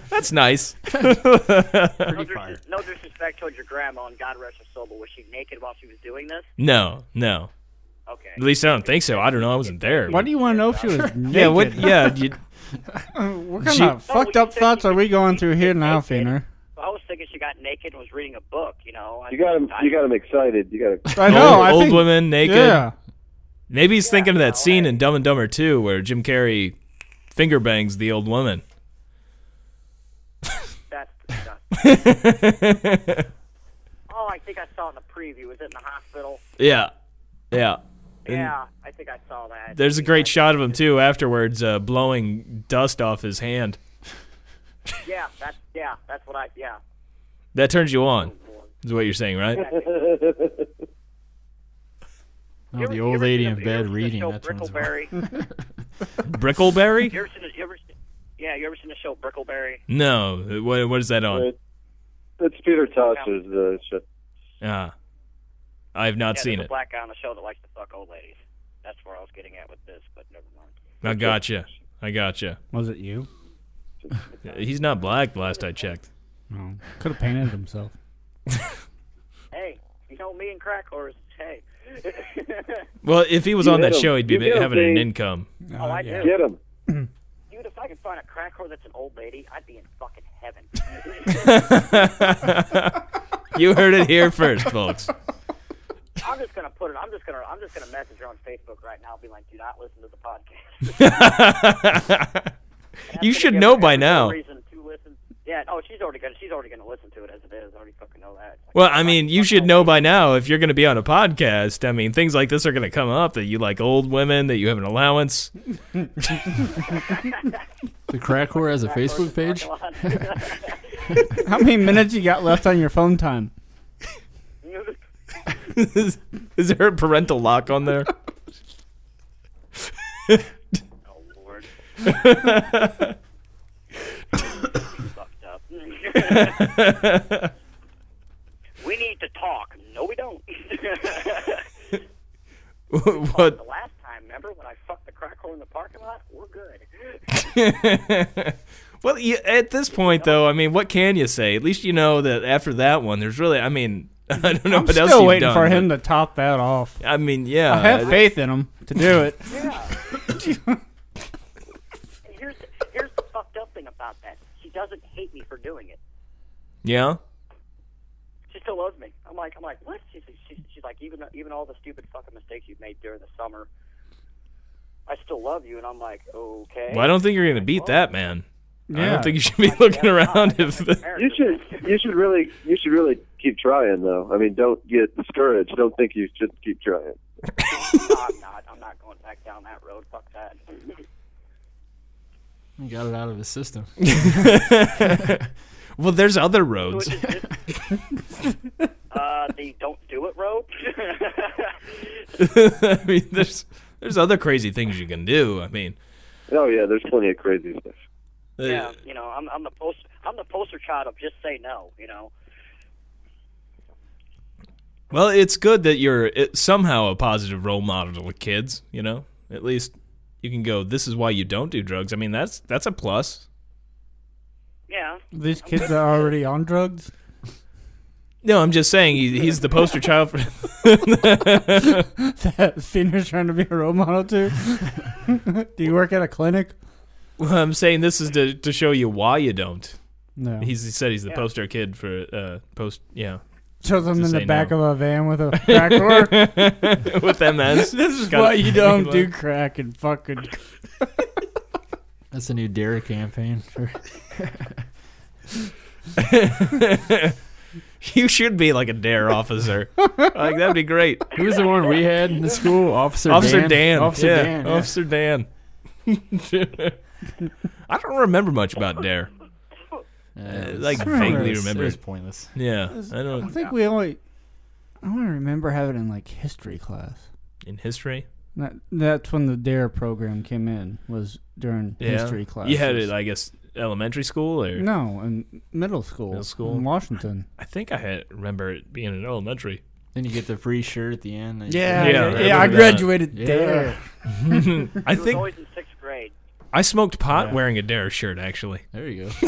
[SPEAKER 4] that's nice
[SPEAKER 3] Pretty
[SPEAKER 8] No,
[SPEAKER 3] fire.
[SPEAKER 8] dis- no disrespect towards your grandma, and God rest her soul, but was she naked while she was doing this?
[SPEAKER 4] no no
[SPEAKER 8] Okay.
[SPEAKER 4] at least i don't think so i don't know i wasn't there
[SPEAKER 5] Why do you want to know if she was naked?
[SPEAKER 4] yeah what yeah you,
[SPEAKER 5] What
[SPEAKER 4] She-
[SPEAKER 5] kind of fucked up thoughts are we going through here now, Feener?
[SPEAKER 8] I was thinking she got naked and was reading a book. You know. I-
[SPEAKER 6] You got him. You got him excited. You got.
[SPEAKER 5] I
[SPEAKER 4] old,
[SPEAKER 5] know. I
[SPEAKER 4] old
[SPEAKER 5] think,
[SPEAKER 4] women naked
[SPEAKER 5] Yeah.
[SPEAKER 4] Maybe he's thinking of that
[SPEAKER 8] no,
[SPEAKER 4] scene
[SPEAKER 8] I-
[SPEAKER 4] in Dumb and Dumber 2 where Jim Carrey finger bangs the old woman.
[SPEAKER 8] That's disgusting. oh, I think I saw in the preview. Was it in the hospital?
[SPEAKER 4] yeah. Yeah.
[SPEAKER 8] yeah, I think I saw that.
[SPEAKER 4] There's a great
[SPEAKER 8] Yeah,
[SPEAKER 4] shot of him too afterwards uh, blowing dust off his hand.
[SPEAKER 8] Yeah, that's yeah, that's what I yeah.
[SPEAKER 4] That turns you on. Is what you're saying, right?
[SPEAKER 3] No, the
[SPEAKER 8] You
[SPEAKER 3] old
[SPEAKER 8] ever
[SPEAKER 3] lady
[SPEAKER 8] seen the-
[SPEAKER 3] in
[SPEAKER 8] you ever
[SPEAKER 3] bed
[SPEAKER 8] seen the
[SPEAKER 3] reading.
[SPEAKER 8] show
[SPEAKER 3] That turns me on.
[SPEAKER 8] Brickleberry.
[SPEAKER 4] Brickleberry?
[SPEAKER 8] You ever seen? the- You ever seen? Yeah, you ever seen the show Brickleberry?
[SPEAKER 4] No. What what is that on?
[SPEAKER 6] Right. That's Peter Tosh's uh, shit.
[SPEAKER 4] Ah. I've not
[SPEAKER 8] yeah,
[SPEAKER 4] seen it.
[SPEAKER 8] there's A black guy on the show that likes to fuck old ladies. That's where I was getting at with this, but never mind.
[SPEAKER 4] I gotcha. I gotcha.
[SPEAKER 5] Was it you?
[SPEAKER 4] He's not black last I checked.
[SPEAKER 5] No. Could have painted himself.
[SPEAKER 8] Hey, you know me and crack whores. Hey.
[SPEAKER 4] Well, if he was
[SPEAKER 6] You
[SPEAKER 4] on
[SPEAKER 6] hit
[SPEAKER 4] that
[SPEAKER 6] him.
[SPEAKER 4] show, he'd be
[SPEAKER 6] You hit him,
[SPEAKER 4] having an
[SPEAKER 6] Dave.
[SPEAKER 4] income.
[SPEAKER 8] oh, I do.
[SPEAKER 6] Get him.
[SPEAKER 8] Dude, if I could find a crack whore that's an old lady, I'd be in fucking heaven.
[SPEAKER 4] You heard it here first, folks.
[SPEAKER 8] I'm just gonna put it. I'm just gonna. I'm just gonna message her on Facebook right now. Be like, do not listen to the podcast. That's
[SPEAKER 4] you
[SPEAKER 8] gonna
[SPEAKER 4] should
[SPEAKER 8] give
[SPEAKER 4] know
[SPEAKER 8] her
[SPEAKER 4] by
[SPEAKER 8] every
[SPEAKER 4] now.
[SPEAKER 8] Reason to listen. Yeah. Oh, she's already gonna. She's already gonna listen to it as it is. I already fucking know that.
[SPEAKER 4] Well, I mean, you should know by now if you're going to be on a podcast. I mean, things like this are going to come up that you like old women, that you have an allowance.
[SPEAKER 3] The crack whore has a Facebook page.
[SPEAKER 5] How many minutes you got left on your phone time?
[SPEAKER 4] is, is there a parental lock on there?
[SPEAKER 8] oh Lord. Fucked up. we need to talk. No, we don't.
[SPEAKER 4] what?
[SPEAKER 8] the last time, remember when I fucked the crack whore in the parking lot? We're good.
[SPEAKER 4] Well, you, at this point, though, I mean, what can you say? At least you know that after that one, there's really, I mean, I don't know
[SPEAKER 5] I'm
[SPEAKER 4] what else
[SPEAKER 5] still
[SPEAKER 4] you've
[SPEAKER 5] waiting
[SPEAKER 4] done, Uh,
[SPEAKER 5] for
[SPEAKER 4] but-
[SPEAKER 5] him to top that off.
[SPEAKER 4] I mean, yeah.
[SPEAKER 5] I have faith in him to do it.
[SPEAKER 8] And here's the, here's the fucked up thing about that. She doesn't hate me for doing it.
[SPEAKER 4] yeah?
[SPEAKER 8] She still loves me. I'm like, I'm like, what? She's, she's, she's like, even even all the stupid fucking mistakes you've made during the summer, I still love you. And I'm like, okay.
[SPEAKER 4] Well, I don't think you're going to beat that, man. I
[SPEAKER 5] Yeah.
[SPEAKER 4] don't think you should be looking around if.
[SPEAKER 6] You should. You should really. You should really keep trying, though. I mean, don't get discouraged. Don't think you should keep trying.
[SPEAKER 8] I'm not. I'm not going back down that road. Fuck that.
[SPEAKER 3] He got it out of his system.
[SPEAKER 4] well, there's other roads.
[SPEAKER 8] uh, the don't do it road.
[SPEAKER 4] I mean, there's there's other crazy things you can do. I mean,
[SPEAKER 6] Oh yeah, there's plenty of crazy stuff.
[SPEAKER 4] uh,
[SPEAKER 8] yeah, you know, I'm I'm the post I'm the poster child of just say no. You know.
[SPEAKER 4] well, it's good that you're it, somehow a positive role model to kids. You know, at least you can go. This is why you don't do drugs. I mean, that's that's a plus.
[SPEAKER 8] Yeah.
[SPEAKER 5] These kids are already on drugs.
[SPEAKER 4] No, I'm just saying he, he's the poster child for.
[SPEAKER 5] that Feener's trying to be a role model too. Do you work at a clinic?
[SPEAKER 4] I'm saying this is to, to show you why you don't.
[SPEAKER 5] No. He
[SPEAKER 4] He's, he said he's the poster kid for uh, post. Yeah,
[SPEAKER 5] shows him
[SPEAKER 4] to
[SPEAKER 5] in
[SPEAKER 4] say
[SPEAKER 5] the back
[SPEAKER 4] no.
[SPEAKER 5] of a van with a crack door.
[SPEAKER 4] with MS.
[SPEAKER 5] this is
[SPEAKER 4] Gotta-
[SPEAKER 5] why you don't do crack and fucking.
[SPEAKER 3] That's a new dairy campaign.
[SPEAKER 4] you should be like a dare officer. like that'd be great.
[SPEAKER 3] Who was the one we had in the school? Officer,
[SPEAKER 4] Officer Dan.
[SPEAKER 3] Dan. Officer
[SPEAKER 4] yeah.
[SPEAKER 3] Dan. yeah.
[SPEAKER 4] Officer Dan. I don't remember much about Dare.
[SPEAKER 3] Yeah, it was-
[SPEAKER 4] like,
[SPEAKER 3] I remember
[SPEAKER 4] vaguely
[SPEAKER 3] it was-
[SPEAKER 4] remember
[SPEAKER 3] It was
[SPEAKER 4] it.
[SPEAKER 3] pointless.
[SPEAKER 4] Yeah, I
[SPEAKER 5] I
[SPEAKER 4] don't.
[SPEAKER 5] think we only. I want to remember having it in like history class.
[SPEAKER 4] In history,
[SPEAKER 5] That, that's when the Dare E program came in. Was during
[SPEAKER 4] yeah.
[SPEAKER 5] history class.
[SPEAKER 4] You had it, I guess, elementary school or
[SPEAKER 5] No, in middle school.
[SPEAKER 4] Middle school?
[SPEAKER 5] in Washington.
[SPEAKER 4] I think I had remember it being in elementary.
[SPEAKER 3] Then you get the free shirt at the end. that you-
[SPEAKER 4] Yeah,
[SPEAKER 5] yeah.
[SPEAKER 4] I
[SPEAKER 5] I
[SPEAKER 4] remember that.
[SPEAKER 5] graduated
[SPEAKER 3] Yeah.
[SPEAKER 5] Dare.
[SPEAKER 4] I
[SPEAKER 8] He was
[SPEAKER 4] think
[SPEAKER 8] always in sixth grade.
[SPEAKER 4] I smoked pot
[SPEAKER 3] Yeah.
[SPEAKER 4] wearing a Dare shirt. Actually,
[SPEAKER 3] There you go.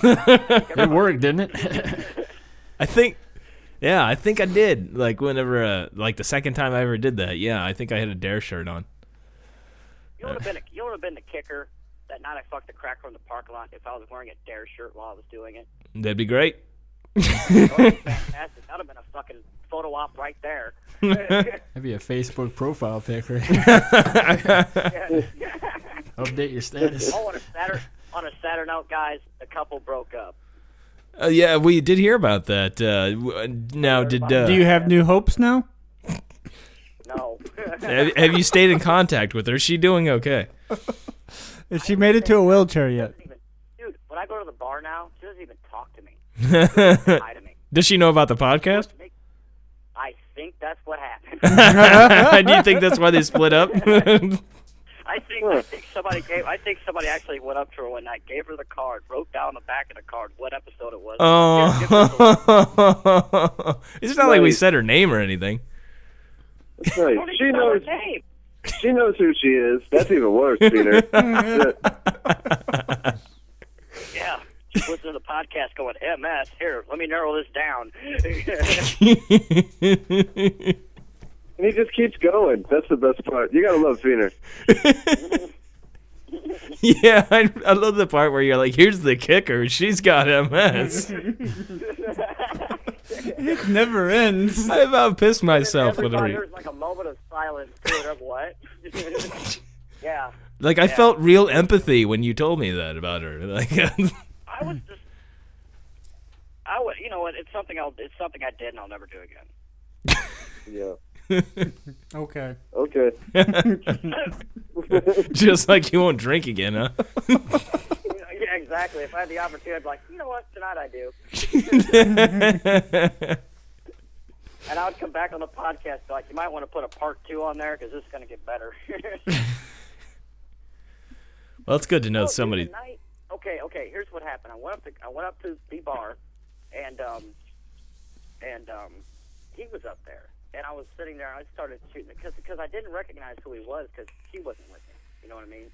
[SPEAKER 3] it worked, didn't it?
[SPEAKER 4] I think. Yeah, I think I did. Like whenever, uh, like the second time I ever did that. Yeah, I think I had a Dare shirt on.
[SPEAKER 8] You would have been a, you would have been the kicker that night I fucked the cracker in the parking lot if I was wearing a dare shirt while I was doing it.
[SPEAKER 4] That'd be great.
[SPEAKER 8] That would have been fantastic. That'd have been a fucking photo op right there.
[SPEAKER 3] That'd be a Facebook profile pic, right? Update your status.
[SPEAKER 8] Oh, on a Saturday, on a Saturday night, guys, the couple broke up.
[SPEAKER 4] Uh, yeah, we did hear about that. Uh, w- uh, now, did uh,
[SPEAKER 5] Do you have new hopes now?
[SPEAKER 8] No,
[SPEAKER 4] have, have you stayed in contact with her? Is she doing okay?
[SPEAKER 5] Has she made it to a wheelchair yet?
[SPEAKER 8] even, dude, when I go to the bar now, she doesn't even talk to me.
[SPEAKER 4] Does
[SPEAKER 8] Lie to me.
[SPEAKER 4] she know about the podcast?
[SPEAKER 8] I think that's what happened.
[SPEAKER 4] Do you think that's why they split up?
[SPEAKER 8] I think I think somebody gave I think somebody actually went up to her one night, gave her the card, wrote down on the back of the card what episode it was. Here, give us the-
[SPEAKER 4] oh, it's not like we said her name or anything.
[SPEAKER 6] That's right.
[SPEAKER 8] Don't
[SPEAKER 6] She
[SPEAKER 8] even know her
[SPEAKER 6] knows.
[SPEAKER 8] name.
[SPEAKER 6] She knows who she is. That's even worse, Peter.
[SPEAKER 8] Yeah. She listened to the podcast going, MS, here, let me narrow this down.
[SPEAKER 6] And he just keeps going. That's the best part. You gotta love Feener.
[SPEAKER 4] yeah, I, I love the part where you're like, "Here's the kicker. She's got MS."
[SPEAKER 5] It never ends.
[SPEAKER 4] I about pissed myself when I
[SPEAKER 8] Everybody,
[SPEAKER 4] read.
[SPEAKER 8] there's like a moment of silence. Dude, I'm what? yeah.
[SPEAKER 4] Like I felt real empathy when you told me that about her. Like,
[SPEAKER 8] I was just, I would, you know what, it's something I'll, it's something I did and I'll never do again.
[SPEAKER 6] Yeah.
[SPEAKER 5] Okay.
[SPEAKER 6] Okay.
[SPEAKER 4] just like you won't drink again, huh?
[SPEAKER 8] You know, yeah, exactly. If I had the opportunity, I'd be like, you know what, tonight I do. And I would come back on the podcast, be like, you might want to put a part two on there because this is going to get better.
[SPEAKER 4] Well, it's good to know
[SPEAKER 8] Oh, dude,
[SPEAKER 4] somebody.
[SPEAKER 8] the night- okay, okay. Here's what happened. I went up to I went up to the bar, and um, and um, he was up there, and I was sitting there. and I started shooting because because I didn't recognize who he was because he wasn't with me. You know what I mean?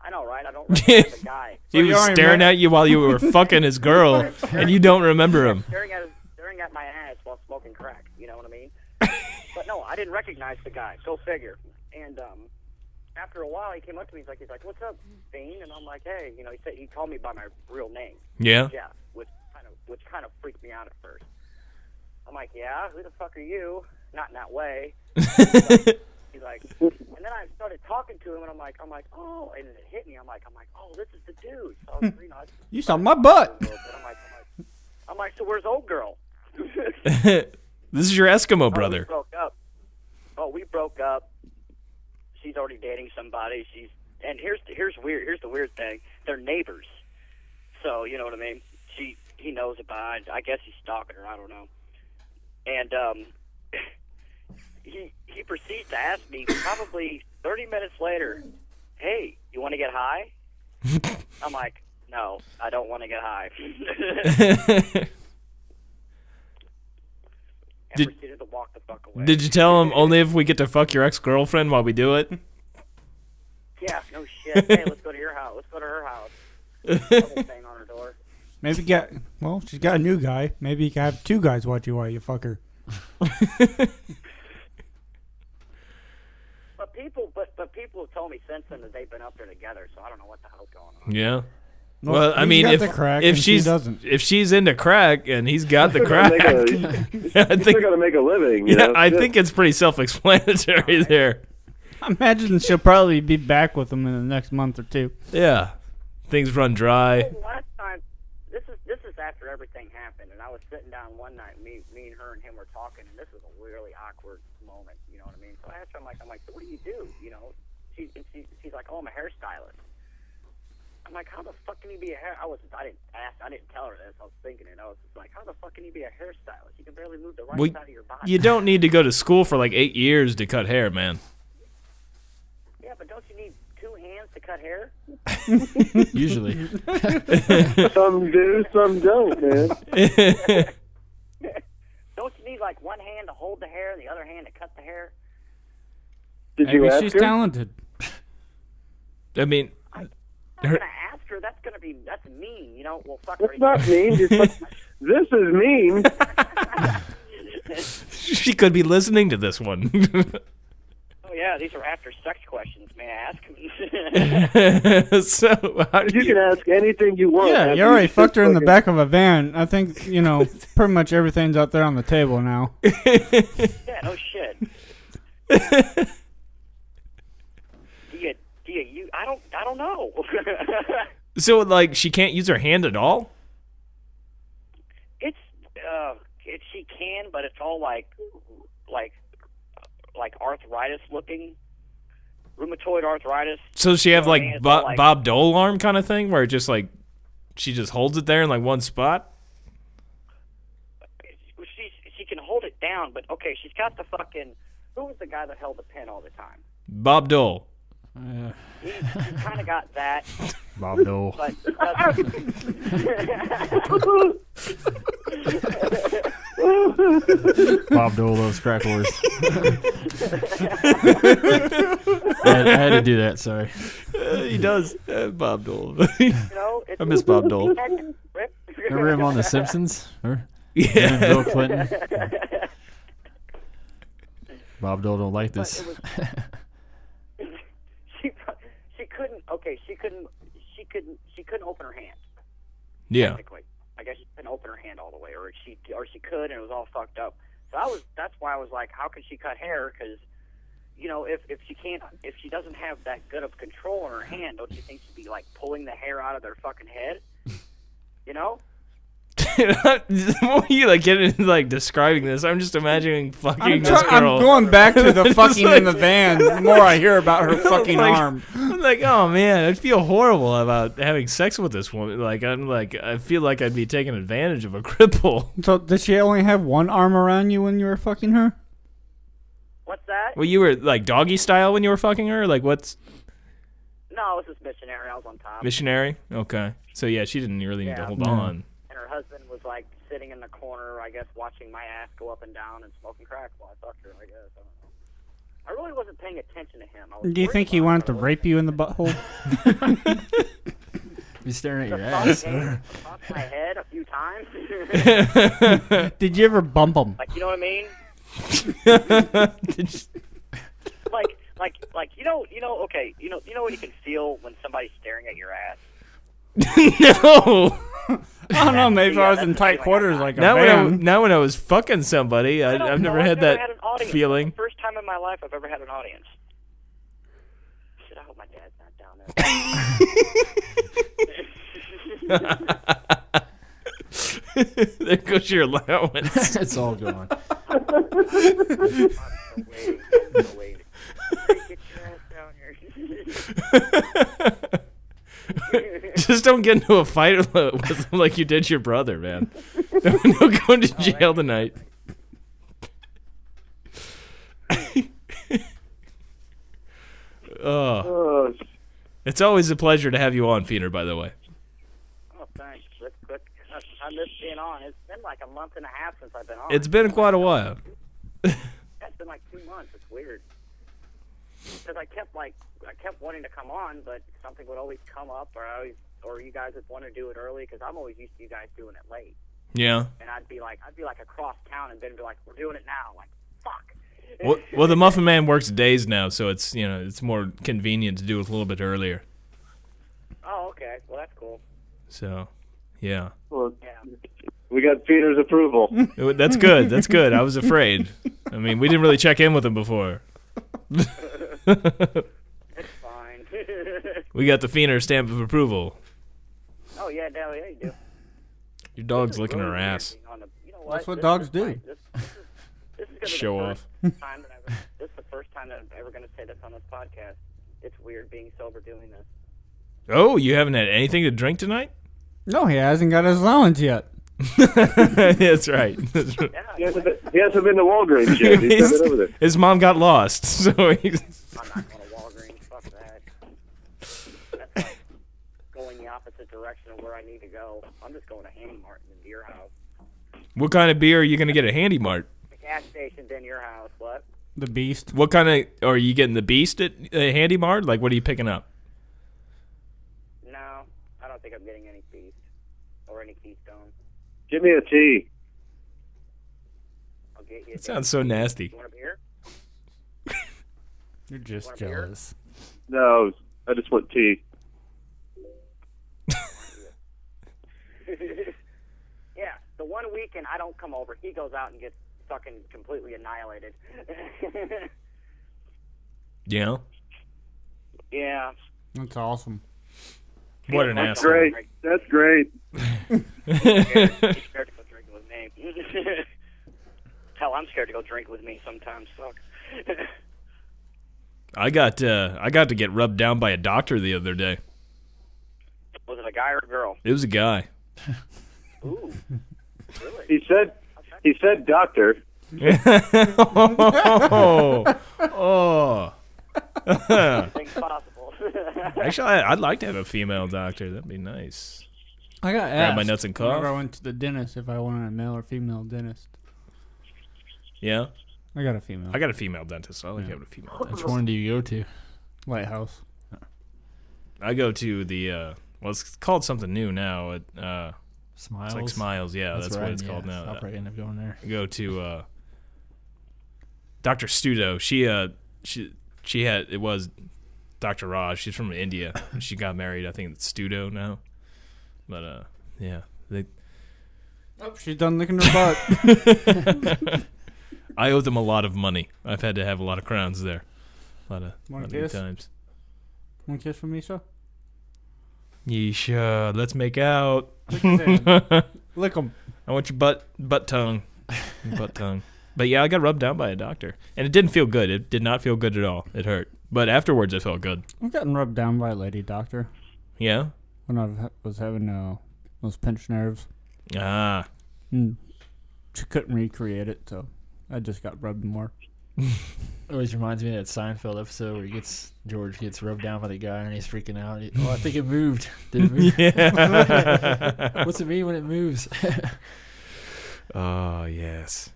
[SPEAKER 8] I know, right? I don't recognize the guy
[SPEAKER 4] He
[SPEAKER 5] you
[SPEAKER 4] was
[SPEAKER 5] already
[SPEAKER 4] staring
[SPEAKER 5] met-
[SPEAKER 4] at you while you were fucking his girl, and you don't remember him.
[SPEAKER 8] staring at his, staring at my ass while smoking crack. You know what I mean? but no, I didn't recognize the guy. Go figure. And um, after a while, he came up to me. He's like, he's like, "What's up, Bean?" And I'm like, "Hey," you know. He said he called me by my real name.
[SPEAKER 4] Yeah.
[SPEAKER 8] yeah, which kind of which kind of freaked me out at first. I'm like, yeah, who the fuck are you? Not in that way. He's like, and then I started talking to him, and I'm like, I'm like, oh, and it hit me. I'm like, I'm like, oh, this is the dude. So I was, you know, I
[SPEAKER 5] You saw my butt.
[SPEAKER 8] I'm like, I'm like, I'm like, so where's old girl?
[SPEAKER 4] This is your Eskimo
[SPEAKER 8] We
[SPEAKER 4] brother.
[SPEAKER 8] broke up. Oh, we broke up. She's already dating somebody. She's and here's the, here's weird. Here's the weird thing. They're neighbors, so you know what I mean. She he knows about. it. I guess he's stalking her. I don't know. And um, he he proceeds to ask me probably 30 minutes later, "Hey, you want to get high?" I'm like, "No, I don't want to get high." and
[SPEAKER 4] Did-
[SPEAKER 8] proceeded to walk the fuck away.
[SPEAKER 4] Did you tell him only if we get to fuck your ex girlfriend while we do it?
[SPEAKER 8] Yeah, no shit. Hey, let's go to your house. Let's go to her house. Double bang on her door.
[SPEAKER 5] Maybe get well. She's got a new guy. Maybe you can have two guys watch you while you fuck her.
[SPEAKER 8] But people, but but people have told me since then that they've been up there together. So I don't know what the hell's going on.
[SPEAKER 4] Yeah. Well, I
[SPEAKER 5] he's
[SPEAKER 4] mean,
[SPEAKER 5] got
[SPEAKER 4] if
[SPEAKER 5] the crack
[SPEAKER 4] if
[SPEAKER 5] and she
[SPEAKER 4] she's
[SPEAKER 5] doesn't.
[SPEAKER 4] if she's into crack and he's got the crack,
[SPEAKER 6] Make a- you
[SPEAKER 4] I
[SPEAKER 6] still
[SPEAKER 4] think
[SPEAKER 6] got to make a living. You
[SPEAKER 4] yeah,
[SPEAKER 6] know?
[SPEAKER 4] I
[SPEAKER 6] Shit.
[SPEAKER 4] think it's pretty self-explanatory there.
[SPEAKER 5] I imagine she'll probably be back with him in the next month or two.
[SPEAKER 4] Yeah, things run dry.
[SPEAKER 8] Last time, this is this is after everything happened, and I was sitting down one night. Me, me and her and him were talking, and this was a really awkward moment. You know what I mean? So I asked her, I'm like, I'm like, so what do you do? You know, she, and she she's like, oh, I'm a hairstylist. I'm like, how the fuck can you be a hair? I was, I didn't ask, I didn't tell her this. I was thinking it. I was just like, how the fuck can you be a hairstylist? You can barely move the right
[SPEAKER 4] Well,
[SPEAKER 8] side of your body.
[SPEAKER 4] You don't need to go to school for like eight years to cut hair, man.
[SPEAKER 8] yeah, but don't you need two hands to cut hair?
[SPEAKER 3] Usually,
[SPEAKER 6] some do, some don't, man.
[SPEAKER 8] Don't you need like one hand to hold the hair and the other hand to cut the hair?
[SPEAKER 6] Did you
[SPEAKER 5] Maybe
[SPEAKER 6] ask
[SPEAKER 5] she's
[SPEAKER 6] her?
[SPEAKER 5] talented.
[SPEAKER 4] I mean,
[SPEAKER 8] I'm
[SPEAKER 4] Her-
[SPEAKER 8] gonna ask her. That's gonna be that's mean. You know, well, fuck her.
[SPEAKER 6] That's not mean. Just this is mean.
[SPEAKER 4] she could be listening to this one.
[SPEAKER 8] Oh yeah, these are after sex questions. May I ask?
[SPEAKER 4] so how do
[SPEAKER 6] You can ask anything you want.
[SPEAKER 5] Yeah,
[SPEAKER 6] after
[SPEAKER 5] you already
[SPEAKER 6] just
[SPEAKER 5] fucked her in the
[SPEAKER 6] fucking-
[SPEAKER 5] back of a van. I think you know pretty much everything's out there on the table now.
[SPEAKER 8] yeah, no shit. do you? Do you, you? I don't. I don't know.
[SPEAKER 4] So like she can't use her hand at all.
[SPEAKER 8] it's uh, it, she can, but it's all like like like arthritis looking, rheumatoid arthritis.
[SPEAKER 4] So does she have
[SPEAKER 8] Yeah,
[SPEAKER 4] like,
[SPEAKER 8] I mean, it's
[SPEAKER 4] Bo-
[SPEAKER 8] not like-
[SPEAKER 4] Bob Dole arm kind of thing, where it just like she just holds it there in like one spot.
[SPEAKER 8] She she can hold it down, but okay, she's got the fucking. Who was the guy that held the pen all the time?
[SPEAKER 4] Bob Dole.
[SPEAKER 8] He, he kind of got that.
[SPEAKER 3] Bob Dole.
[SPEAKER 8] but it doesn't-
[SPEAKER 3] Bob Dole loves crack wars. I, had, I had to do that. Sorry.
[SPEAKER 4] Uh, he does. Bob Dole.
[SPEAKER 8] you know, it's,
[SPEAKER 4] I miss Bob Dole.
[SPEAKER 3] Remember him on The Simpsons? Remember? Him and
[SPEAKER 4] Yeah.
[SPEAKER 3] Bill Clinton. Bob Dole don't like this.
[SPEAKER 8] she she couldn't. Okay, she couldn't. She couldn't. She couldn't open her hand.
[SPEAKER 4] Yeah.
[SPEAKER 8] Technically, I guess she couldn't open her hand all the way, or she or she could, and it was all fucked up. So I was. That's why I was like, how can she cut hair? Because you know, if if she can't, if she doesn't have that good of control in her hand, don't you think she'd be like pulling the hair out of their fucking head? You know.
[SPEAKER 4] Why are you like getting into, like describing this? I'm just imagining fucking
[SPEAKER 5] I'm,
[SPEAKER 4] this
[SPEAKER 5] try- I'm
[SPEAKER 4] girl.
[SPEAKER 5] going back to the
[SPEAKER 4] Just
[SPEAKER 5] fucking
[SPEAKER 4] like-
[SPEAKER 5] in the van. The more I hear about her fucking
[SPEAKER 4] like-
[SPEAKER 5] arm,
[SPEAKER 4] I'm like, oh man, I'd feel horrible about having sex with this woman. Like, I'm like, I feel like I'd be taking advantage of a cripple.
[SPEAKER 5] so did she only have one arm around you when you were fucking her?
[SPEAKER 8] What's that?
[SPEAKER 4] Well, you were like doggy style when you were fucking her. Like, what's
[SPEAKER 8] No, this is missionary. I was on top.
[SPEAKER 4] missionary? Okay, so yeah, she didn't really need to
[SPEAKER 8] Yeah.
[SPEAKER 4] hold
[SPEAKER 5] No.
[SPEAKER 4] on.
[SPEAKER 8] and her husband was like sitting in the corner, I guess, watching my ass go up and down and smoking crack while I fucked her. I guess I don't know. I really wasn't paying attention to him. I was
[SPEAKER 5] Do you
[SPEAKER 8] worried
[SPEAKER 5] think he
[SPEAKER 8] about
[SPEAKER 5] wanted
[SPEAKER 8] it,
[SPEAKER 5] to
[SPEAKER 8] but
[SPEAKER 5] rape you in the butthole?
[SPEAKER 3] Be staring at your
[SPEAKER 8] I
[SPEAKER 3] ass.
[SPEAKER 8] was thinking across my head a few times.
[SPEAKER 5] Did you ever bump him?
[SPEAKER 8] like you know what I mean?
[SPEAKER 4] Did you-
[SPEAKER 8] Like like like you know you know okay you know you know what you can feel when somebody's staring at your ass.
[SPEAKER 4] no.
[SPEAKER 5] I don't know. Maybe
[SPEAKER 8] Yeah,
[SPEAKER 5] I was
[SPEAKER 8] that's
[SPEAKER 5] in
[SPEAKER 8] the
[SPEAKER 5] tight
[SPEAKER 8] feeling I
[SPEAKER 5] quarters
[SPEAKER 8] got.
[SPEAKER 5] like a
[SPEAKER 4] Now when, I,
[SPEAKER 5] man.
[SPEAKER 4] now when I was fucking somebody, I,
[SPEAKER 8] I don't
[SPEAKER 4] I've
[SPEAKER 8] know,
[SPEAKER 4] never had that
[SPEAKER 8] an audience.
[SPEAKER 4] feeling.
[SPEAKER 8] It's the first time in my life I've ever had an audience. Shit, I hope my dad's not down there.
[SPEAKER 4] there goes your allowance.
[SPEAKER 3] it's all gone.
[SPEAKER 8] wait, wait, wait. Get your ass down here.
[SPEAKER 4] Just don't get into a fight with him like you did your brother, man. No, no going to jail tonight. oh,
[SPEAKER 6] Oh,
[SPEAKER 4] it's always a pleasure to have you on, Peter. By the way,
[SPEAKER 8] Oh, thanks. That's good. I miss being on. It's been like a month and a half since I've been on.
[SPEAKER 4] it's been quite a while.
[SPEAKER 8] it's been like two months. It's weird. Because I kept like I kept wanting to come on, but something would always come up, or I always or you guys would want to do it early because I'm always used to you guys doing it late.
[SPEAKER 4] Yeah.
[SPEAKER 8] And I'd be like, I'd be like across town, and then be like, we're doing it now. Like, fuck.
[SPEAKER 4] Well, well, the Muffin Man works days now, so it's you know it's more convenient to do it a little bit earlier.
[SPEAKER 8] Oh, okay. Well, that's cool.
[SPEAKER 4] So, yeah,
[SPEAKER 6] Well,
[SPEAKER 8] Yeah.
[SPEAKER 6] we got Peter's approval.
[SPEAKER 4] It- that's good. That's good. I was afraid. I mean, we didn't really check in with him before.
[SPEAKER 8] It's fine.
[SPEAKER 4] We got the Fiener stamp of approval.
[SPEAKER 8] oh yeah, no, yeah, you do.
[SPEAKER 4] Your dog's licking her ass.
[SPEAKER 8] Being on the- you know
[SPEAKER 5] That's what
[SPEAKER 8] This
[SPEAKER 5] dogs
[SPEAKER 8] is
[SPEAKER 5] do.
[SPEAKER 8] my- This, this is, this is gonna be
[SPEAKER 4] Show
[SPEAKER 8] the
[SPEAKER 4] off.
[SPEAKER 8] first Time that I've, this is the first time that I'm ever going to say this on this podcast. It's weird being sober doing this.
[SPEAKER 4] Oh, you haven't had anything to drink tonight?
[SPEAKER 5] No, he hasn't got his allowance yet.
[SPEAKER 4] that's right. That's right.
[SPEAKER 8] Yeah,
[SPEAKER 6] He hasn't been, he hasn't been to Walgreens yet. He's been over there.
[SPEAKER 4] His mom got lost, so he's,
[SPEAKER 8] I'm not going to Walgreens. Fuck that. That's like going the opposite direction of where I need to go. I'm just going to Handy Mart and then to your house.
[SPEAKER 4] what kind of beer are you gonna get at Handy Mart?
[SPEAKER 8] The gas station, then your house. What?
[SPEAKER 5] The beast.
[SPEAKER 4] What kind of are you getting the Beast at uh, Handy Mart? Like, what are you picking up?
[SPEAKER 8] No, I don't think I'm getting any Beast or any Keystone.
[SPEAKER 6] Give me a tea.
[SPEAKER 8] I'll get you.
[SPEAKER 4] That sounds so nasty.
[SPEAKER 8] You want a beer?
[SPEAKER 3] You're just
[SPEAKER 8] Want a beer?
[SPEAKER 3] jealous.
[SPEAKER 6] No, I just want tea.
[SPEAKER 8] Yeah. The one weekend I don't come over, he goes out and gets fucking completely annihilated.
[SPEAKER 4] You know
[SPEAKER 8] yeah.
[SPEAKER 5] That's awesome.
[SPEAKER 4] what an
[SPEAKER 8] That's
[SPEAKER 4] asshole.
[SPEAKER 6] Great. That's great.
[SPEAKER 8] He's scared to go drinking with me. Hell, I'm scared to go drink with me sometimes. Fuck.
[SPEAKER 4] I got uh, I got to get rubbed down by a doctor the other day.
[SPEAKER 8] Was it a guy or a girl?
[SPEAKER 4] It was a guy.
[SPEAKER 8] Ooh. Really?
[SPEAKER 6] He said. He said, "Doctor."
[SPEAKER 4] oh, oh.
[SPEAKER 8] Things possible.
[SPEAKER 4] Actually, I, I'd like to have a female doctor. That'd be nice.
[SPEAKER 5] I got
[SPEAKER 4] Grab
[SPEAKER 5] asked.
[SPEAKER 4] my nuts and
[SPEAKER 5] whenever I
[SPEAKER 4] cough.
[SPEAKER 5] went to the dentist if I wanted a male or female dentist.
[SPEAKER 4] Yeah,
[SPEAKER 5] I got a female.
[SPEAKER 4] I got a female dentist. So I like having a female dentist.
[SPEAKER 3] Which one do you go to?
[SPEAKER 5] Lighthouse.
[SPEAKER 4] I go to the uh, well, it's called something new now. It, uh,
[SPEAKER 3] Smiles.
[SPEAKER 4] it's like Smiles. Yeah, that's, what
[SPEAKER 3] right,
[SPEAKER 4] it's called
[SPEAKER 3] yeah.
[SPEAKER 4] now.
[SPEAKER 3] I'll probably end up going there.
[SPEAKER 4] go to uh, Doctor Studo. She uh she she had it was Doctor Raj. She's from India. She got married. I think it's Studo now. But uh, yeah. They,
[SPEAKER 5] Oh, she's done licking her butt.
[SPEAKER 4] I owe them a lot of money. I've had to have a lot of crowns there. A lot of,
[SPEAKER 5] Wanna
[SPEAKER 4] lot of good
[SPEAKER 5] kiss?
[SPEAKER 4] times.
[SPEAKER 5] One kiss from Misha.
[SPEAKER 4] Yeesh, uh, let's make out.
[SPEAKER 5] Lick him.
[SPEAKER 4] I want your butt butt tongue. Your butt tongue. But yeah, I got rubbed down by a doctor. And it didn't feel good. It did not feel good at all. It hurt. But afterwards it felt good.
[SPEAKER 5] I've gotten rubbed down by a lady doctor
[SPEAKER 4] Yeah?
[SPEAKER 5] when I was having uh, those pinched nerves.
[SPEAKER 4] Ah.
[SPEAKER 5] And she couldn't recreate it, so I just got rubbed more.
[SPEAKER 3] always reminds me of that Seinfeld episode where he gets George gets rubbed down by the guy and he's freaking out. He- oh, I think it moved. Did it move?
[SPEAKER 4] Yeah.
[SPEAKER 3] What's it mean when it moves?
[SPEAKER 4] oh yes.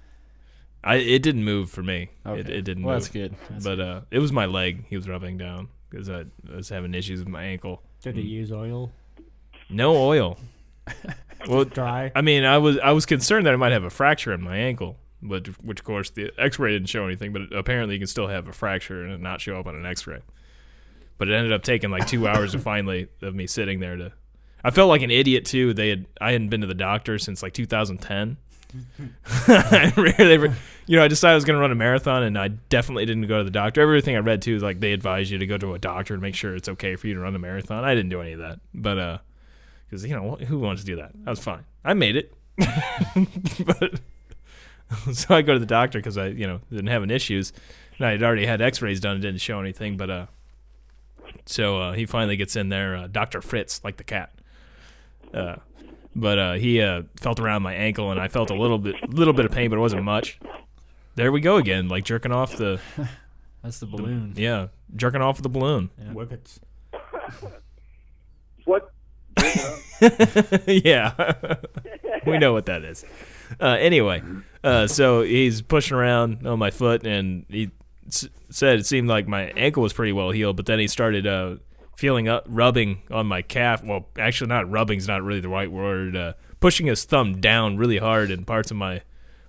[SPEAKER 4] I it didn't move for me. It, it didn't
[SPEAKER 3] Well,
[SPEAKER 4] move.
[SPEAKER 3] that's good. That's
[SPEAKER 4] but uh, it was my leg he was rubbing down because I, I was having issues with my ankle.
[SPEAKER 5] Did he use oil?
[SPEAKER 4] No oil. well,
[SPEAKER 5] Dry?
[SPEAKER 4] I mean, I was I was concerned that I might have a fracture in my ankle, but which of course the X-ray didn't show anything. But apparently, you can still have a fracture and it not show up on an X-ray. But it ended up taking like two hours to finally of me sitting there to. I felt like an idiot too. They had I hadn't been to the doctor since like 2010. I rarely, ever- you know, I decided I was going to run a marathon, and I definitely didn't go to the doctor. Everything I read too is like they advise you to go to a doctor to make sure it's okay for you to run a marathon. I didn't do any of that, but uh, because you know wh- who wants to do that? I was fine. I made it, but so I go to the doctor because I you know didn't have any issues, and I had already had X-rays done. It didn't show anything, but uh, so uh, he finally gets in there, uh, Doctor Fritz, like the cat. Uh, but uh, he uh, felt around my ankle, and I felt a little bit, little bit of pain, but it wasn't much. There we go again, like jerking off the,
[SPEAKER 3] That's the balloon.
[SPEAKER 4] yeah, jerking off the balloon.
[SPEAKER 5] Whippets.
[SPEAKER 6] What?
[SPEAKER 4] yeah, we know what that is. Uh, anyway, uh, so he's pushing around on my foot, and he s- said it seemed like my ankle was pretty well healed, but then he started uh, feeling up, rubbing on my calf. Well, actually, not rubbing's not really the right word. Uh, pushing his thumb down really hard in parts of my,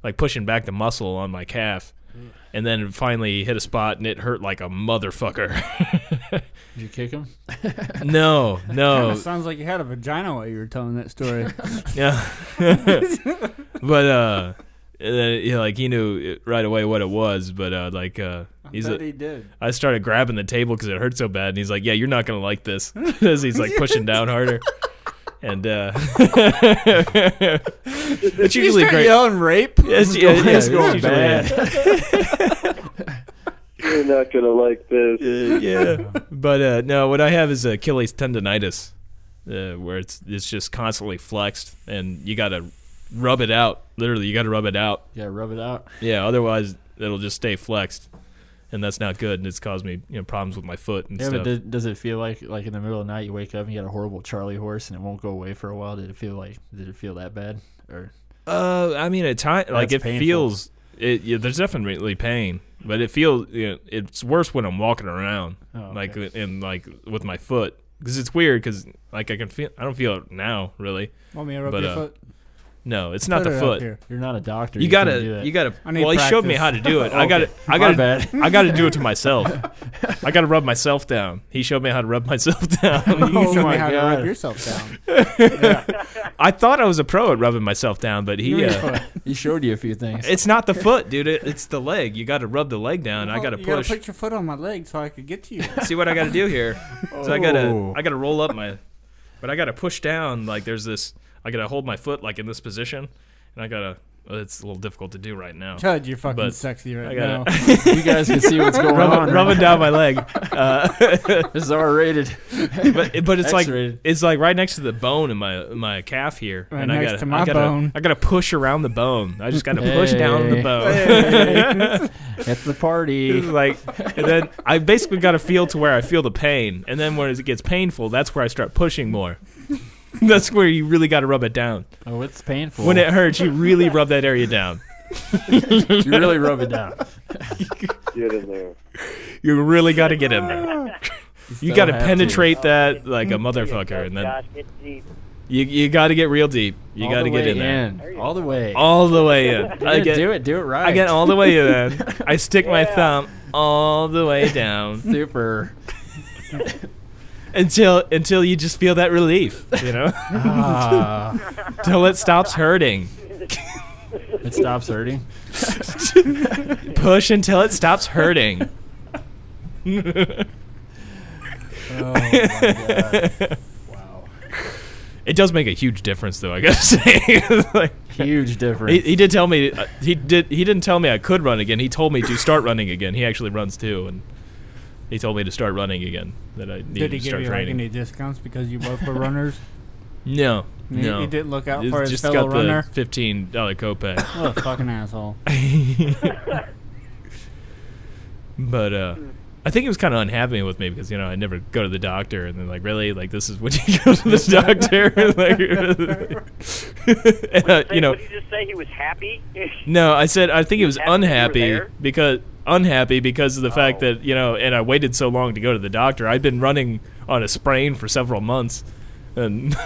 [SPEAKER 4] like pushing back the muscle on my calf, and then finally he hit a spot and it hurt like a motherfucker.
[SPEAKER 3] Did you kick him?
[SPEAKER 4] no, no,
[SPEAKER 5] Kinda sounds like you had a vagina while you were telling that story.
[SPEAKER 4] Yeah. but uh, uh, yeah, like he knew it- right away what it was, but uh, like uh, he's a,
[SPEAKER 5] he did.
[SPEAKER 4] I started grabbing the table because it hurt so bad, and he's like, "Yeah, you're not gonna like this," as he's like pushing down harder. And uh, it's usually great.
[SPEAKER 5] yelling rape.
[SPEAKER 4] It's, yeah, yeah, it's
[SPEAKER 3] going
[SPEAKER 4] usually-
[SPEAKER 3] bad.
[SPEAKER 6] You're not gonna like this.
[SPEAKER 4] yeah. But uh, no, what I have is Achilles tendonitis, uh, where it's it's just constantly flexed, and you gotta rub it out. Literally, you gotta rub it out
[SPEAKER 3] Yeah, rub it out.
[SPEAKER 4] Yeah, otherwise it'll just stay flexed, and that's not good, and it's caused me you know problems with my foot and
[SPEAKER 3] Yeah,
[SPEAKER 4] stuff.
[SPEAKER 3] but did, does it feel like like in the middle of the night you wake up and you got a horrible Charlie horse and it won't go away for a while? Did it feel like did it feel that bad? Or
[SPEAKER 4] uh, I mean, at time like it
[SPEAKER 3] That's painful.
[SPEAKER 4] feels it. Yeah, there's definitely pain, but it feels you know, it's worse when I'm walking around,
[SPEAKER 3] Oh,
[SPEAKER 4] like and like with my foot, because it's weird, because like I can feel I don't feel it now really.
[SPEAKER 5] Want me to rub
[SPEAKER 4] But,
[SPEAKER 5] your
[SPEAKER 4] uh,
[SPEAKER 5] foot?
[SPEAKER 4] No, it's not the
[SPEAKER 5] Put it up
[SPEAKER 4] foot.
[SPEAKER 5] here.
[SPEAKER 3] you're not a doctor.
[SPEAKER 4] You
[SPEAKER 3] can't
[SPEAKER 4] gotta,
[SPEAKER 3] do that.
[SPEAKER 4] you gotta.
[SPEAKER 5] I need
[SPEAKER 4] well, he showed me
[SPEAKER 5] practice.
[SPEAKER 4] how to do it. I gotta, I gotta,
[SPEAKER 3] bad.
[SPEAKER 4] I gotta do it to myself. I gotta rub myself down. He showed me how to rub myself down.
[SPEAKER 5] You
[SPEAKER 3] Oh
[SPEAKER 5] show
[SPEAKER 3] my
[SPEAKER 5] me how to
[SPEAKER 3] God.
[SPEAKER 5] rub yourself down.
[SPEAKER 4] I thought I was a pro at rubbing myself down, but he. Uh,
[SPEAKER 3] He showed you a few things.
[SPEAKER 4] it's not the foot, dude. It, it's the leg. You got to rub the leg down. I
[SPEAKER 5] Well,
[SPEAKER 4] got to
[SPEAKER 5] you
[SPEAKER 4] push.
[SPEAKER 5] put your foot on my leg so I could get to you.
[SPEAKER 4] See what I got to do here? So I got to.
[SPEAKER 3] Oh.
[SPEAKER 4] I got to roll up my. But I got to push down. Like there's this. I got to hold my foot like in this position, and I got to. Well, it's a little difficult to do right now.
[SPEAKER 5] Chud, you're fucking
[SPEAKER 4] But
[SPEAKER 5] sexy right
[SPEAKER 4] I
[SPEAKER 5] now.
[SPEAKER 4] got
[SPEAKER 3] you guys can see what's going on.
[SPEAKER 4] to rubbing down my leg. Uh,
[SPEAKER 3] This is R rated.
[SPEAKER 4] But but it's like
[SPEAKER 3] X-rated.
[SPEAKER 4] it's like right next to the bone in my my calf here,
[SPEAKER 5] Right
[SPEAKER 4] and I
[SPEAKER 5] next
[SPEAKER 4] gotta
[SPEAKER 5] to my
[SPEAKER 4] I gotta
[SPEAKER 5] bone.
[SPEAKER 4] I gotta push around the bone. I just gotta push down the
[SPEAKER 3] Hey.
[SPEAKER 4] bone.
[SPEAKER 3] It's the
[SPEAKER 4] It's
[SPEAKER 3] party.
[SPEAKER 4] like and then I basically gotta feel to where I feel the pain, and then when it gets painful, that's where I start pushing more. that's where you really gotta rub it down.
[SPEAKER 3] Oh, it's painful.
[SPEAKER 4] When it hurts, you really rub that area down.
[SPEAKER 3] you really rub it down.
[SPEAKER 6] Get in there.
[SPEAKER 4] You really gotta get in there. You
[SPEAKER 3] still
[SPEAKER 4] gotta
[SPEAKER 3] have to.
[SPEAKER 4] penetrate that like a
[SPEAKER 8] Yes,
[SPEAKER 4] motherfucker, and then
[SPEAKER 8] Josh, Oh, it's deep.
[SPEAKER 4] you you gotta get real deep. You
[SPEAKER 3] All
[SPEAKER 4] gotta
[SPEAKER 3] the
[SPEAKER 4] get
[SPEAKER 3] way
[SPEAKER 4] in there.
[SPEAKER 3] All the way.
[SPEAKER 4] All the way in. I
[SPEAKER 3] Yeah,
[SPEAKER 4] get-
[SPEAKER 3] do it. Do it right.
[SPEAKER 4] I get all the way in. I stick my thumb all the way down
[SPEAKER 3] super.
[SPEAKER 4] until until you just feel that relief, you know,
[SPEAKER 3] Ah,
[SPEAKER 4] till it stops hurting.
[SPEAKER 3] it stops hurting.
[SPEAKER 4] Push until it stops hurting.
[SPEAKER 3] Oh my god.
[SPEAKER 4] It does make a huge difference, though. I gotta say, like,
[SPEAKER 3] Huge difference.
[SPEAKER 4] he, he did tell me uh, he did he didn't tell me I could run again. He told me to start running again. He actually runs too, and he told me to start running again. That I needed
[SPEAKER 5] Did he
[SPEAKER 4] to
[SPEAKER 5] give
[SPEAKER 4] start
[SPEAKER 5] you like
[SPEAKER 4] training.
[SPEAKER 5] any discounts because you both were runners?
[SPEAKER 4] no,
[SPEAKER 5] You-
[SPEAKER 4] no.
[SPEAKER 5] You didn't look out
[SPEAKER 4] It's
[SPEAKER 5] for his
[SPEAKER 4] just
[SPEAKER 5] fellow
[SPEAKER 4] got
[SPEAKER 5] runner.
[SPEAKER 4] the fifteen dollar copay.
[SPEAKER 5] What a fucking asshole.
[SPEAKER 4] But uh, I think he was kind of unhappy with me because you know I never go to the doctor, and then like really like this is when you go to the doctor, like and, uh,
[SPEAKER 8] Say-
[SPEAKER 4] you know.
[SPEAKER 8] Would you just say he was happy?
[SPEAKER 4] No, I said I think he was
[SPEAKER 8] Happy you were
[SPEAKER 4] unhappy
[SPEAKER 8] there?
[SPEAKER 4] because unhappy because of the fact
[SPEAKER 8] Oh.
[SPEAKER 4] that you know, and I waited so long to go to the doctor. I'd been running on a sprain for several months, and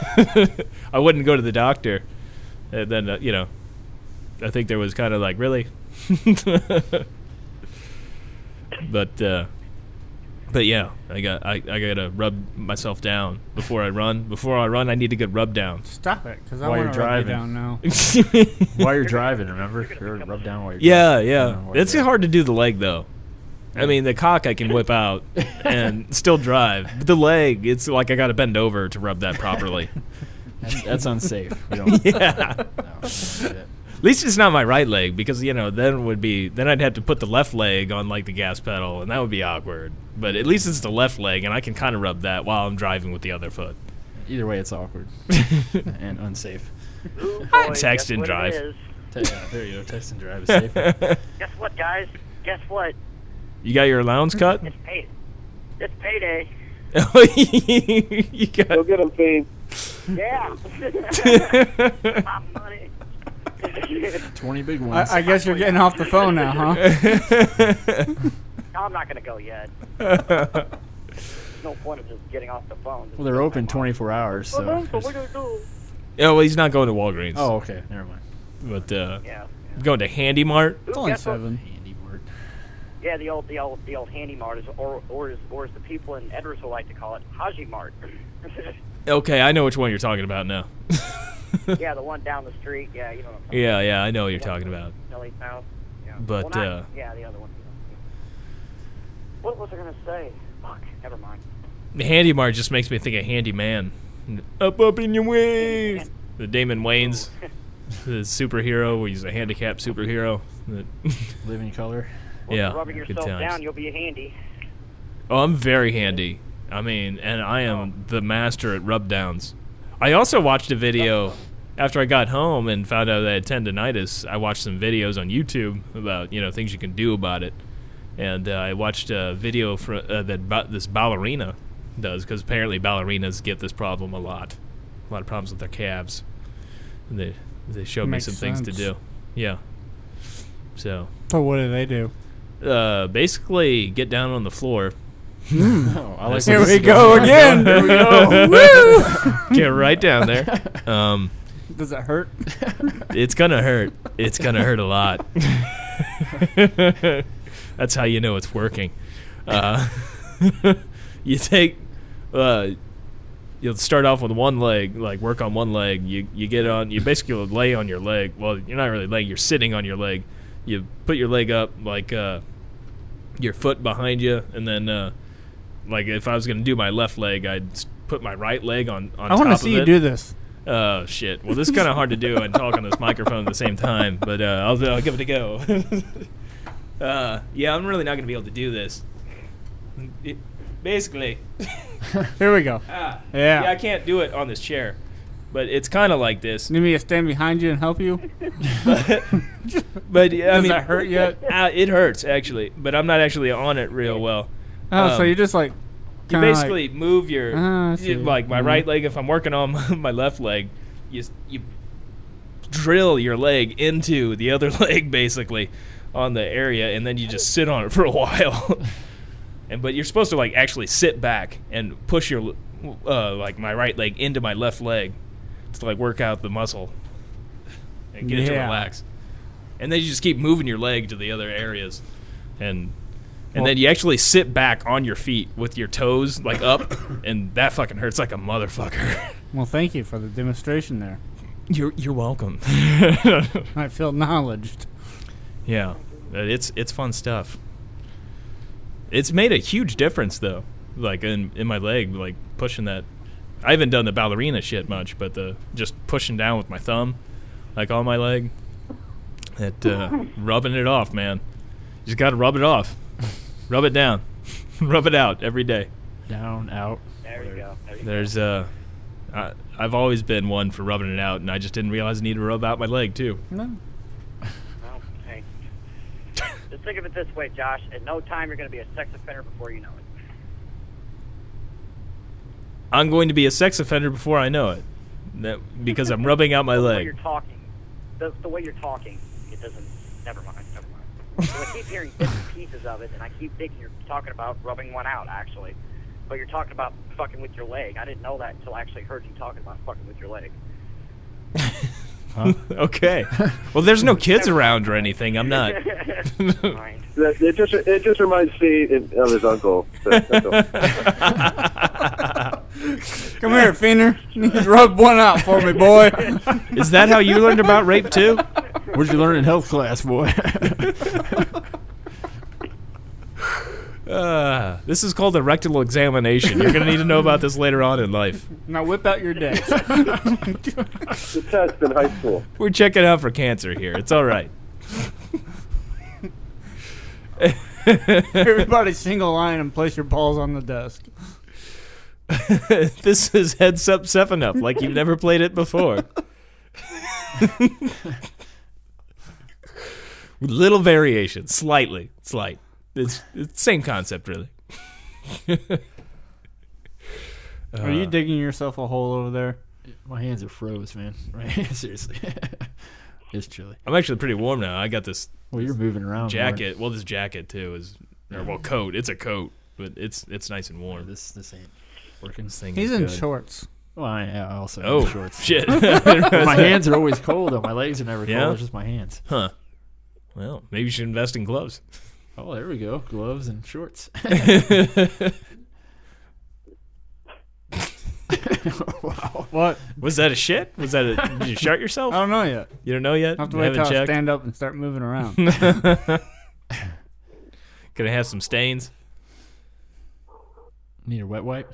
[SPEAKER 4] I wouldn't go to the doctor. And then uh, you know, I think there was kind of like really, but uh, but yeah, I got I, I gotta rub myself down before I run. Before I run, I need to get rubbed down.
[SPEAKER 5] Stop it, because I
[SPEAKER 3] While
[SPEAKER 5] want
[SPEAKER 3] you're
[SPEAKER 5] to
[SPEAKER 3] driving.
[SPEAKER 5] down now.
[SPEAKER 3] while you're driving, remember? You're rub down while you're
[SPEAKER 4] Yeah,
[SPEAKER 3] driving.
[SPEAKER 4] yeah.
[SPEAKER 3] While
[SPEAKER 4] It's
[SPEAKER 3] you're-
[SPEAKER 4] hard to do the leg though. I mean, the cock I can whip out and still drive. But the leg, it's like I got to bend over to rub that properly.
[SPEAKER 3] That's, that's unsafe. We don't,
[SPEAKER 4] yeah.
[SPEAKER 3] no, don't do that.
[SPEAKER 4] At least it's not my right leg because you know then it would be then I'd have to put the left leg on like the gas pedal and that would be awkward. But at least it's the left leg and I can kind of rub that while I'm driving with the other foot.
[SPEAKER 3] Either way, it's awkward and unsafe.
[SPEAKER 8] I
[SPEAKER 4] text and drive.
[SPEAKER 3] Te- yeah, there you go. Text and drive is safer.
[SPEAKER 8] Guess what, guys? Guess what?
[SPEAKER 4] You got your allowance cut?
[SPEAKER 8] It's pay. It's payday.
[SPEAKER 4] you
[SPEAKER 6] Go
[SPEAKER 4] got
[SPEAKER 6] get him, Fiend.
[SPEAKER 8] Yeah. Pop money.
[SPEAKER 3] Twenty big ones.
[SPEAKER 5] I, I guess you're getting off the phone now, huh?
[SPEAKER 4] Oh,
[SPEAKER 8] No, I'm not gonna go yet. there's no point of just getting off the phone.
[SPEAKER 3] Well, they're open 24 hours, so. there's-
[SPEAKER 4] Yeah, well, he's not going to Walgreens.
[SPEAKER 3] Oh, okay. Never mind.
[SPEAKER 4] but uh,
[SPEAKER 8] Yeah.
[SPEAKER 4] he's going to Handy Mart.
[SPEAKER 5] It's
[SPEAKER 8] Ooh,
[SPEAKER 5] only
[SPEAKER 8] guess what?
[SPEAKER 5] seven.
[SPEAKER 3] Handy word.
[SPEAKER 8] Yeah, the old, the old, the old handy mart, is, or, or, as, or as the people in Edwardsville like to call it, Haji Mart.
[SPEAKER 4] Okay, I know which one you're talking about now.
[SPEAKER 8] yeah, the one down the street. Yeah, you know. What I'm talking
[SPEAKER 4] Yeah, yeah, I know what you're talking about.
[SPEAKER 8] Nelly's house. Yeah.
[SPEAKER 4] But,
[SPEAKER 8] well, not-
[SPEAKER 4] uh,
[SPEAKER 8] yeah, the other one. What was I gonna say? Fuck. Never mind.
[SPEAKER 4] Handy Mart just makes me think of Handy Man. Up, up in your way. The Damon Wayans, the superhero, where he's a handicapped superhero. that-
[SPEAKER 3] Live in color.
[SPEAKER 8] Well,
[SPEAKER 4] yeah,
[SPEAKER 8] Rubbing
[SPEAKER 4] good
[SPEAKER 8] yourself
[SPEAKER 4] times.
[SPEAKER 8] down, you'll be handy.
[SPEAKER 4] Oh, I'm very handy. I mean, and I am the master at rub downs. I also watched a video after I got home and found out that I had tendonitis. I watched some videos on YouTube about you know things you can do about it, and uh, I watched a video for, uh, that ba- this ballerina does because apparently ballerinas get this problem a lot, a lot of problems with their calves. And they they showed
[SPEAKER 5] Makes
[SPEAKER 4] me some things to
[SPEAKER 5] sense.
[SPEAKER 4] do. Yeah. So
[SPEAKER 5] So what do they do?
[SPEAKER 4] uh, basically, get down on the floor.
[SPEAKER 3] Oh, I like
[SPEAKER 5] Here
[SPEAKER 3] where
[SPEAKER 5] we
[SPEAKER 3] this is going.
[SPEAKER 5] go again. Here we go. Woo!
[SPEAKER 4] Get right down there. Um,
[SPEAKER 5] Does it hurt?
[SPEAKER 4] it's gonna hurt. It's gonna hurt a lot. That's how you know it's working. Uh, you take, uh, you'll start off with one leg, like work on one leg. You you get on, you basically lay on your leg. Well, you're not really laying. You're sitting on your leg. You put your leg up, like uh, your foot behind you, and then uh, like if I was gonna do my left leg, I'd s- put my right leg on on
[SPEAKER 5] I
[SPEAKER 4] top
[SPEAKER 5] want to
[SPEAKER 4] of
[SPEAKER 5] see you
[SPEAKER 4] it.
[SPEAKER 5] do this.
[SPEAKER 4] Oh shit! Well, this is kind of hard to do and talk on this microphone at the same time, but uh, I'll, I'll give it a go. uh, yeah, I'm really not gonna be able to do this. It- basically,
[SPEAKER 5] Here we go.
[SPEAKER 4] ah,
[SPEAKER 5] Yeah.
[SPEAKER 4] yeah, I can't do it on this chair, but it's kind of like this.
[SPEAKER 5] Need me to stand behind you and help you?
[SPEAKER 4] But yeah, I
[SPEAKER 5] Does
[SPEAKER 4] mean,
[SPEAKER 5] that hurt yet?
[SPEAKER 4] Uh, it hurts actually, but I'm not actually on it real well.
[SPEAKER 5] Oh, so
[SPEAKER 4] Um,
[SPEAKER 5] you're just like
[SPEAKER 4] you
[SPEAKER 5] kinda like-
[SPEAKER 4] basically move your
[SPEAKER 5] Ah, I
[SPEAKER 4] you-
[SPEAKER 5] see.
[SPEAKER 4] like my
[SPEAKER 5] Mhm.
[SPEAKER 4] right leg if I'm working on my, left leg you s- you drill your leg into the other leg basically on the area and then you just sit on it for a while and but you're supposed to like actually sit back and push your l- uh, like my right leg into my left leg to like work out the muscle and get it to
[SPEAKER 5] Yeah.
[SPEAKER 4] relax and then you just keep moving your leg to the other areas and and
[SPEAKER 5] Well-
[SPEAKER 4] then you actually sit back on your feet with your toes like up and that fucking hurts like a motherfucker
[SPEAKER 5] well, thank you for the demonstration there.
[SPEAKER 4] you're you're welcome
[SPEAKER 5] I feel knowledged.
[SPEAKER 4] yeah but it's it's fun stuff it's made a huge difference though like in in my leg like pushing that i haven't done the ballerina shit much but the just pushing down with my thumb like on my leg it uh, rubbing it off man you just gotta rub it off rub it down rub it out every day
[SPEAKER 3] Down, out.
[SPEAKER 8] There you go. There you
[SPEAKER 4] There's uh, I, I've always been one for rubbing it out, and I just didn't realize I needed to rub out my leg too.
[SPEAKER 5] No.
[SPEAKER 8] go. Well, hey. Just think of it this way, Josh. At no time you're gonna be a sex offender before you know it.
[SPEAKER 4] I'm going to be a sex offender before I know it, that, because I'm rubbing out my
[SPEAKER 8] The way you're
[SPEAKER 4] leg.
[SPEAKER 8] talking, the, the way you're talking, it doesn't. Never mind. Never mind. So I keep hearing bits and pieces of it, and I keep thinking you're talking about rubbing one out, actually. But you're talking about fucking with your leg. I didn't know that until I actually heard you talking about fucking with your leg.
[SPEAKER 4] okay. Well, there's no kids around or anything. I'm not.
[SPEAKER 8] Mind.
[SPEAKER 6] That- It just it just reminds Steve of his uncle. So, that's all.
[SPEAKER 5] Come here, Feener. You need to rub one out for me, boy.
[SPEAKER 4] Is that how you learned about rape too?
[SPEAKER 3] What'd you learn in health class, boy?
[SPEAKER 4] Uh, this is called a rectal examination. You're gonna need to know about this later on in life.
[SPEAKER 5] now whip out your deck.
[SPEAKER 6] the test in high school.
[SPEAKER 4] We're checking out for cancer here. It's all right.
[SPEAKER 5] Everybody single line and place your balls on the desk.
[SPEAKER 4] this is heads up seven up like you've never played it before With little variation slightly slight it's, it's same concept really Uh,
[SPEAKER 5] Are you digging yourself a hole over there?
[SPEAKER 3] My hands are froze, man. Right? Seriously. it's chilly.
[SPEAKER 4] i'm actually pretty warm now i got this
[SPEAKER 3] Well, you're moving around. more.
[SPEAKER 4] jacket well this jacket too is or well coat it's a coat but it's it's nice and warm.
[SPEAKER 3] This this ain't working.
[SPEAKER 4] This thing
[SPEAKER 5] He's
[SPEAKER 4] is
[SPEAKER 5] in
[SPEAKER 4] good.
[SPEAKER 5] shorts.
[SPEAKER 3] Well, I I also have
[SPEAKER 4] Oh
[SPEAKER 3] shorts.
[SPEAKER 4] shit!
[SPEAKER 3] my hands are always cold, though. My legs are never cold.
[SPEAKER 4] Yeah?
[SPEAKER 3] It's just my hands.
[SPEAKER 4] huh? Well, maybe you should invest in gloves.
[SPEAKER 3] Oh, there we go. Gloves and shorts. wow.
[SPEAKER 5] What?
[SPEAKER 4] Was that a shit? Was that a? did you shart yourself?
[SPEAKER 5] I don't know yet.
[SPEAKER 4] You don't know yet.
[SPEAKER 5] I Uh, have to
[SPEAKER 4] You
[SPEAKER 5] wait till
[SPEAKER 4] haven't
[SPEAKER 5] I
[SPEAKER 4] checked.
[SPEAKER 5] stand up and start moving around.
[SPEAKER 4] Could I have some stains?
[SPEAKER 3] Need a wet wipe?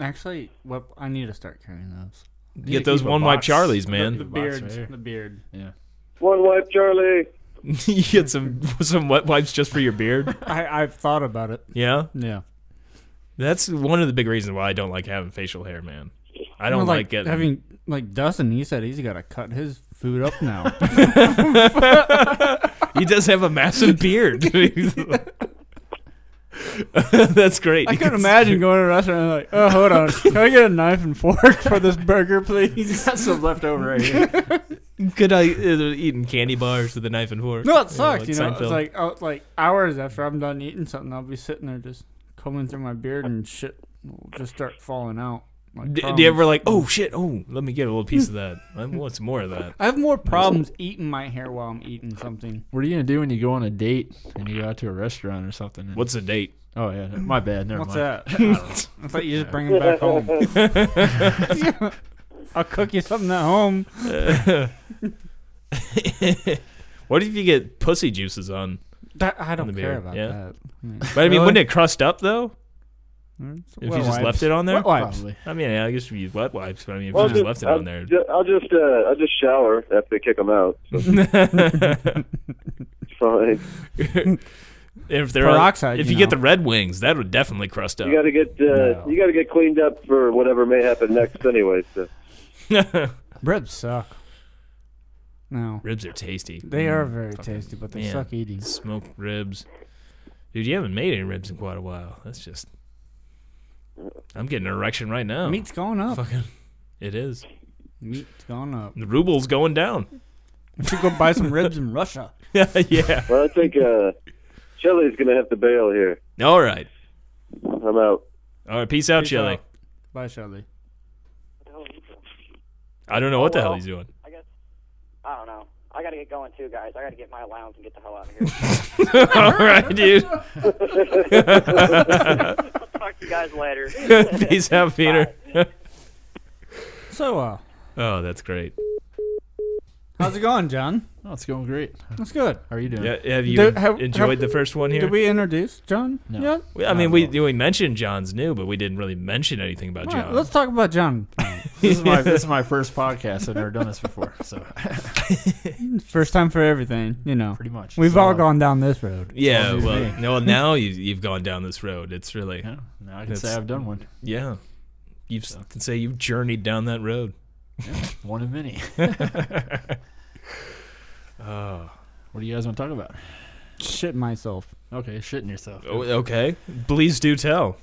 [SPEAKER 5] Actually, what I need to start carrying those.
[SPEAKER 4] Get those one wipe Charlies,
[SPEAKER 5] the
[SPEAKER 4] man.
[SPEAKER 3] box
[SPEAKER 5] beard,
[SPEAKER 3] right here.
[SPEAKER 5] the beard.
[SPEAKER 3] Yeah.
[SPEAKER 6] One wipe, Charlie.
[SPEAKER 4] you get some some wet wipes just for your beard.
[SPEAKER 5] I I've thought about it.
[SPEAKER 4] Yeah,
[SPEAKER 5] Yeah.
[SPEAKER 4] that's one of the big reasons why I don't like having facial hair, man. I don't like, getting
[SPEAKER 5] having like Dustin. He said he's got to cut his food up now.
[SPEAKER 4] He does have a massive beard. That's great.
[SPEAKER 5] I
[SPEAKER 4] You
[SPEAKER 5] could
[SPEAKER 4] can-
[SPEAKER 5] imagine going to a restaurant and like, oh, hold on, can I get a knife and fork for this burger, please?
[SPEAKER 3] Got some left over
[SPEAKER 4] eh?
[SPEAKER 3] right here.
[SPEAKER 4] Could I uh, eating candy bars with a knife and fork?
[SPEAKER 5] No, it sucks.
[SPEAKER 4] like
[SPEAKER 5] you know,
[SPEAKER 4] Seinfeld.
[SPEAKER 5] it's like oh, like hours after I'm done eating something, I'll be sitting there just combing through my beard and shit will just start falling out. Like
[SPEAKER 4] D- do
[SPEAKER 5] problems.
[SPEAKER 4] you ever like,
[SPEAKER 5] mm.
[SPEAKER 4] oh shit, oh, let me get a little piece of that. I want some more of that.
[SPEAKER 5] I have more problems eating my hair while I'm eating something.
[SPEAKER 3] What are you gonna do when you go on a date and you go out to a restaurant or something?
[SPEAKER 4] What's the date?
[SPEAKER 3] Oh yeah, no- my bad. Never
[SPEAKER 5] What's
[SPEAKER 3] mind.
[SPEAKER 5] that? I thought you just bring them back home. I'll cook you something at home.
[SPEAKER 4] What if you get pussy juices on?
[SPEAKER 5] That, I don't
[SPEAKER 4] the
[SPEAKER 5] care
[SPEAKER 4] beer,
[SPEAKER 5] about
[SPEAKER 4] yeah.
[SPEAKER 5] that.
[SPEAKER 4] But I mean, wouldn't it crust up though? If you just left it on there?
[SPEAKER 5] Wet wipes.
[SPEAKER 3] Probably.
[SPEAKER 4] I mean, I guess if you wet wipes, but I mean, if you just left it
[SPEAKER 6] I'll,
[SPEAKER 4] on there.
[SPEAKER 6] ju- I'll just uh, I'll just shower after they kick them out. So it's fine.
[SPEAKER 4] if they're
[SPEAKER 5] Peroxide,
[SPEAKER 4] if
[SPEAKER 5] you
[SPEAKER 4] you, get
[SPEAKER 5] know.
[SPEAKER 4] the red wings, that would definitely crust up.
[SPEAKER 6] You got to get uh, you got to get cleaned up for whatever may happen next, anyway. So
[SPEAKER 5] Ribs suck. No,
[SPEAKER 4] Ribs are tasty.
[SPEAKER 5] they are very tasty, but they
[SPEAKER 4] man.
[SPEAKER 5] suck eating.
[SPEAKER 4] Smoked ribs. Dude, you haven't made any ribs in quite a while. That's just. I'm getting an erection right now.
[SPEAKER 5] Meat's going up.
[SPEAKER 4] Fucking. It is.
[SPEAKER 5] Meat's going up.
[SPEAKER 4] The ruble's going down.
[SPEAKER 5] We should go buy some ribs in Russia.
[SPEAKER 4] yeah.
[SPEAKER 6] well, I think uh, Shelly's gonna have to bail here.
[SPEAKER 4] All right.
[SPEAKER 6] I'm out.
[SPEAKER 4] All right. Peace out,
[SPEAKER 5] Peace
[SPEAKER 4] Shelly.
[SPEAKER 5] out. Bye, Shelly.
[SPEAKER 4] I don't know what the hell
[SPEAKER 8] well.
[SPEAKER 4] he's doing.
[SPEAKER 8] I guess I don't know. I gotta get going too, guys. I gotta get my allowance and get the hell out of here.
[SPEAKER 4] All right, dude.
[SPEAKER 8] I'll talk to you guys later.
[SPEAKER 4] Peace out, Peter.
[SPEAKER 5] So, uh,
[SPEAKER 4] Oh, that's great.
[SPEAKER 5] how's it going, John?
[SPEAKER 3] Oh, it's going great.
[SPEAKER 5] That's good.
[SPEAKER 3] How are you doing?
[SPEAKER 4] Yeah, have you
[SPEAKER 5] Do- have-
[SPEAKER 4] enjoyed
[SPEAKER 5] have-
[SPEAKER 4] the first one here?
[SPEAKER 5] Did we introduce John?
[SPEAKER 3] No.
[SPEAKER 5] yet?
[SPEAKER 4] We- I mean, we we mentioned John's new, but we didn't really mention anything about
[SPEAKER 5] All right,
[SPEAKER 4] John.
[SPEAKER 5] let's talk about John.
[SPEAKER 3] This is my this is my first podcast. I've never done this before, so
[SPEAKER 5] First time for everything, you know.
[SPEAKER 3] pretty much.
[SPEAKER 5] We've
[SPEAKER 3] So,
[SPEAKER 5] all
[SPEAKER 3] uh,
[SPEAKER 5] gone down this road.
[SPEAKER 4] yeah,
[SPEAKER 3] Excuse
[SPEAKER 4] well,
[SPEAKER 3] me.
[SPEAKER 4] no, now you, you've gone down this road. It's really,
[SPEAKER 3] Yeah, now I can say
[SPEAKER 4] That's-
[SPEAKER 3] I've done one.
[SPEAKER 4] yeah. You can say you've journeyed down that road.
[SPEAKER 3] One of many.
[SPEAKER 5] Oh.
[SPEAKER 3] What do you guys want to talk about?
[SPEAKER 5] Shit myself.
[SPEAKER 3] Okay, shitting yourself.
[SPEAKER 4] Oh, okay. Please do tell.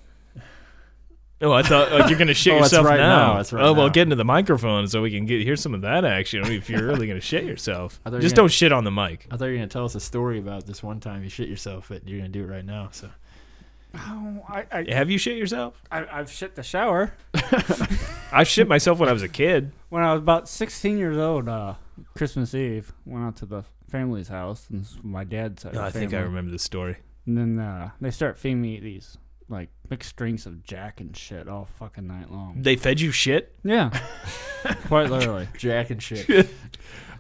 [SPEAKER 4] Oh, I thought oh, you're gonna shit
[SPEAKER 3] Oh, that's
[SPEAKER 4] yourself
[SPEAKER 3] right
[SPEAKER 4] now.
[SPEAKER 3] now, that's right
[SPEAKER 4] oh well,
[SPEAKER 3] now.
[SPEAKER 4] get into the microphone so we can get hear some of that action. If you're really gonna shit yourself,
[SPEAKER 3] I thought you
[SPEAKER 4] just
[SPEAKER 3] were gonna-
[SPEAKER 4] don't shit on the mic.
[SPEAKER 3] I thought you were gonna tell us a story about this one time you shit yourself, but you're gonna do it right now. So
[SPEAKER 5] Oh, I, I,
[SPEAKER 4] Have you shit yourself?
[SPEAKER 5] I, I've shit the shower.
[SPEAKER 4] I shit myself when I was a kid.
[SPEAKER 5] when I was about 16 years old, uh, Christmas Eve, went out to the family's house, and this was my dad's side. of
[SPEAKER 4] Oh, I
[SPEAKER 5] the
[SPEAKER 4] think I
[SPEAKER 5] family.
[SPEAKER 4] remember this story.
[SPEAKER 5] And then uh, they start feeding me these like mixed drinks of Jack and shit all fucking night long.
[SPEAKER 4] They fed you shit.
[SPEAKER 5] Yeah, quite literally.
[SPEAKER 3] Jack and shit.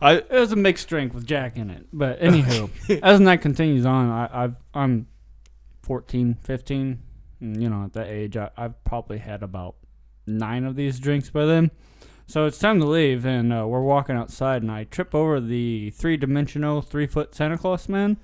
[SPEAKER 4] I
[SPEAKER 5] It was a mixed drink with Jack in it. But anywho, as the night continues on, I, I've I'm 14, 15, and, you know, at that age, I, I've probably had about nine of these drinks by then. So it's time to leave, and uh, we're walking outside, and I trip over the three-dimensional, three-foot Santa Claus man,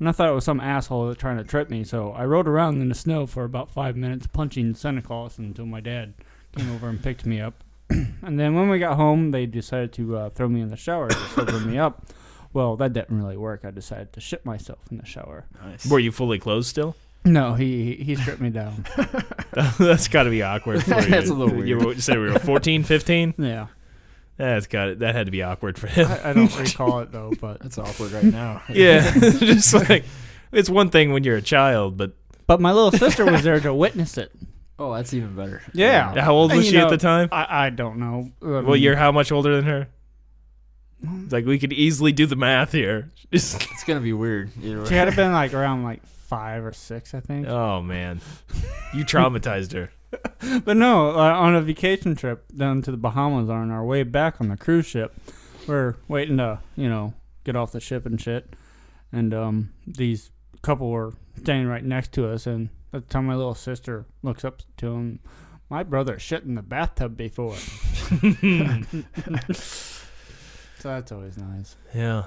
[SPEAKER 5] and I thought it was some asshole that trying to trip me. So I rode around in the snow for about five minutes, punching Santa Claus until my dad came over and picked me up. and then when we got home, they decided to uh, throw me in the shower to sober me up. Well, that didn't really work. I decided to shit myself in the shower.
[SPEAKER 3] Nice.
[SPEAKER 4] were you fully clothed still?
[SPEAKER 5] No, he he- he stripped me down.
[SPEAKER 4] That's got to be awkward. For you.
[SPEAKER 3] That's a little
[SPEAKER 4] You,
[SPEAKER 3] weird.
[SPEAKER 4] were- you said we were 14, 15.
[SPEAKER 5] yeah,
[SPEAKER 4] That's got it. That had to be awkward for him.
[SPEAKER 5] I, I don't recall it though, but
[SPEAKER 3] That's awkward right now.
[SPEAKER 4] yeah, just like it's one thing when you're a child, but
[SPEAKER 5] But my little sister was there to witness it.
[SPEAKER 3] Oh, that's even better.
[SPEAKER 5] Yeah.
[SPEAKER 4] How old
[SPEAKER 5] And
[SPEAKER 4] was
[SPEAKER 5] you
[SPEAKER 4] she
[SPEAKER 5] know, um,
[SPEAKER 4] at the time?
[SPEAKER 5] I, I don't know. I
[SPEAKER 4] Well,
[SPEAKER 5] mean,
[SPEAKER 4] you're how much older than her?
[SPEAKER 5] Mm.
[SPEAKER 4] It's Like we could easily do the math here. Just-
[SPEAKER 3] It's gonna be weird. either way.
[SPEAKER 5] She had to been like around like five or six, I think.
[SPEAKER 4] oh man, you traumatized her.
[SPEAKER 5] But no, uh, on a vacation trip down to the Bahamas on our way back on the cruise ship, we're waiting to, you know, get off the ship and shit. And um, these couple were standing right next to us. And at the time, my little sister looks up to him. My brother shit in the bathtub before. so that's always nice.
[SPEAKER 4] Yeah.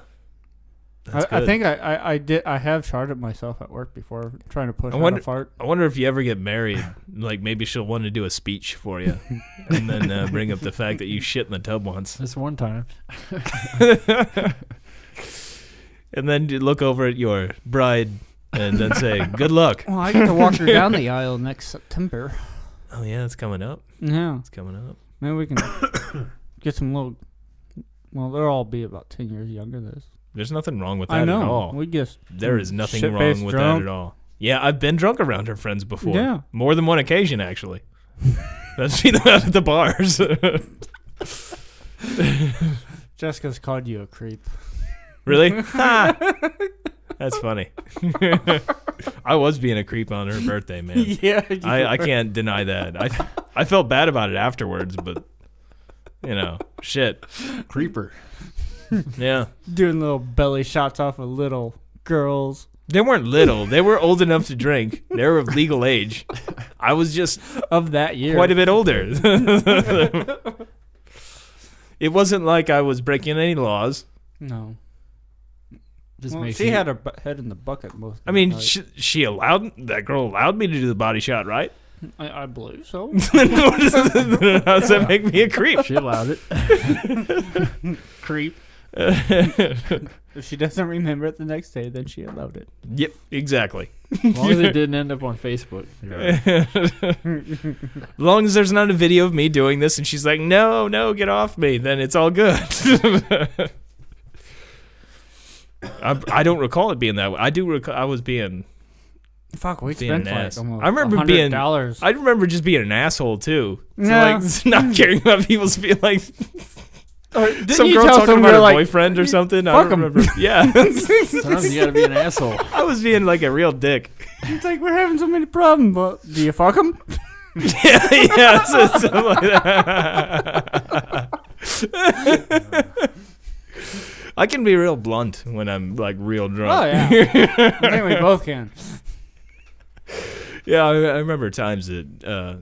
[SPEAKER 5] I,
[SPEAKER 4] That's
[SPEAKER 5] I
[SPEAKER 4] good.
[SPEAKER 5] think I, I, I did I have sharded myself at work before trying to push
[SPEAKER 4] I
[SPEAKER 5] out
[SPEAKER 4] wonder-
[SPEAKER 5] a fart.
[SPEAKER 4] I wonder if you ever get married, like maybe she'll want to do a speech for you, and then uh, bring up the fact that you shit in the tub once,
[SPEAKER 3] Just one time.
[SPEAKER 4] and then you look over at your bride and then say, "Good luck."
[SPEAKER 5] Well, I get to walk her down the aisle next September.
[SPEAKER 4] Oh yeah, it's coming up.
[SPEAKER 5] Yeah.
[SPEAKER 4] It's coming up.
[SPEAKER 5] Maybe we can get some little. Well, they'll all be about ten years younger than us.
[SPEAKER 4] There's nothing wrong with that
[SPEAKER 5] I know.
[SPEAKER 4] at all.
[SPEAKER 5] We just
[SPEAKER 4] There is nothing
[SPEAKER 5] Shit-faced
[SPEAKER 4] wrong with
[SPEAKER 5] drunk.
[SPEAKER 4] that at all. Yeah, I've been drunk around her friends before.
[SPEAKER 5] Yeah.
[SPEAKER 4] More than one occasion, actually. I've seen them out at the bars.
[SPEAKER 5] Jessica's called you a creep.
[SPEAKER 4] really? Ha! That's funny. I was being a creep on her birthday, man.
[SPEAKER 5] yeah,
[SPEAKER 4] I, I can't deny that. I, I felt bad about it afterwards, but, you know, shit.
[SPEAKER 3] Creeper.
[SPEAKER 4] Yeah.
[SPEAKER 5] doing little belly shots off of little girls.
[SPEAKER 4] They weren't little. They were old enough to drink. They were of legal age. I was just
[SPEAKER 5] Of that year,
[SPEAKER 4] quite a bit older. it wasn't like I was breaking any laws.
[SPEAKER 5] no.
[SPEAKER 3] Just
[SPEAKER 5] Well,
[SPEAKER 3] makes
[SPEAKER 5] she
[SPEAKER 3] you-
[SPEAKER 5] had her bu- head in the bucket most. Of
[SPEAKER 4] I mean,
[SPEAKER 5] the night.
[SPEAKER 4] she, she allowed that girl allowed me to do the body shot, right?
[SPEAKER 5] I, I believe so.
[SPEAKER 4] How does that make me a creep?
[SPEAKER 3] She allowed it.
[SPEAKER 5] creep. If she doesn't remember it the next day, then she allowed it.
[SPEAKER 4] yep, exactly.
[SPEAKER 3] As long as it didn't end up on Facebook. You're right.
[SPEAKER 4] As long as there's not a video of me doing this, and she's like, "No, no, get off me," then it's all good. I, I don't recall it being that way. I do. Rec- I was being
[SPEAKER 5] Fuck, we
[SPEAKER 4] Being
[SPEAKER 5] spent
[SPEAKER 4] an
[SPEAKER 5] like
[SPEAKER 4] ass.
[SPEAKER 5] almost
[SPEAKER 4] I remember
[SPEAKER 5] $100
[SPEAKER 4] being-
[SPEAKER 5] dollars.
[SPEAKER 4] I remember just being an asshole too. So
[SPEAKER 5] Yeah.
[SPEAKER 4] like not caring about people's feelings.
[SPEAKER 5] Didn't
[SPEAKER 4] uh, Some
[SPEAKER 5] you
[SPEAKER 4] girl
[SPEAKER 5] tell
[SPEAKER 4] talking
[SPEAKER 5] someone
[SPEAKER 4] about
[SPEAKER 5] you're
[SPEAKER 4] her
[SPEAKER 5] like,
[SPEAKER 4] boyfriend or something. I
[SPEAKER 5] fuck
[SPEAKER 4] don't
[SPEAKER 5] 'em.
[SPEAKER 4] remember. Yeah.
[SPEAKER 3] Sometimes you gotta be an asshole.
[SPEAKER 4] I was being like a real dick.
[SPEAKER 5] It's like we're having so many problems, but do you fuck them?
[SPEAKER 4] yeah, yeah. So, something like that. I can be real blunt when I'm like real drunk.
[SPEAKER 5] Oh yeah. I think we both can.
[SPEAKER 4] Yeah, I, I remember times that uh,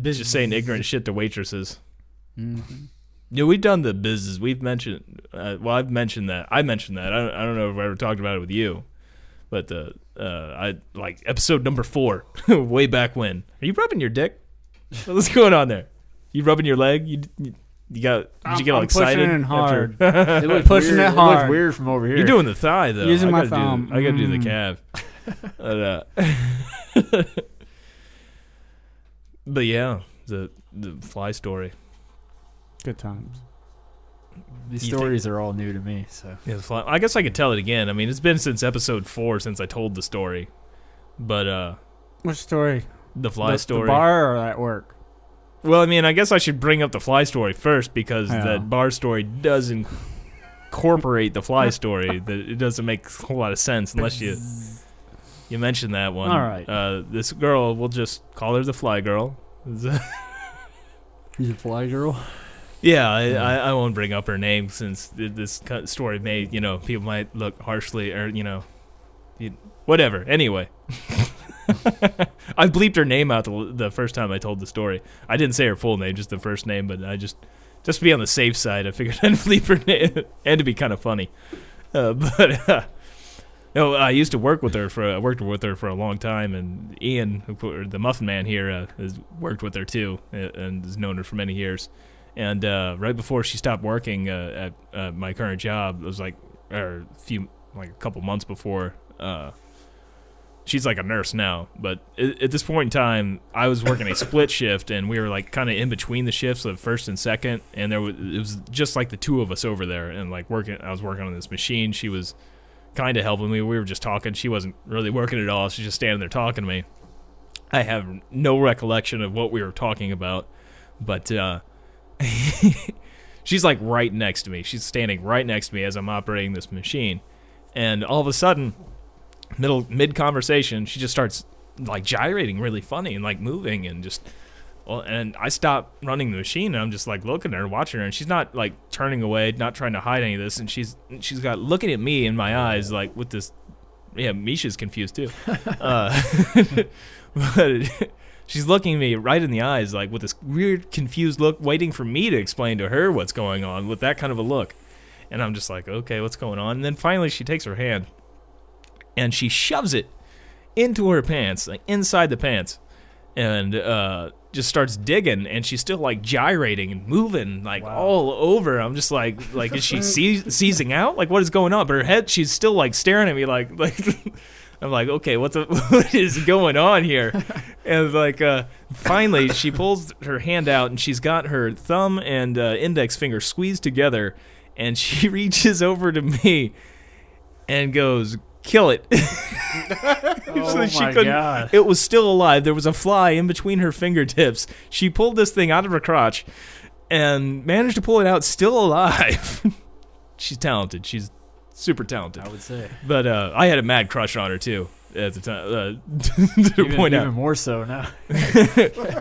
[SPEAKER 4] just saying ignorant shit to waitresses. Yeah, we've done the business. We've mentioned. Uh, well, I've mentioned that. I mentioned that. I don't, I don't know if I ever talked about it with you, but uh, uh, I like episode number four, way back when. Are you rubbing your dick? What's going on there? You rubbing your leg? You you, you got? Did you get all
[SPEAKER 5] I'm pushing
[SPEAKER 4] excited?
[SPEAKER 5] it in
[SPEAKER 4] after-
[SPEAKER 3] It looked
[SPEAKER 5] Pushing
[SPEAKER 3] weird.
[SPEAKER 5] it
[SPEAKER 3] looked
[SPEAKER 5] hard.
[SPEAKER 3] weird from over here.
[SPEAKER 4] You're doing the thigh though.
[SPEAKER 5] Using
[SPEAKER 4] I
[SPEAKER 5] my
[SPEAKER 4] gotta do the-
[SPEAKER 5] thumb.
[SPEAKER 4] I gotta do the
[SPEAKER 5] Mm.
[SPEAKER 4] calf. but, uh, but yeah, the the fly story.
[SPEAKER 5] Good times.
[SPEAKER 3] These
[SPEAKER 4] You think-
[SPEAKER 3] stories are all new to me, so
[SPEAKER 4] Yeah, the fly. I guess I could tell it again. I mean, it's been since episode four since I told the story. But uh,
[SPEAKER 5] Which story?
[SPEAKER 4] the fly
[SPEAKER 5] the,
[SPEAKER 4] story.
[SPEAKER 5] The bar or at work?
[SPEAKER 4] Well, I mean, I guess I should bring up the fly story first because
[SPEAKER 5] Yeah.
[SPEAKER 4] that bar story does in- incorporate the fly story. that it doesn't make a whole lot of sense unless you you mention that one.
[SPEAKER 5] All right.
[SPEAKER 4] Uh, this girl, we'll just call her the fly girl.
[SPEAKER 3] he's a fly girl.
[SPEAKER 4] yeah, I, I, I won't bring up her name since th- this co- story may, you know, people might look harshly or you know, you- whatever. Anyway. I bleeped her name out the, the first time I told the story. I didn't say her full name, just the first name, but I just just to be on the safe side, I figured I'd bleep her name and to be kind of funny. Uh, but uh, no, I used to work with her for I worked with her for a long time, and Ian, who put her- the Muffin Man here, uh, has worked with her too uh, and has known her for many years. And uh, right before she stopped working uh, at uh, my current job, it was like or a few like a couple months before. Uh, she's like a nurse now, but at, at this point in time, I was working a split shift, and we were like kind of in between the shifts of first and second, and there was it was just like the two of us over there, and like working. I was working on this machine. She was kind of helping me. We were just talking. She wasn't really working at all. She's just standing there talking to me. I have no recollection of what we were talking about, but uh, she's like right next to me. She's standing right next to me as I'm operating this machine, and all of a sudden, middle mid conversation, she just starts like gyrating really funny and like moving and just. Well, and I stop running the machine, and I'm just like looking at her, watching her, and she's not like turning away, not trying to hide any of this, and she's she's got looking at me in my eyes, like with this. Yeah, Misha's confused too. Uh, but she's looking me right in the eyes, like with this weird, confused look, waiting for me to explain to her what's going on with that kind of a look. And I'm just like, okay, what's going on? And then finally, she takes her hand and she shoves it into her pants, like inside the pants, and uh, just starts digging. And she's still like gyrating and moving, like all over. I'm just like, like is she seiz- seizing out? Like what is going on? But her head, she's still like staring at me, like like. I'm like, okay, what the what is going on here? And like, uh, finally, she pulls her hand out, and she's got her thumb and uh, index finger squeezed together, and she reaches over to me and goes, "Kill it."
[SPEAKER 3] Oh my God.
[SPEAKER 4] It was still alive. There was a fly in between her fingertips. She pulled this thing out of her crotch and managed to pull it out still alive. She's talented. She's super talented.
[SPEAKER 3] I would say.
[SPEAKER 4] But uh, I had a mad crush on her too at the time. Uh, to
[SPEAKER 3] Even,
[SPEAKER 4] point
[SPEAKER 3] even
[SPEAKER 4] out,
[SPEAKER 3] more so now.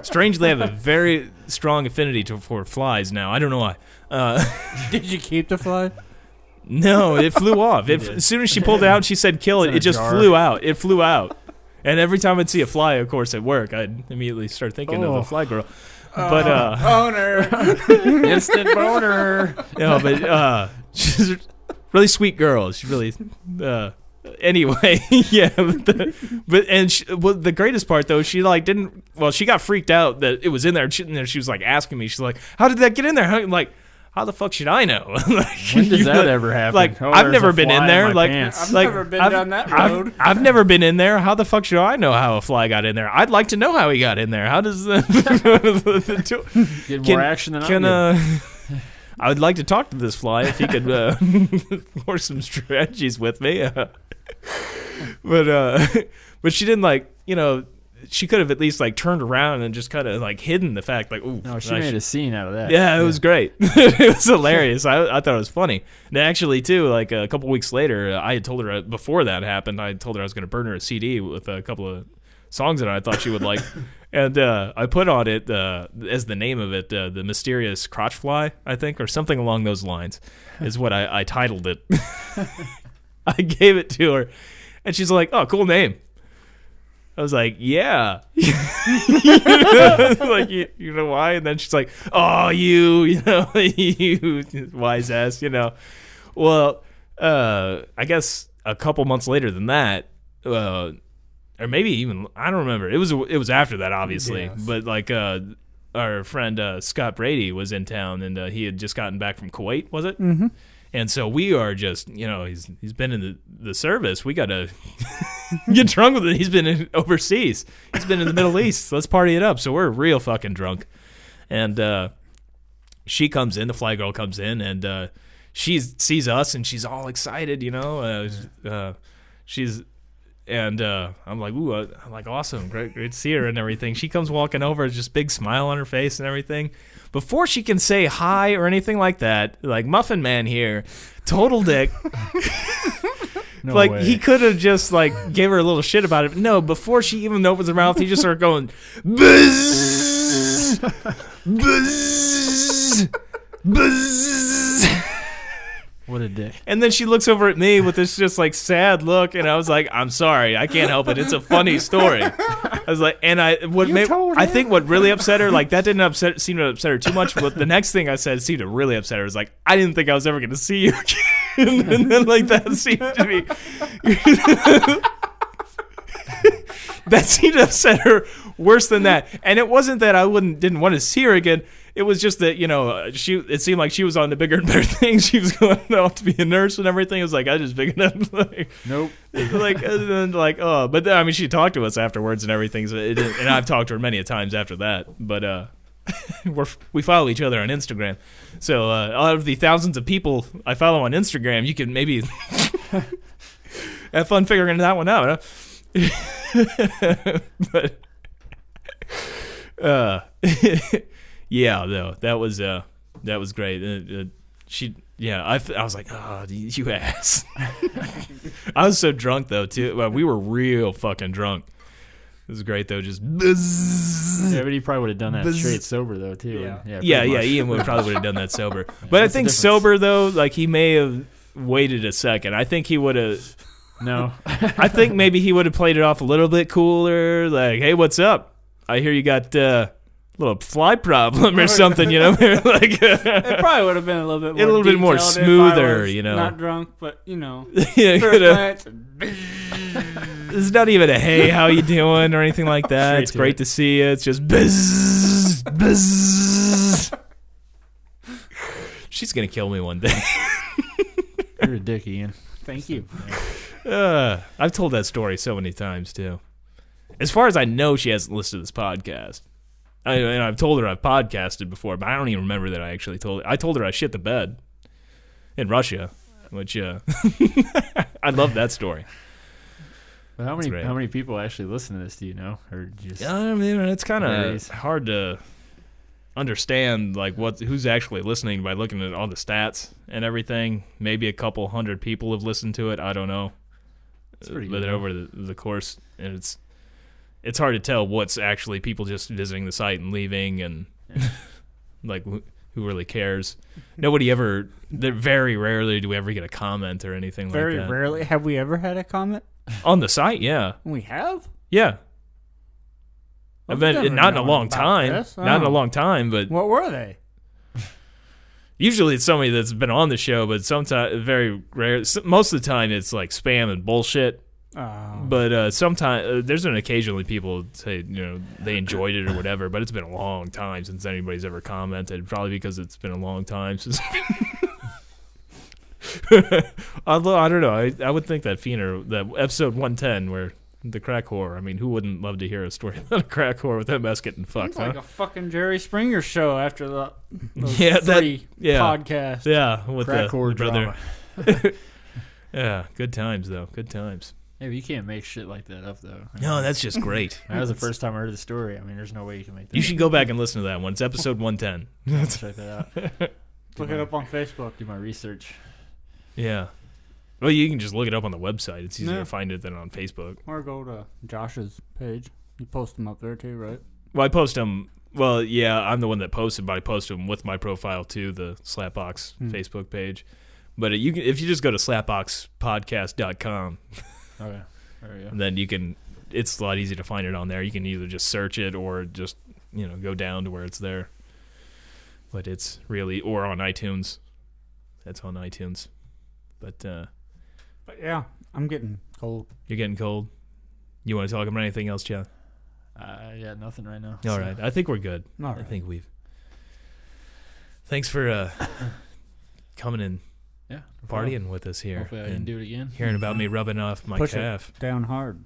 [SPEAKER 4] strangely, I have a very strong affinity to, for flies now. I don't know why. Uh,
[SPEAKER 5] Did you keep the fly?
[SPEAKER 4] no, it flew off. It,
[SPEAKER 3] did.
[SPEAKER 4] as soon as she pulled it out, she said, "Kill
[SPEAKER 3] It's
[SPEAKER 4] it."
[SPEAKER 3] in
[SPEAKER 4] It
[SPEAKER 3] a
[SPEAKER 4] just
[SPEAKER 3] jar.
[SPEAKER 4] flew out. It flew out. And every time I'd see a fly, of course, at work, I'd immediately start thinking of
[SPEAKER 3] Oh.
[SPEAKER 4] the fly girl. But uh,
[SPEAKER 5] Owner.
[SPEAKER 3] Instant boner.
[SPEAKER 4] no, but uh, she's a really sweet girl. She really. Uh, anyway, yeah, but, the, but and she, well, the greatest part though, she like didn't. Well, she got freaked out that it was in there. and She, and then she was like asking me. She's like, "How did that get in there?" How, like, how the fuck should I know? like,
[SPEAKER 3] When does
[SPEAKER 4] you-
[SPEAKER 3] that ever happen?
[SPEAKER 4] Like,
[SPEAKER 3] Oh,
[SPEAKER 4] I've
[SPEAKER 3] there's
[SPEAKER 4] never
[SPEAKER 3] a
[SPEAKER 4] been
[SPEAKER 3] fly
[SPEAKER 4] in
[SPEAKER 3] in
[SPEAKER 4] there.
[SPEAKER 3] my
[SPEAKER 4] like,
[SPEAKER 3] pants.
[SPEAKER 5] I've
[SPEAKER 4] like,
[SPEAKER 5] never been
[SPEAKER 4] I've-
[SPEAKER 5] down that
[SPEAKER 4] I've-
[SPEAKER 5] road.
[SPEAKER 4] I've, never been in there. How the fuck should I know how a fly got in there? I'd like to know how he got in there. How does the, the two-
[SPEAKER 3] Get more
[SPEAKER 4] can-
[SPEAKER 3] action than
[SPEAKER 4] can,
[SPEAKER 3] I
[SPEAKER 4] uh, I would like to talk to this fly if he could uh, work some strategies with me. Uh, but uh, but she didn't like you know she could have at least like turned around and just kind of like hidden the fact like ooh
[SPEAKER 3] No, Oh, she
[SPEAKER 4] I
[SPEAKER 3] made
[SPEAKER 4] should-
[SPEAKER 3] a scene out of that.
[SPEAKER 4] yeah, it was great. it was hilarious. I, I thought it was funny. And actually, too, like a couple weeks later, uh, I had told her uh, before that happened, I had told her I was going to burn her a CD with a couple of songs that I thought she would like. And uh, I put on it uh, as the name of it, uh, The Mysterious Crotch Fly, I think, or something along those lines, is what I, I titled it. I gave it to her, and she's like, "Oh, cool name." I was like, "Yeah." like you, you know why? And then she's like, "Oh, you, you know, you wise ass, you know." Well, uh, I guess a couple months later than that, uh, or maybe even I don't remember. It was it was after that, obviously.
[SPEAKER 5] Yes.
[SPEAKER 4] But like uh, our friend uh, Scott Brady was in town, and uh, he had just gotten back from Kuwait, was it? Mm-hmm. And so we are just, you know, he's he's been in the, the service. We gotta get drunk with it. He's been in overseas. He's been in the Middle East. Let's party it up. So we're real fucking drunk. And uh, she comes in. The fly girl comes in, and uh, she sees us, and she's all excited. You know, uh, uh, she's and uh, I'm like, ooh, uh, I'm like, awesome, great, great to see her and everything. She comes walking over, just big smile on her face and everything. Before she can say hi or anything like that, like Muffin Man here, total dick.
[SPEAKER 3] No
[SPEAKER 4] like
[SPEAKER 3] way.
[SPEAKER 4] he could have just like gave her a little shit about it. But no, before she even opens her mouth, he just started going buzz, buzz, buzz.
[SPEAKER 3] What a dick.
[SPEAKER 4] And then she looks over at me with this just like sad look, and I was like, "I'm sorry, I can't help it. It's a funny story." I was like, and I what made, I think what really upset her like that didn't upset seem to upset her too much, but the next thing I said seemed to really upset her. It was like, "I didn't think I was ever going to see you again," and then like that seemed to be that seemed to upset her worse than that. And it wasn't that I wouldn't didn't want to see her again. It was just that you know uh, she. It seemed like she was on to bigger and better things. She was going off to be a nurse and everything. It was like I just figured up like
[SPEAKER 3] Nope.
[SPEAKER 4] like and then like oh, but then, I mean she talked to us afterwards and everything. So it, and I've talked to her many a times after that. But uh, we're, we follow each other on Instagram. So uh, out of the thousands of people I follow on Instagram, you can maybe have fun figuring that one out. Huh? but Uh, yeah, though that was uh, that was great. Uh, uh, she, yeah, I, f- I was like, oh, you ass. I was so drunk though too. Well, we were real fucking drunk. It was great though. Just bzzz.
[SPEAKER 3] Yeah, but he probably would have done that
[SPEAKER 4] Buzz-
[SPEAKER 3] straight sober though too. Yeah, yeah, pretty
[SPEAKER 4] yeah, yeah.
[SPEAKER 3] much.
[SPEAKER 4] Ian would probably would have done that sober. But I
[SPEAKER 3] that's the
[SPEAKER 4] think
[SPEAKER 3] difference.
[SPEAKER 4] sober though, like he may have waited a second. I think he would have.
[SPEAKER 3] No,
[SPEAKER 4] I think maybe he would have played it off a little bit cooler. Like, hey, what's up? I hear you got uh, a little fly problem or something. You know, like.
[SPEAKER 5] It probably would have been a little bit more
[SPEAKER 4] A little bit more
[SPEAKER 5] detailed if I
[SPEAKER 4] smoother,
[SPEAKER 5] was
[SPEAKER 4] you know.
[SPEAKER 5] Not drunk, but you know.
[SPEAKER 4] yeah,
[SPEAKER 5] first
[SPEAKER 4] coulda-
[SPEAKER 5] glance,
[SPEAKER 4] It's not even a hey, how you doing or anything like that. it's
[SPEAKER 3] to
[SPEAKER 4] great
[SPEAKER 3] it.
[SPEAKER 4] to see you. It's just buzz, buzz. She's gonna kill me one day.
[SPEAKER 3] you're a dick, Ian. Thank you.
[SPEAKER 4] Uh, I've told that story so many times too. As far as I know, she hasn't listened to this podcast. I, and I've told her I've podcasted before, but I don't even remember that I actually told. I told her I shit the bed in Russia, which uh, I love that story.
[SPEAKER 3] But how
[SPEAKER 4] That's
[SPEAKER 3] many
[SPEAKER 4] great.
[SPEAKER 3] how many people actually listen to this? Do you know, or just
[SPEAKER 4] I mean, it's kind of
[SPEAKER 3] Varies.
[SPEAKER 4] hard to understand like what who's actually listening by looking at all the stats and everything. Maybe a couple hundred people have listened to it. I don't know. It's
[SPEAKER 3] pretty
[SPEAKER 4] but
[SPEAKER 3] good.
[SPEAKER 4] over the, the course, and it's it's hard to tell what's actually people just visiting the site and leaving, and like wh- who really cares. Nobody ever. They're very rarely do we ever get a comment or anything
[SPEAKER 5] Very
[SPEAKER 4] like that
[SPEAKER 5] rarely have we ever had a comment.
[SPEAKER 4] on the site. Yeah,
[SPEAKER 5] We have.
[SPEAKER 4] yeah.
[SPEAKER 5] I've
[SPEAKER 4] I've
[SPEAKER 5] never
[SPEAKER 4] been, not in a
[SPEAKER 5] known
[SPEAKER 4] long
[SPEAKER 5] about
[SPEAKER 4] time.
[SPEAKER 5] this.
[SPEAKER 4] Not in a
[SPEAKER 5] Oh.
[SPEAKER 4] long time, but
[SPEAKER 5] What were they?
[SPEAKER 4] usually it's somebody that's been on the show, but sometimes very rare. s- Most of the time it's like spam and bullshit.
[SPEAKER 5] Oh.
[SPEAKER 4] But uh, sometimes uh, there's an occasionally people say you know they enjoyed it or whatever. But it's been a long time since anybody's ever commented. Probably because it's been a long time since. Although I don't know, I, I would think that Feener that episode 110 where the crack whore. I mean, who wouldn't love to hear a story about a crack whore with them ass getting fucked?
[SPEAKER 5] It's like
[SPEAKER 4] huh?
[SPEAKER 5] a fucking Jerry Springer show after the those
[SPEAKER 4] Yeah, that-
[SPEAKER 5] three
[SPEAKER 4] yeah.
[SPEAKER 5] podcasts.
[SPEAKER 4] Yeah, with
[SPEAKER 3] Crack
[SPEAKER 4] the,
[SPEAKER 3] whore
[SPEAKER 4] the brother.
[SPEAKER 3] drama.
[SPEAKER 4] yeah, good times though. Good times.
[SPEAKER 3] Yeah, but you can't make shit like that up though. I
[SPEAKER 4] No,
[SPEAKER 3] mean,
[SPEAKER 4] that's just great.
[SPEAKER 3] that was the first time I heard the story. I mean, there's no way you can make that.
[SPEAKER 4] You should go back and listen to that one. It's episode 110.
[SPEAKER 3] up. check that out.
[SPEAKER 5] Look it up on Facebook.
[SPEAKER 3] Do my research.
[SPEAKER 4] yeah. Well, you can just look it up on the website. It's easier
[SPEAKER 5] Yeah.
[SPEAKER 4] to find it than on Facebook.
[SPEAKER 5] Or go to Josh's page. You post them up there too, right?
[SPEAKER 4] Well, I post them. Well, yeah, I'm the one that posted, but I post them with my profile to the Slapbox Facebook page. But uh, you can, if you just go to slapboxpodcast.com,
[SPEAKER 3] Okay, there we go.
[SPEAKER 4] and then you can it's a lot easier to find it on there you can either just search it or just you know go down to where it's there but it's really or on itunes that's on itunes but uh
[SPEAKER 5] But yeah, I'm getting cold.
[SPEAKER 4] you're getting cold you want to talk about anything else john
[SPEAKER 3] I got Uh, nothing right now.
[SPEAKER 4] all
[SPEAKER 3] so-
[SPEAKER 4] right i think we're good
[SPEAKER 5] All
[SPEAKER 4] i
[SPEAKER 5] right.
[SPEAKER 4] think we've thanks for uh coming and
[SPEAKER 3] Yeah. no problem.
[SPEAKER 4] partying with us here
[SPEAKER 3] Hopefully, I can
[SPEAKER 4] and
[SPEAKER 3] do it again.
[SPEAKER 4] hearing about me rubbing off my
[SPEAKER 5] Push it.
[SPEAKER 4] calf
[SPEAKER 5] Down hard.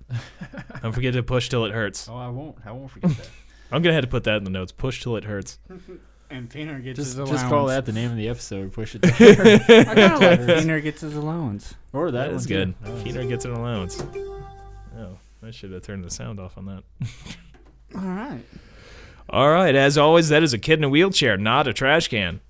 [SPEAKER 4] don't forget to push till it hurts
[SPEAKER 3] Oh, I won't. I won't forget that.
[SPEAKER 4] i'm gonna have to put that in the notes push till it hurts
[SPEAKER 5] And Peter gets
[SPEAKER 3] just,
[SPEAKER 5] his allowance.
[SPEAKER 3] just call that the name of the episode. Push it. down.
[SPEAKER 5] I kind of like Peter gets his allowance.
[SPEAKER 3] or that
[SPEAKER 4] That
[SPEAKER 3] one,
[SPEAKER 4] is
[SPEAKER 3] too.
[SPEAKER 4] good.
[SPEAKER 3] That was-
[SPEAKER 4] Peter gets an allowance. Oh, I should have turned the sound off on that.
[SPEAKER 5] All right.
[SPEAKER 4] All right, as always, that is a kid in a wheelchair, not a trash can.